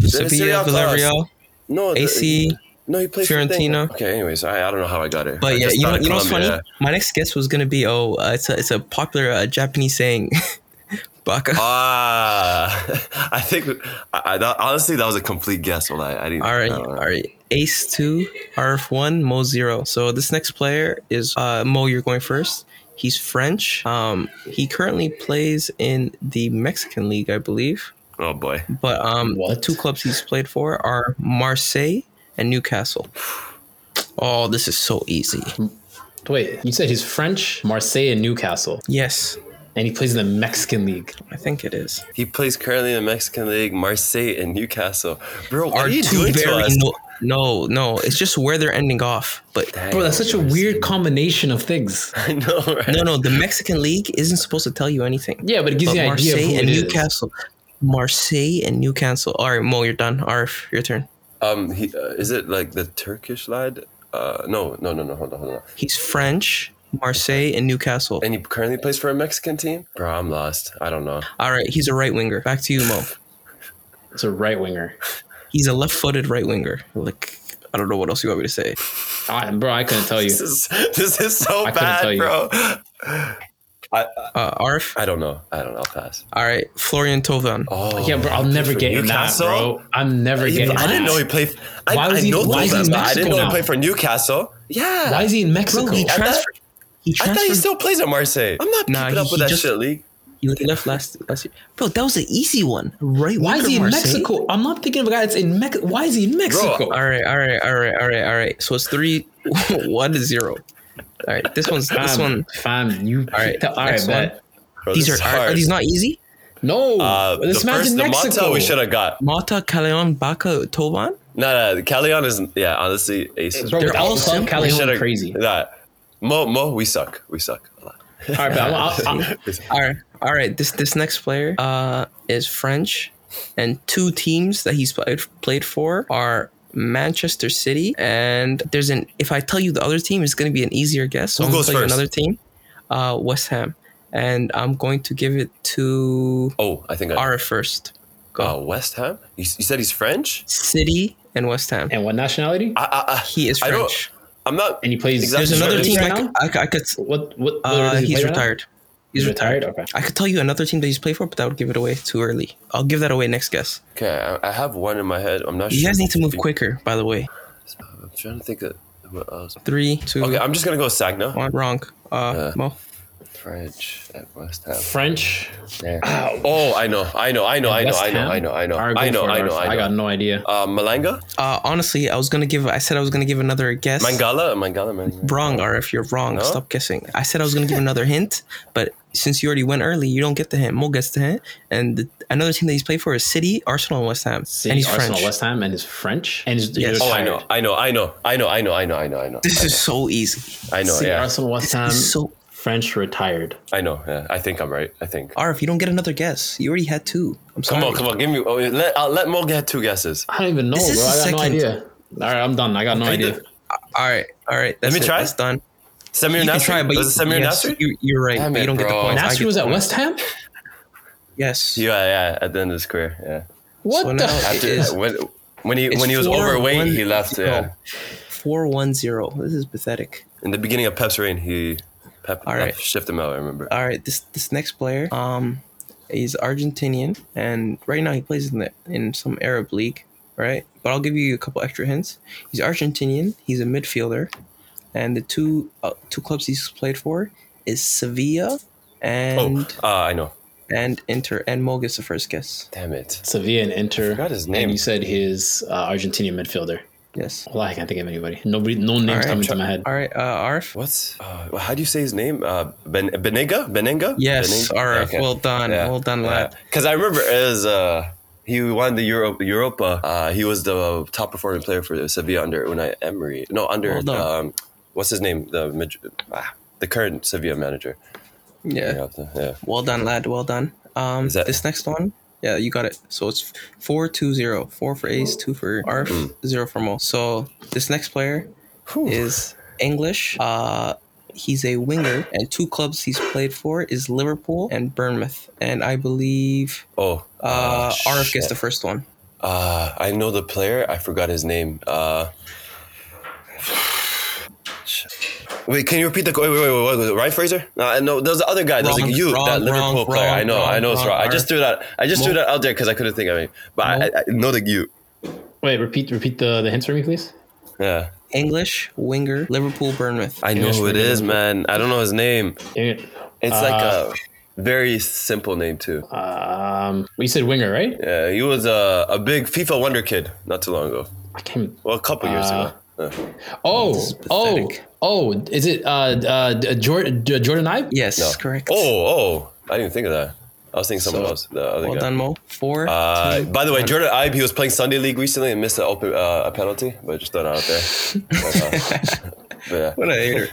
[SPEAKER 1] Sevilla,
[SPEAKER 2] Serie A class.
[SPEAKER 1] Villarreal,
[SPEAKER 2] No, the-
[SPEAKER 1] AC.
[SPEAKER 2] no, he plays for thing.
[SPEAKER 1] Fiorentina.
[SPEAKER 2] Okay, anyways, I, I don't know how I got it. I
[SPEAKER 1] But yeah,
[SPEAKER 2] just
[SPEAKER 1] you know,
[SPEAKER 2] thought of
[SPEAKER 1] you know what's funny?
[SPEAKER 2] Colombia,
[SPEAKER 1] My next guess was gonna be oh, uh, it's a it's a popular uh, Japanese saying, baka.
[SPEAKER 2] Oh, Ah, I think I, I that, honestly that was a complete guess. Well, I, I didn't. uh,
[SPEAKER 1] All right,
[SPEAKER 2] I don't know.
[SPEAKER 1] all right. Ace two, RF one, Mo zero. So this next player is uh, Mo. You're going first. He's French. Um, he currently plays in the Mexican league, I believe.
[SPEAKER 2] Oh boy.
[SPEAKER 1] But um, the
[SPEAKER 3] What?
[SPEAKER 1] two clubs he's played for are Marseille and Newcastle. Oh, this is so easy.
[SPEAKER 3] Wait, you said he's French, Marseille, and Newcastle,
[SPEAKER 1] Yes,
[SPEAKER 3] and he plays in the Mexican League.
[SPEAKER 1] I think it is.
[SPEAKER 2] He plays currently in the Mexican League, Marseille, and Newcastle. Bro, what are,
[SPEAKER 1] Are
[SPEAKER 2] you
[SPEAKER 1] two
[SPEAKER 2] doing to
[SPEAKER 1] very
[SPEAKER 2] us?
[SPEAKER 1] no, no, no. It's just where they're ending off. But
[SPEAKER 2] Dang,
[SPEAKER 3] Bro, that's such a weird combination of things.
[SPEAKER 2] I know, right?
[SPEAKER 1] no, no. The Mexican league isn't supposed to tell you anything.
[SPEAKER 3] Yeah, but it gives
[SPEAKER 1] But
[SPEAKER 3] you an
[SPEAKER 1] Marseille
[SPEAKER 3] idea of who
[SPEAKER 1] and
[SPEAKER 3] it is.
[SPEAKER 1] Newcastle. Marseille and Newcastle. All right, Mo, you're done. Arf, your turn.
[SPEAKER 2] Um, he, uh, is it like the Turkish lad? Uh, no, no, no, no. Hold on, hold on.
[SPEAKER 1] He's French. Marseille and Newcastle.
[SPEAKER 2] And he currently plays for a Mexican team. Bro, I'm lost. I don't know.
[SPEAKER 1] All right, he's a right winger. Back to you, Mo.
[SPEAKER 3] It's a right winger.
[SPEAKER 1] He's a left-footed right winger. Like I don't know what else you want me to say.
[SPEAKER 3] I, bro, I couldn't tell you.
[SPEAKER 2] This is this is so
[SPEAKER 3] I couldn't tell
[SPEAKER 2] bad,
[SPEAKER 3] you.
[SPEAKER 2] bro.
[SPEAKER 1] Uh, Arf.
[SPEAKER 2] I don't know. I don't know. I'll pass.
[SPEAKER 1] All right, Florian Tovan.
[SPEAKER 2] Oh,
[SPEAKER 3] Yeah, bro, I'll
[SPEAKER 2] he played
[SPEAKER 3] never
[SPEAKER 2] for
[SPEAKER 3] get in that,
[SPEAKER 2] Newcastle?
[SPEAKER 3] bro. I'm never
[SPEAKER 2] He-
[SPEAKER 3] getting
[SPEAKER 2] I didn't
[SPEAKER 3] that.
[SPEAKER 2] know he played. I,
[SPEAKER 3] Why was
[SPEAKER 2] I
[SPEAKER 3] he-
[SPEAKER 2] know
[SPEAKER 3] why is he
[SPEAKER 2] Tovan,
[SPEAKER 3] in
[SPEAKER 2] but I didn't
[SPEAKER 3] Mexico
[SPEAKER 2] know he
[SPEAKER 3] now?
[SPEAKER 2] played for Newcastle. Yeah.
[SPEAKER 3] Why is he in Mexico?
[SPEAKER 1] Bro, he
[SPEAKER 2] I thought-
[SPEAKER 1] transferred. He
[SPEAKER 2] I
[SPEAKER 1] transferred.
[SPEAKER 2] thought he still plays at Marseille. I'm not
[SPEAKER 1] Nah,
[SPEAKER 2] keeping up
[SPEAKER 1] he-
[SPEAKER 2] with
[SPEAKER 1] he
[SPEAKER 2] that
[SPEAKER 1] just-
[SPEAKER 2] shit, league.
[SPEAKER 1] he left last last year. Bro, that was an easy one. Right
[SPEAKER 3] Why
[SPEAKER 1] winger,
[SPEAKER 3] is he in
[SPEAKER 1] Marseille?
[SPEAKER 3] Mexico? I'm not thinking of a guy that's in Mexico. Why is he in Mexico?
[SPEAKER 2] uh,
[SPEAKER 1] All right, all right, all right, all right, all right. So it's three, one to zero. All right, this one's this
[SPEAKER 3] Fam,
[SPEAKER 1] one.
[SPEAKER 3] fam, you. All
[SPEAKER 1] right,
[SPEAKER 3] right, all right,
[SPEAKER 1] next one.
[SPEAKER 3] bet.
[SPEAKER 2] Bro,
[SPEAKER 1] These
[SPEAKER 2] this
[SPEAKER 1] are
[SPEAKER 2] is
[SPEAKER 1] are, are
[SPEAKER 2] hard.
[SPEAKER 1] these not easy?
[SPEAKER 3] No,
[SPEAKER 2] Uh, the
[SPEAKER 3] this man's
[SPEAKER 2] first,
[SPEAKER 3] in
[SPEAKER 2] the
[SPEAKER 3] Mexico.
[SPEAKER 2] Monta we should have got.
[SPEAKER 1] Mata, Caleon, Baca, Tovan.
[SPEAKER 2] No, no, the Callion is yeah, honestly, aces.
[SPEAKER 3] Bro,
[SPEAKER 1] They're
[SPEAKER 3] they're
[SPEAKER 1] all
[SPEAKER 3] all
[SPEAKER 1] simple.
[SPEAKER 2] We shoulda-
[SPEAKER 3] Calhoun crazy. All
[SPEAKER 2] Nah, Mo, Mo, we suck. We suck a lot.
[SPEAKER 3] right, bet. I'm- I'll- I'll-
[SPEAKER 1] All right, all right. This this next player uh, is French, and two teams that he's played played for are Manchester City and there's an. If I tell you the other team, it's going to be an easier guess. So
[SPEAKER 2] Who
[SPEAKER 1] I'm going
[SPEAKER 2] goes
[SPEAKER 1] to tell you
[SPEAKER 2] first?
[SPEAKER 1] another team, uh, West Ham, and I'm going to give it to
[SPEAKER 2] Oh, I think I
[SPEAKER 1] Ara first. Go
[SPEAKER 2] uh, West Ham. You, you said he's French.
[SPEAKER 1] City and West Ham.
[SPEAKER 3] and what nationality?
[SPEAKER 2] I, I, I,
[SPEAKER 1] He is
[SPEAKER 2] I don't-
[SPEAKER 1] French.
[SPEAKER 2] I'm not.
[SPEAKER 3] And he plays.
[SPEAKER 2] Exactly.
[SPEAKER 1] There's
[SPEAKER 2] He's
[SPEAKER 1] another
[SPEAKER 2] right
[SPEAKER 1] team
[SPEAKER 3] right
[SPEAKER 1] I, c-
[SPEAKER 3] now?
[SPEAKER 1] I c- I could.
[SPEAKER 3] What? What? what
[SPEAKER 1] Uh,
[SPEAKER 3] does he
[SPEAKER 1] he's
[SPEAKER 3] play right now?
[SPEAKER 1] retired. He's
[SPEAKER 3] He's
[SPEAKER 1] retired.
[SPEAKER 3] retired. Okay.
[SPEAKER 1] I could tell you another team that he's played for, but that would give it away too early. I'll give that away next guess.
[SPEAKER 2] Okay, I, I have one in my head. I'm not
[SPEAKER 1] You
[SPEAKER 2] sure.
[SPEAKER 1] guys need to move quicker, by the way.
[SPEAKER 2] I'm trying to think of what else.
[SPEAKER 1] Three, two,
[SPEAKER 2] Okay, I'm just gonna go Sagna.
[SPEAKER 1] one. Wrong. Uh, Mo.
[SPEAKER 2] French at West Ham.
[SPEAKER 3] French.
[SPEAKER 2] There. Oh, I know, I know, I know, I know,
[SPEAKER 3] West
[SPEAKER 2] I know,
[SPEAKER 3] Ham?
[SPEAKER 2] I know, I know,
[SPEAKER 3] All right, go
[SPEAKER 2] I know,
[SPEAKER 3] for it,
[SPEAKER 2] I know,
[SPEAKER 3] Arf.
[SPEAKER 2] I
[SPEAKER 3] I got
[SPEAKER 2] know.
[SPEAKER 3] no idea.
[SPEAKER 2] Uh, Malanga,
[SPEAKER 1] Uh, honestly, I was gonna give. I said I was gonna give another guess.
[SPEAKER 2] Mangala, Mangala, Mangala.
[SPEAKER 1] Wrong, or if you're wrong,
[SPEAKER 2] No?
[SPEAKER 1] stop guessing. I said I was gonna give another hint, but since you already went early, you don't get the hint. Mo gets the hint, and the, another team that he's played for is City, Arsenal, and West Ham.
[SPEAKER 3] City,
[SPEAKER 1] and he's
[SPEAKER 3] Arsenal,
[SPEAKER 1] French.
[SPEAKER 3] West Ham, and he's French. And he's,
[SPEAKER 1] Yes.
[SPEAKER 3] he's
[SPEAKER 2] Oh, I
[SPEAKER 3] retired.
[SPEAKER 2] know, I know, I know, I know, I know, I know, I know, I know.
[SPEAKER 1] This is so easy.
[SPEAKER 2] I know,
[SPEAKER 3] City,
[SPEAKER 2] yeah,
[SPEAKER 3] Arsenal, West Ham,
[SPEAKER 1] is so-
[SPEAKER 3] French retired.
[SPEAKER 2] I know. Yeah, I think I'm right. I think.
[SPEAKER 1] Arf, you don't get another guess. You already had two. I'm sorry.
[SPEAKER 2] Come on, come on, give me. Oh, let I'll let Mo get two guesses.
[SPEAKER 3] I don't even know,
[SPEAKER 1] This is
[SPEAKER 3] bro. I
[SPEAKER 1] the
[SPEAKER 3] got no
[SPEAKER 1] second-
[SPEAKER 3] idea. All right, I'm done. I got no idea.
[SPEAKER 2] did-
[SPEAKER 1] All right, all right. That's
[SPEAKER 2] me
[SPEAKER 1] it.
[SPEAKER 2] try.
[SPEAKER 1] That's done.
[SPEAKER 2] Samir
[SPEAKER 1] You
[SPEAKER 2] Nasri.
[SPEAKER 1] can try, but
[SPEAKER 2] was it
[SPEAKER 1] you,
[SPEAKER 2] Samir
[SPEAKER 1] yes,
[SPEAKER 2] Nasri?
[SPEAKER 1] You, you're right,
[SPEAKER 2] Damn
[SPEAKER 1] but you
[SPEAKER 2] it,
[SPEAKER 1] don't get the
[SPEAKER 2] bro.
[SPEAKER 1] points. I
[SPEAKER 3] Nasri
[SPEAKER 1] get
[SPEAKER 3] was
[SPEAKER 1] the
[SPEAKER 3] at
[SPEAKER 1] points.
[SPEAKER 3] West Ham.
[SPEAKER 1] Yes.
[SPEAKER 2] Yeah, yeah. At the end of his career, yeah.
[SPEAKER 3] What
[SPEAKER 1] So
[SPEAKER 3] the?
[SPEAKER 1] now
[SPEAKER 3] heck?
[SPEAKER 1] it is
[SPEAKER 2] When when he
[SPEAKER 1] It's
[SPEAKER 2] when he was
[SPEAKER 1] four,
[SPEAKER 2] overweight,
[SPEAKER 1] one,
[SPEAKER 2] he left.
[SPEAKER 1] zero.
[SPEAKER 2] Yeah.
[SPEAKER 1] Four one zero. This is pathetic.
[SPEAKER 2] In the beginning of Pep's reign, he Pep
[SPEAKER 1] All right.
[SPEAKER 2] shift him out. I remember.
[SPEAKER 1] All right, this this next player, um, he's Argentinian, and right now he plays in the in some Arab league, right? But I'll give you a couple extra hints. He's Argentinian. He's a midfielder, and the two uh, two clubs he's played for is Sevilla and
[SPEAKER 2] oh, uh, I know.
[SPEAKER 1] and Inter. And Mo gets the first guess.
[SPEAKER 2] Damn it.
[SPEAKER 3] Sevilla and Inter.
[SPEAKER 2] forgot his name.
[SPEAKER 3] And you said his uh, Argentinian midfielder.
[SPEAKER 1] Yes.
[SPEAKER 3] Well, I can't think of anybody. Nobody, no names
[SPEAKER 1] right.
[SPEAKER 3] coming to my head.
[SPEAKER 1] All right, uh, Arf.
[SPEAKER 2] What's uh, how do you say his name? Uh, ben Benega Benenga.
[SPEAKER 1] Yes,
[SPEAKER 2] Benenga?
[SPEAKER 1] Arf.
[SPEAKER 2] Okay.
[SPEAKER 1] Well done.
[SPEAKER 2] Yeah,
[SPEAKER 1] Well done, lad.
[SPEAKER 2] Because I remember as uh, he won the Euro- Europa, uh, he was the top performing player for Sevilla under Unai Emery. No, under
[SPEAKER 1] Hold on.
[SPEAKER 2] um, what's his name? The Mad- ah, the current Sevilla manager.
[SPEAKER 1] Yeah.
[SPEAKER 2] Yeah, the- yeah.
[SPEAKER 1] Well done, lad. Well done. Um,
[SPEAKER 2] Is that-
[SPEAKER 1] this next one, yeah, you got it. So it's four two zero, four for Ace, two for Arf,
[SPEAKER 2] Hmm.
[SPEAKER 1] zero for Mo. So this next player is English. Uh, He's a winger, and two clubs he's played for is Liverpool and Bournemouth. And I believe
[SPEAKER 2] Oh,
[SPEAKER 1] uh,
[SPEAKER 2] oh,
[SPEAKER 1] Arif
[SPEAKER 2] shit.
[SPEAKER 1] gets the first one.
[SPEAKER 2] Uh, I know the player. I forgot his name. Uh, wait, can you repeat the? Wait, wait, wait, wait. What was it? Ryan Fraser? No, I know. There's the other guy. There's
[SPEAKER 1] Wrong,
[SPEAKER 2] like you,
[SPEAKER 1] wrong,
[SPEAKER 2] that Liverpool
[SPEAKER 1] wrong,
[SPEAKER 2] player. I know.
[SPEAKER 1] wrong,
[SPEAKER 2] I know it's
[SPEAKER 1] wrong,
[SPEAKER 2] wrong. I
[SPEAKER 1] wrong.
[SPEAKER 2] just threw that. I just threw
[SPEAKER 1] Mo-
[SPEAKER 2] that out there because I couldn't think of it. But I, I I know the you.
[SPEAKER 3] Wait, repeat repeat the, the hints for me, please.
[SPEAKER 2] Yeah,
[SPEAKER 1] English winger, Liverpool, Bournemouth.
[SPEAKER 2] I know
[SPEAKER 3] English
[SPEAKER 2] who it
[SPEAKER 3] Premier
[SPEAKER 2] is, man. I don't know his name.
[SPEAKER 3] Dang it.
[SPEAKER 2] It's like
[SPEAKER 3] Uh,
[SPEAKER 2] a very simple name too.
[SPEAKER 1] Uh,
[SPEAKER 3] Um, well, you said winger, right?
[SPEAKER 2] Yeah, he was a, a big FIFA wonder kid not too long ago.
[SPEAKER 3] I can't.
[SPEAKER 2] Well, a couple years
[SPEAKER 3] Uh,
[SPEAKER 2] ago. Yeah.
[SPEAKER 3] Oh,
[SPEAKER 1] is
[SPEAKER 3] oh,
[SPEAKER 1] pathetic.
[SPEAKER 3] oh! Is it uh, uh Jordan Jordan Ibe?
[SPEAKER 1] yes,
[SPEAKER 2] No.
[SPEAKER 1] correct.
[SPEAKER 2] Oh, oh! I didn't think of that. I was thinking someone
[SPEAKER 3] So-
[SPEAKER 2] else. The other
[SPEAKER 1] well
[SPEAKER 2] guy.
[SPEAKER 1] done, Mo. Four.
[SPEAKER 2] Uh,
[SPEAKER 1] two,
[SPEAKER 2] by the way,
[SPEAKER 1] one.
[SPEAKER 2] Jordan Ibe, he was playing Sunday League recently and missed a, open, uh, a penalty, but just throw it out there. uh, But, uh,
[SPEAKER 1] What a hater.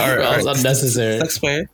[SPEAKER 1] all right,
[SPEAKER 3] Well,
[SPEAKER 1] all
[SPEAKER 3] it's
[SPEAKER 1] right.
[SPEAKER 3] unnecessary.
[SPEAKER 1] Next player.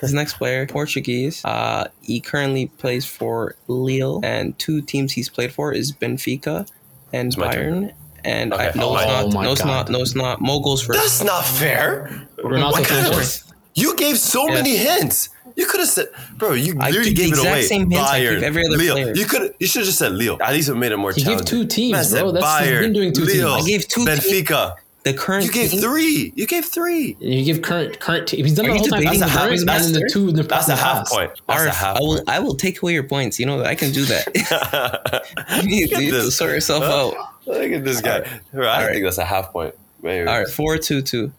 [SPEAKER 1] His next player, Portuguese. Uh, he currently plays for Lille, and two teams he's played for is Benfica and
[SPEAKER 2] my turn.
[SPEAKER 1] Bayern. And I,
[SPEAKER 2] Okay.
[SPEAKER 1] no, it's
[SPEAKER 2] Oh
[SPEAKER 1] not.
[SPEAKER 3] my
[SPEAKER 1] No, it's
[SPEAKER 3] God.
[SPEAKER 1] not. No, it's not. Mogul's first.
[SPEAKER 2] That's not fair.
[SPEAKER 3] Ronaldo
[SPEAKER 2] What kind
[SPEAKER 3] finishes.
[SPEAKER 2] of, you gave so many hints. You could have said, bro. You
[SPEAKER 1] I
[SPEAKER 2] literally
[SPEAKER 1] gave the
[SPEAKER 2] gave it
[SPEAKER 1] exact
[SPEAKER 2] away.
[SPEAKER 1] same hints I gave every other
[SPEAKER 2] Lille.
[SPEAKER 1] player.
[SPEAKER 2] You could. You should have just said Leo. At least it made it more.
[SPEAKER 3] He gave
[SPEAKER 2] challenging.
[SPEAKER 3] two teams,
[SPEAKER 2] Man
[SPEAKER 3] bro.
[SPEAKER 2] said
[SPEAKER 3] That's- he's
[SPEAKER 2] Bayern,
[SPEAKER 3] been doing two teams.
[SPEAKER 2] Lille,
[SPEAKER 1] I gave two teams.
[SPEAKER 2] Benfica.
[SPEAKER 1] The current
[SPEAKER 2] You gave
[SPEAKER 1] team-
[SPEAKER 2] three. You gave three.
[SPEAKER 3] You give current current team. He's done
[SPEAKER 1] Are
[SPEAKER 3] it the
[SPEAKER 1] you
[SPEAKER 3] whole time.
[SPEAKER 1] debating
[SPEAKER 3] That's a half.
[SPEAKER 1] Harry's
[SPEAKER 3] And then the
[SPEAKER 1] master?
[SPEAKER 3] two. in The
[SPEAKER 2] That's
[SPEAKER 3] in
[SPEAKER 2] a
[SPEAKER 3] the
[SPEAKER 2] half
[SPEAKER 3] past.
[SPEAKER 2] point. That's a
[SPEAKER 1] Arif,
[SPEAKER 2] half
[SPEAKER 1] I will.
[SPEAKER 2] point.
[SPEAKER 1] I will take away your points. You know that I can do that. you need, you need to
[SPEAKER 2] This-
[SPEAKER 1] sort yourself out.
[SPEAKER 2] Look at this guy. Bro, I
[SPEAKER 1] All
[SPEAKER 2] don't
[SPEAKER 1] right.
[SPEAKER 2] think that's a half point. Maybe.
[SPEAKER 1] All right, four two two.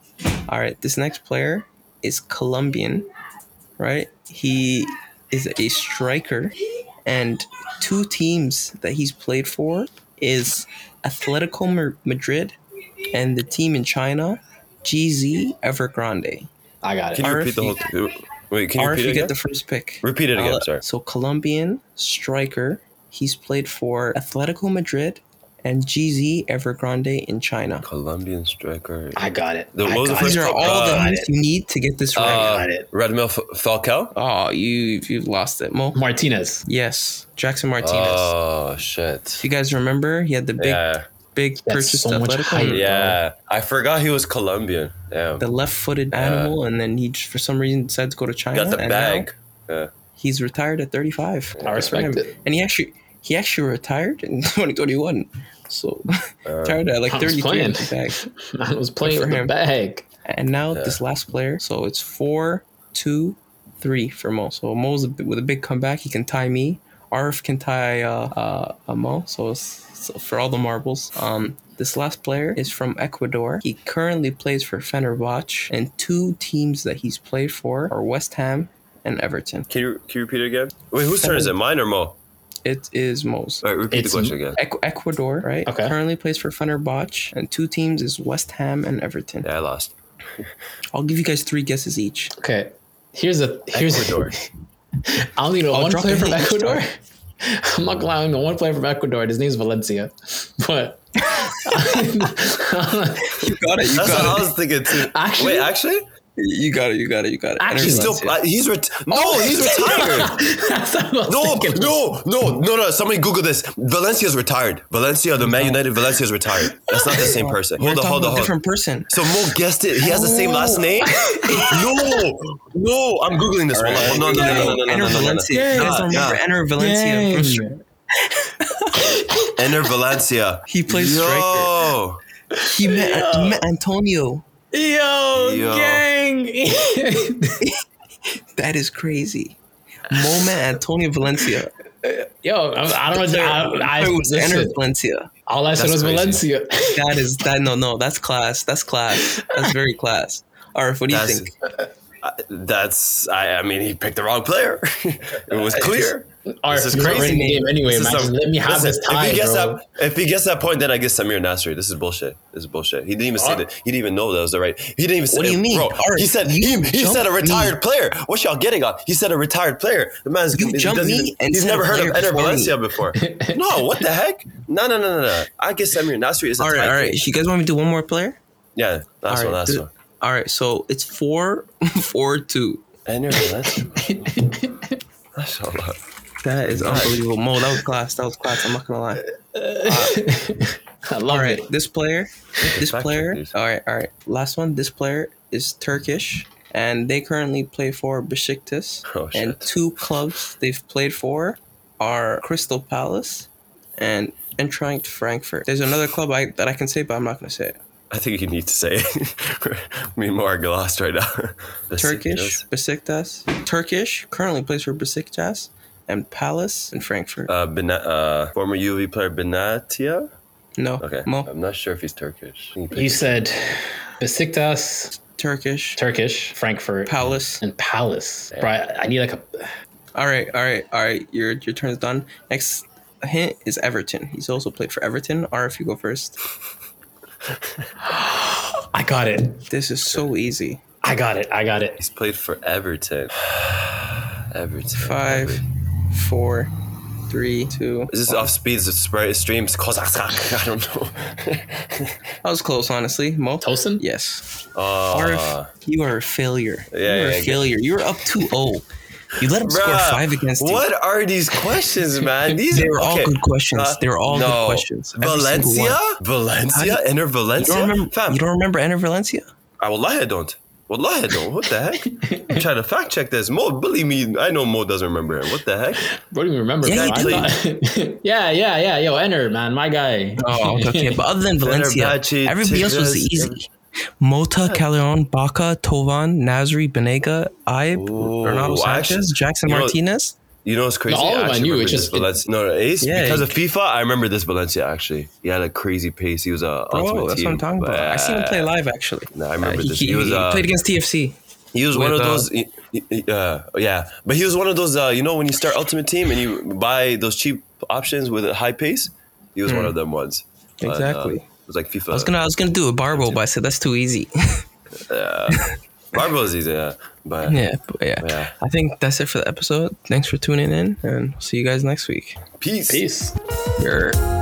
[SPEAKER 1] All right, this next player is Colombian, right? He is a striker, and two teams that he's played for is Atletico Ma- Madrid and the team in China, GZ Evergrande.
[SPEAKER 3] I got it.
[SPEAKER 2] Can you
[SPEAKER 1] Arif,
[SPEAKER 2] repeat the whole? Wait, can you
[SPEAKER 1] Or if
[SPEAKER 2] repeat
[SPEAKER 1] you
[SPEAKER 2] it
[SPEAKER 1] get
[SPEAKER 2] again?
[SPEAKER 1] the first pick.
[SPEAKER 2] Repeat it again,
[SPEAKER 1] I'll-
[SPEAKER 2] sorry.
[SPEAKER 1] So Colombian striker, he's played for Atletico Madrid and GZ Evergrande in China.
[SPEAKER 2] Colombian striker.
[SPEAKER 3] I got it.
[SPEAKER 2] The-
[SPEAKER 3] I
[SPEAKER 2] what was the
[SPEAKER 3] got
[SPEAKER 1] These
[SPEAKER 2] first
[SPEAKER 1] are
[SPEAKER 3] it.
[SPEAKER 2] Oh,
[SPEAKER 1] all the
[SPEAKER 2] God.
[SPEAKER 1] hints you need to get this right.
[SPEAKER 2] Uh,
[SPEAKER 3] got it.
[SPEAKER 2] Red Mill F- Falcao.
[SPEAKER 1] oh, you you lost it, Mo.
[SPEAKER 3] Martinez.
[SPEAKER 1] Yes, Jackson Martinez.
[SPEAKER 2] Oh shit.
[SPEAKER 1] If you guys remember, he had the big
[SPEAKER 2] Yeah,
[SPEAKER 1] big
[SPEAKER 3] That's
[SPEAKER 1] purchase
[SPEAKER 3] so
[SPEAKER 1] to
[SPEAKER 3] much
[SPEAKER 1] Atletico.
[SPEAKER 3] hype.
[SPEAKER 2] yeah. I forgot he was Colombian. Damn.
[SPEAKER 1] The left-footed animal, and then he just, for some reason decided to go to China.
[SPEAKER 2] Got the
[SPEAKER 1] and now
[SPEAKER 2] bag. Yeah.
[SPEAKER 1] he's retired at 35. Good for
[SPEAKER 3] respect
[SPEAKER 1] him.
[SPEAKER 3] it.
[SPEAKER 1] And he actually he actually retired in 2021. So
[SPEAKER 2] Uh,
[SPEAKER 1] retired at like
[SPEAKER 3] I was
[SPEAKER 1] 33
[SPEAKER 3] playing.
[SPEAKER 1] in the bag.
[SPEAKER 3] I was playing
[SPEAKER 1] Good for
[SPEAKER 3] with the
[SPEAKER 1] him.
[SPEAKER 3] bag.
[SPEAKER 1] And now
[SPEAKER 2] Yeah.
[SPEAKER 1] this last player. So it's four, two, three for Mo. So Mo's a bit- with a big comeback. He can tie me. Arif can tie uh, uh, uh, Mo. So, it's- so for all the marbles. Um, this last player is from Ecuador. He currently plays for Fenerbahce, and two teams that he's played for are West Ham and Everton.
[SPEAKER 2] Can you can you repeat it again? Wait, whose turn is it? Mine or Mo? All
[SPEAKER 1] It is Mo's.
[SPEAKER 2] right, repeat
[SPEAKER 3] It's-
[SPEAKER 2] the question again.
[SPEAKER 1] Ecu- Ecuador, right?
[SPEAKER 3] Okay.
[SPEAKER 1] Currently plays for Fenerbahce, and two teams is West Ham and Everton.
[SPEAKER 2] Yeah, I lost.
[SPEAKER 1] I'll give you guys three guesses each.
[SPEAKER 3] Okay. Here's a here's
[SPEAKER 2] Ecuador.
[SPEAKER 3] I only know
[SPEAKER 1] I'll
[SPEAKER 3] one
[SPEAKER 1] drop
[SPEAKER 3] player
[SPEAKER 1] the
[SPEAKER 3] from
[SPEAKER 1] name.
[SPEAKER 3] Ecuador. I'm not gonna lie, I only know one player from Ecuador. His name's Valencia, but
[SPEAKER 1] You got it. You
[SPEAKER 2] That's what I was thinking too.
[SPEAKER 3] Actually-
[SPEAKER 2] Wait, actually,
[SPEAKER 1] You got it. You got it. You got it.
[SPEAKER 3] Actually,
[SPEAKER 1] Energy
[SPEAKER 2] he's still
[SPEAKER 1] Valencia.
[SPEAKER 2] uh, he's ret-
[SPEAKER 1] Oh,
[SPEAKER 2] no, he's retired.
[SPEAKER 3] that's what I was
[SPEAKER 2] No,
[SPEAKER 3] thinking.
[SPEAKER 2] no, no, no, no. Somebody Google this. Valencia's retired. Valencia, the Man United, Valencia's retired. That's not the same person.
[SPEAKER 1] We're
[SPEAKER 2] Hold on,
[SPEAKER 1] talking
[SPEAKER 2] hold
[SPEAKER 1] about
[SPEAKER 2] on,
[SPEAKER 1] a
[SPEAKER 2] hold on.
[SPEAKER 1] different person.
[SPEAKER 2] So Mo guessed it. He has the same last name. no, no. I'm googling this one. No, no, no, no, no, no,
[SPEAKER 1] Enter
[SPEAKER 2] no, no, no,
[SPEAKER 1] Valencia. You guys don't
[SPEAKER 2] no.
[SPEAKER 1] remember
[SPEAKER 2] Nah, nah.
[SPEAKER 1] Enter Valencia. from Str-
[SPEAKER 3] Dang.
[SPEAKER 2] Enter Valencia.
[SPEAKER 1] He plays
[SPEAKER 2] Yo.
[SPEAKER 1] He met, he met Antonio.
[SPEAKER 3] Yo,
[SPEAKER 2] Yo.
[SPEAKER 3] gang.
[SPEAKER 1] That is crazy. Moment Antonio Valencia.
[SPEAKER 3] Yo, I, I don't know. I, I,
[SPEAKER 1] it was Enter
[SPEAKER 3] listen,
[SPEAKER 1] Valencia.
[SPEAKER 3] all I said
[SPEAKER 2] That's
[SPEAKER 3] was
[SPEAKER 2] crazy.
[SPEAKER 3] Valencia.
[SPEAKER 1] That is that. No, no, that's class. That's class. That's very class. Arif, what do you
[SPEAKER 2] That's- uh,
[SPEAKER 1] think?
[SPEAKER 2] That's. I. I mean, he picked the wrong player. it was clear.
[SPEAKER 3] All right,
[SPEAKER 2] This is
[SPEAKER 3] you're
[SPEAKER 2] crazy.
[SPEAKER 3] in the game anyway,
[SPEAKER 2] This
[SPEAKER 3] man.
[SPEAKER 2] is
[SPEAKER 3] Just
[SPEAKER 2] some-
[SPEAKER 3] let me have
[SPEAKER 2] listen,
[SPEAKER 3] this tie,
[SPEAKER 2] if he gets
[SPEAKER 3] bro.
[SPEAKER 2] that, if he gets that point, then I get Samir Nasri. This is bullshit. This is bullshit. He didn't even say
[SPEAKER 3] Ar-
[SPEAKER 2] that. He didn't even know that was the right. He didn't even. Say,
[SPEAKER 1] What do you mean?
[SPEAKER 2] bro?
[SPEAKER 1] Ar-
[SPEAKER 2] he said
[SPEAKER 1] you
[SPEAKER 2] he, he
[SPEAKER 1] jumped
[SPEAKER 2] said a
[SPEAKER 1] me.
[SPEAKER 2] retired player. What y'all getting on? He said a retired player. The man's
[SPEAKER 1] You
[SPEAKER 2] he
[SPEAKER 1] jumped
[SPEAKER 2] doesn't
[SPEAKER 1] me
[SPEAKER 2] even-
[SPEAKER 1] and
[SPEAKER 2] he's
[SPEAKER 1] said
[SPEAKER 2] never
[SPEAKER 1] a
[SPEAKER 2] heard of
[SPEAKER 1] player
[SPEAKER 2] Enter
[SPEAKER 1] before me.
[SPEAKER 2] Valencia before. no, what the heck? No, no, no, no, no. I get Samir Nasri is a
[SPEAKER 1] All right,
[SPEAKER 2] tie
[SPEAKER 1] all right.
[SPEAKER 2] pick.
[SPEAKER 1] You guys want me to do one more player?
[SPEAKER 2] Yeah, last
[SPEAKER 1] All
[SPEAKER 2] one,
[SPEAKER 1] right,
[SPEAKER 2] last
[SPEAKER 1] th-
[SPEAKER 2] one.
[SPEAKER 1] All right. So it's four, four, two.
[SPEAKER 2] Enter Valencia. Mashallah.
[SPEAKER 1] That is unbelievable. Mo, that was class. That was class. I'm not gonna lie. Uh,
[SPEAKER 3] I
[SPEAKER 1] All
[SPEAKER 3] love
[SPEAKER 1] right,
[SPEAKER 3] it.
[SPEAKER 1] this player, this
[SPEAKER 2] fact check
[SPEAKER 1] player.
[SPEAKER 2] these.
[SPEAKER 1] All right, all right. Last one. This player is Turkish, and they currently play for Besiktas.
[SPEAKER 2] Oh, shit.
[SPEAKER 1] And two clubs they've played for are Crystal Palace and Eintracht Frankfurt. There's another club I, that I can say, but I'm not gonna say it.
[SPEAKER 2] I think you need to say it. Me and Mar are glossed right now. The
[SPEAKER 1] Turkish
[SPEAKER 2] sickness.
[SPEAKER 1] Besiktas. Turkish currently plays for Besiktas and Palace and Frankfurt.
[SPEAKER 2] Uh, Bena- uh, former UV player Benatia.
[SPEAKER 1] no,
[SPEAKER 2] Okay,
[SPEAKER 1] Mo,
[SPEAKER 2] I'm not sure if he's Turkish. He
[SPEAKER 3] You
[SPEAKER 2] plays-
[SPEAKER 3] said Besiktas,
[SPEAKER 1] Turkish,
[SPEAKER 3] Turkish, Frankfurt,
[SPEAKER 1] Palace.
[SPEAKER 3] and Palace. Bro, I, I need like a.
[SPEAKER 1] All right, all right, all right. Your your turn is done. Next hint is Everton. He's also played for Everton. Or if you go first,
[SPEAKER 3] I got it.
[SPEAKER 1] this is so easy.
[SPEAKER 3] I got it. I got it.
[SPEAKER 2] He's played for Everton. Everton.
[SPEAKER 1] Five,
[SPEAKER 2] Everton.
[SPEAKER 1] four, three, two.
[SPEAKER 2] Is this off speeds? It's spray- streams. Kozaksak. I don't know.
[SPEAKER 1] I was close, honestly. Mo.
[SPEAKER 3] Tosin?
[SPEAKER 1] Yes.
[SPEAKER 2] Uh,
[SPEAKER 1] Arif, you are a failure.
[SPEAKER 2] yeah,
[SPEAKER 1] you are a
[SPEAKER 2] yeah, yeah.
[SPEAKER 1] failure. You were up 2-0. You let him score
[SPEAKER 2] Bruh,
[SPEAKER 1] five against you.
[SPEAKER 2] What are these questions, man? These
[SPEAKER 1] They were all
[SPEAKER 2] okay,
[SPEAKER 1] good questions.
[SPEAKER 2] uh,
[SPEAKER 1] they were all
[SPEAKER 2] no.
[SPEAKER 1] good questions. Every single
[SPEAKER 2] Valencia,
[SPEAKER 1] one.
[SPEAKER 2] Valencia,
[SPEAKER 1] How
[SPEAKER 2] inner
[SPEAKER 1] You
[SPEAKER 2] Valencia.
[SPEAKER 1] don't remember?
[SPEAKER 2] Fam,
[SPEAKER 1] You don't remember Enter Valencia?
[SPEAKER 2] I will lie, I don't. Wallahi, I don't. What the heck? I'm trying to fact check this. Mo, believe me, I know Mo doesn't remember him. What the heck?
[SPEAKER 3] What do you remember?
[SPEAKER 1] Yeah,
[SPEAKER 3] bro?
[SPEAKER 2] he
[SPEAKER 3] I thought- yeah, yeah, yeah. Yo, Enter, man, my guy.
[SPEAKER 1] Oh, okay. okay. But other than Valencia,
[SPEAKER 2] Fenerbahce,
[SPEAKER 1] everybody else was
[SPEAKER 2] Tigres,
[SPEAKER 1] easy. Mota, Calderon, Baca, Tovan, Nasri, Benega, Ibe,
[SPEAKER 2] Ooh,
[SPEAKER 1] Ronaldo
[SPEAKER 2] I
[SPEAKER 1] Sanchez,
[SPEAKER 2] actually-
[SPEAKER 1] Jackson
[SPEAKER 2] you know-
[SPEAKER 1] Martinez.
[SPEAKER 2] You know what's crazy?
[SPEAKER 3] all of them I
[SPEAKER 2] actually
[SPEAKER 3] knew,
[SPEAKER 2] remember
[SPEAKER 3] it's
[SPEAKER 2] this
[SPEAKER 3] just- it-
[SPEAKER 2] Valencia. no, no, Ace
[SPEAKER 1] Yeah,
[SPEAKER 2] because of
[SPEAKER 1] it-
[SPEAKER 2] FIFA. I remember this Valencia actually. He had a crazy pace. He was a ultimate
[SPEAKER 1] Oh, that's what I'm
[SPEAKER 2] team,
[SPEAKER 1] talking about. I
[SPEAKER 2] but-
[SPEAKER 1] seen him play live actually.
[SPEAKER 2] Nah, I remember
[SPEAKER 1] Uh, he,
[SPEAKER 2] this.
[SPEAKER 1] he-
[SPEAKER 2] He was,
[SPEAKER 1] he
[SPEAKER 2] uh,
[SPEAKER 1] played against TFC.
[SPEAKER 2] He was one of
[SPEAKER 1] with, uh,
[SPEAKER 2] those. y- y- y- Uh, yeah, but he was one of those. Uh, you know, when you start Ultimate Team and you buy those cheap options with a high pace, he was one of them ones. But, uh,
[SPEAKER 1] Hmm. Exactly.
[SPEAKER 2] it was like FIFA.
[SPEAKER 1] I was gonna I was gonna do a Barbo, but I said that's too easy.
[SPEAKER 2] Barbo's easy, yeah, but
[SPEAKER 1] yeah, but yeah.
[SPEAKER 2] Yeah.
[SPEAKER 1] I think that's it for the episode. Thanks for tuning in, and see you guys next week.
[SPEAKER 2] peace.
[SPEAKER 3] Peace.
[SPEAKER 1] You're-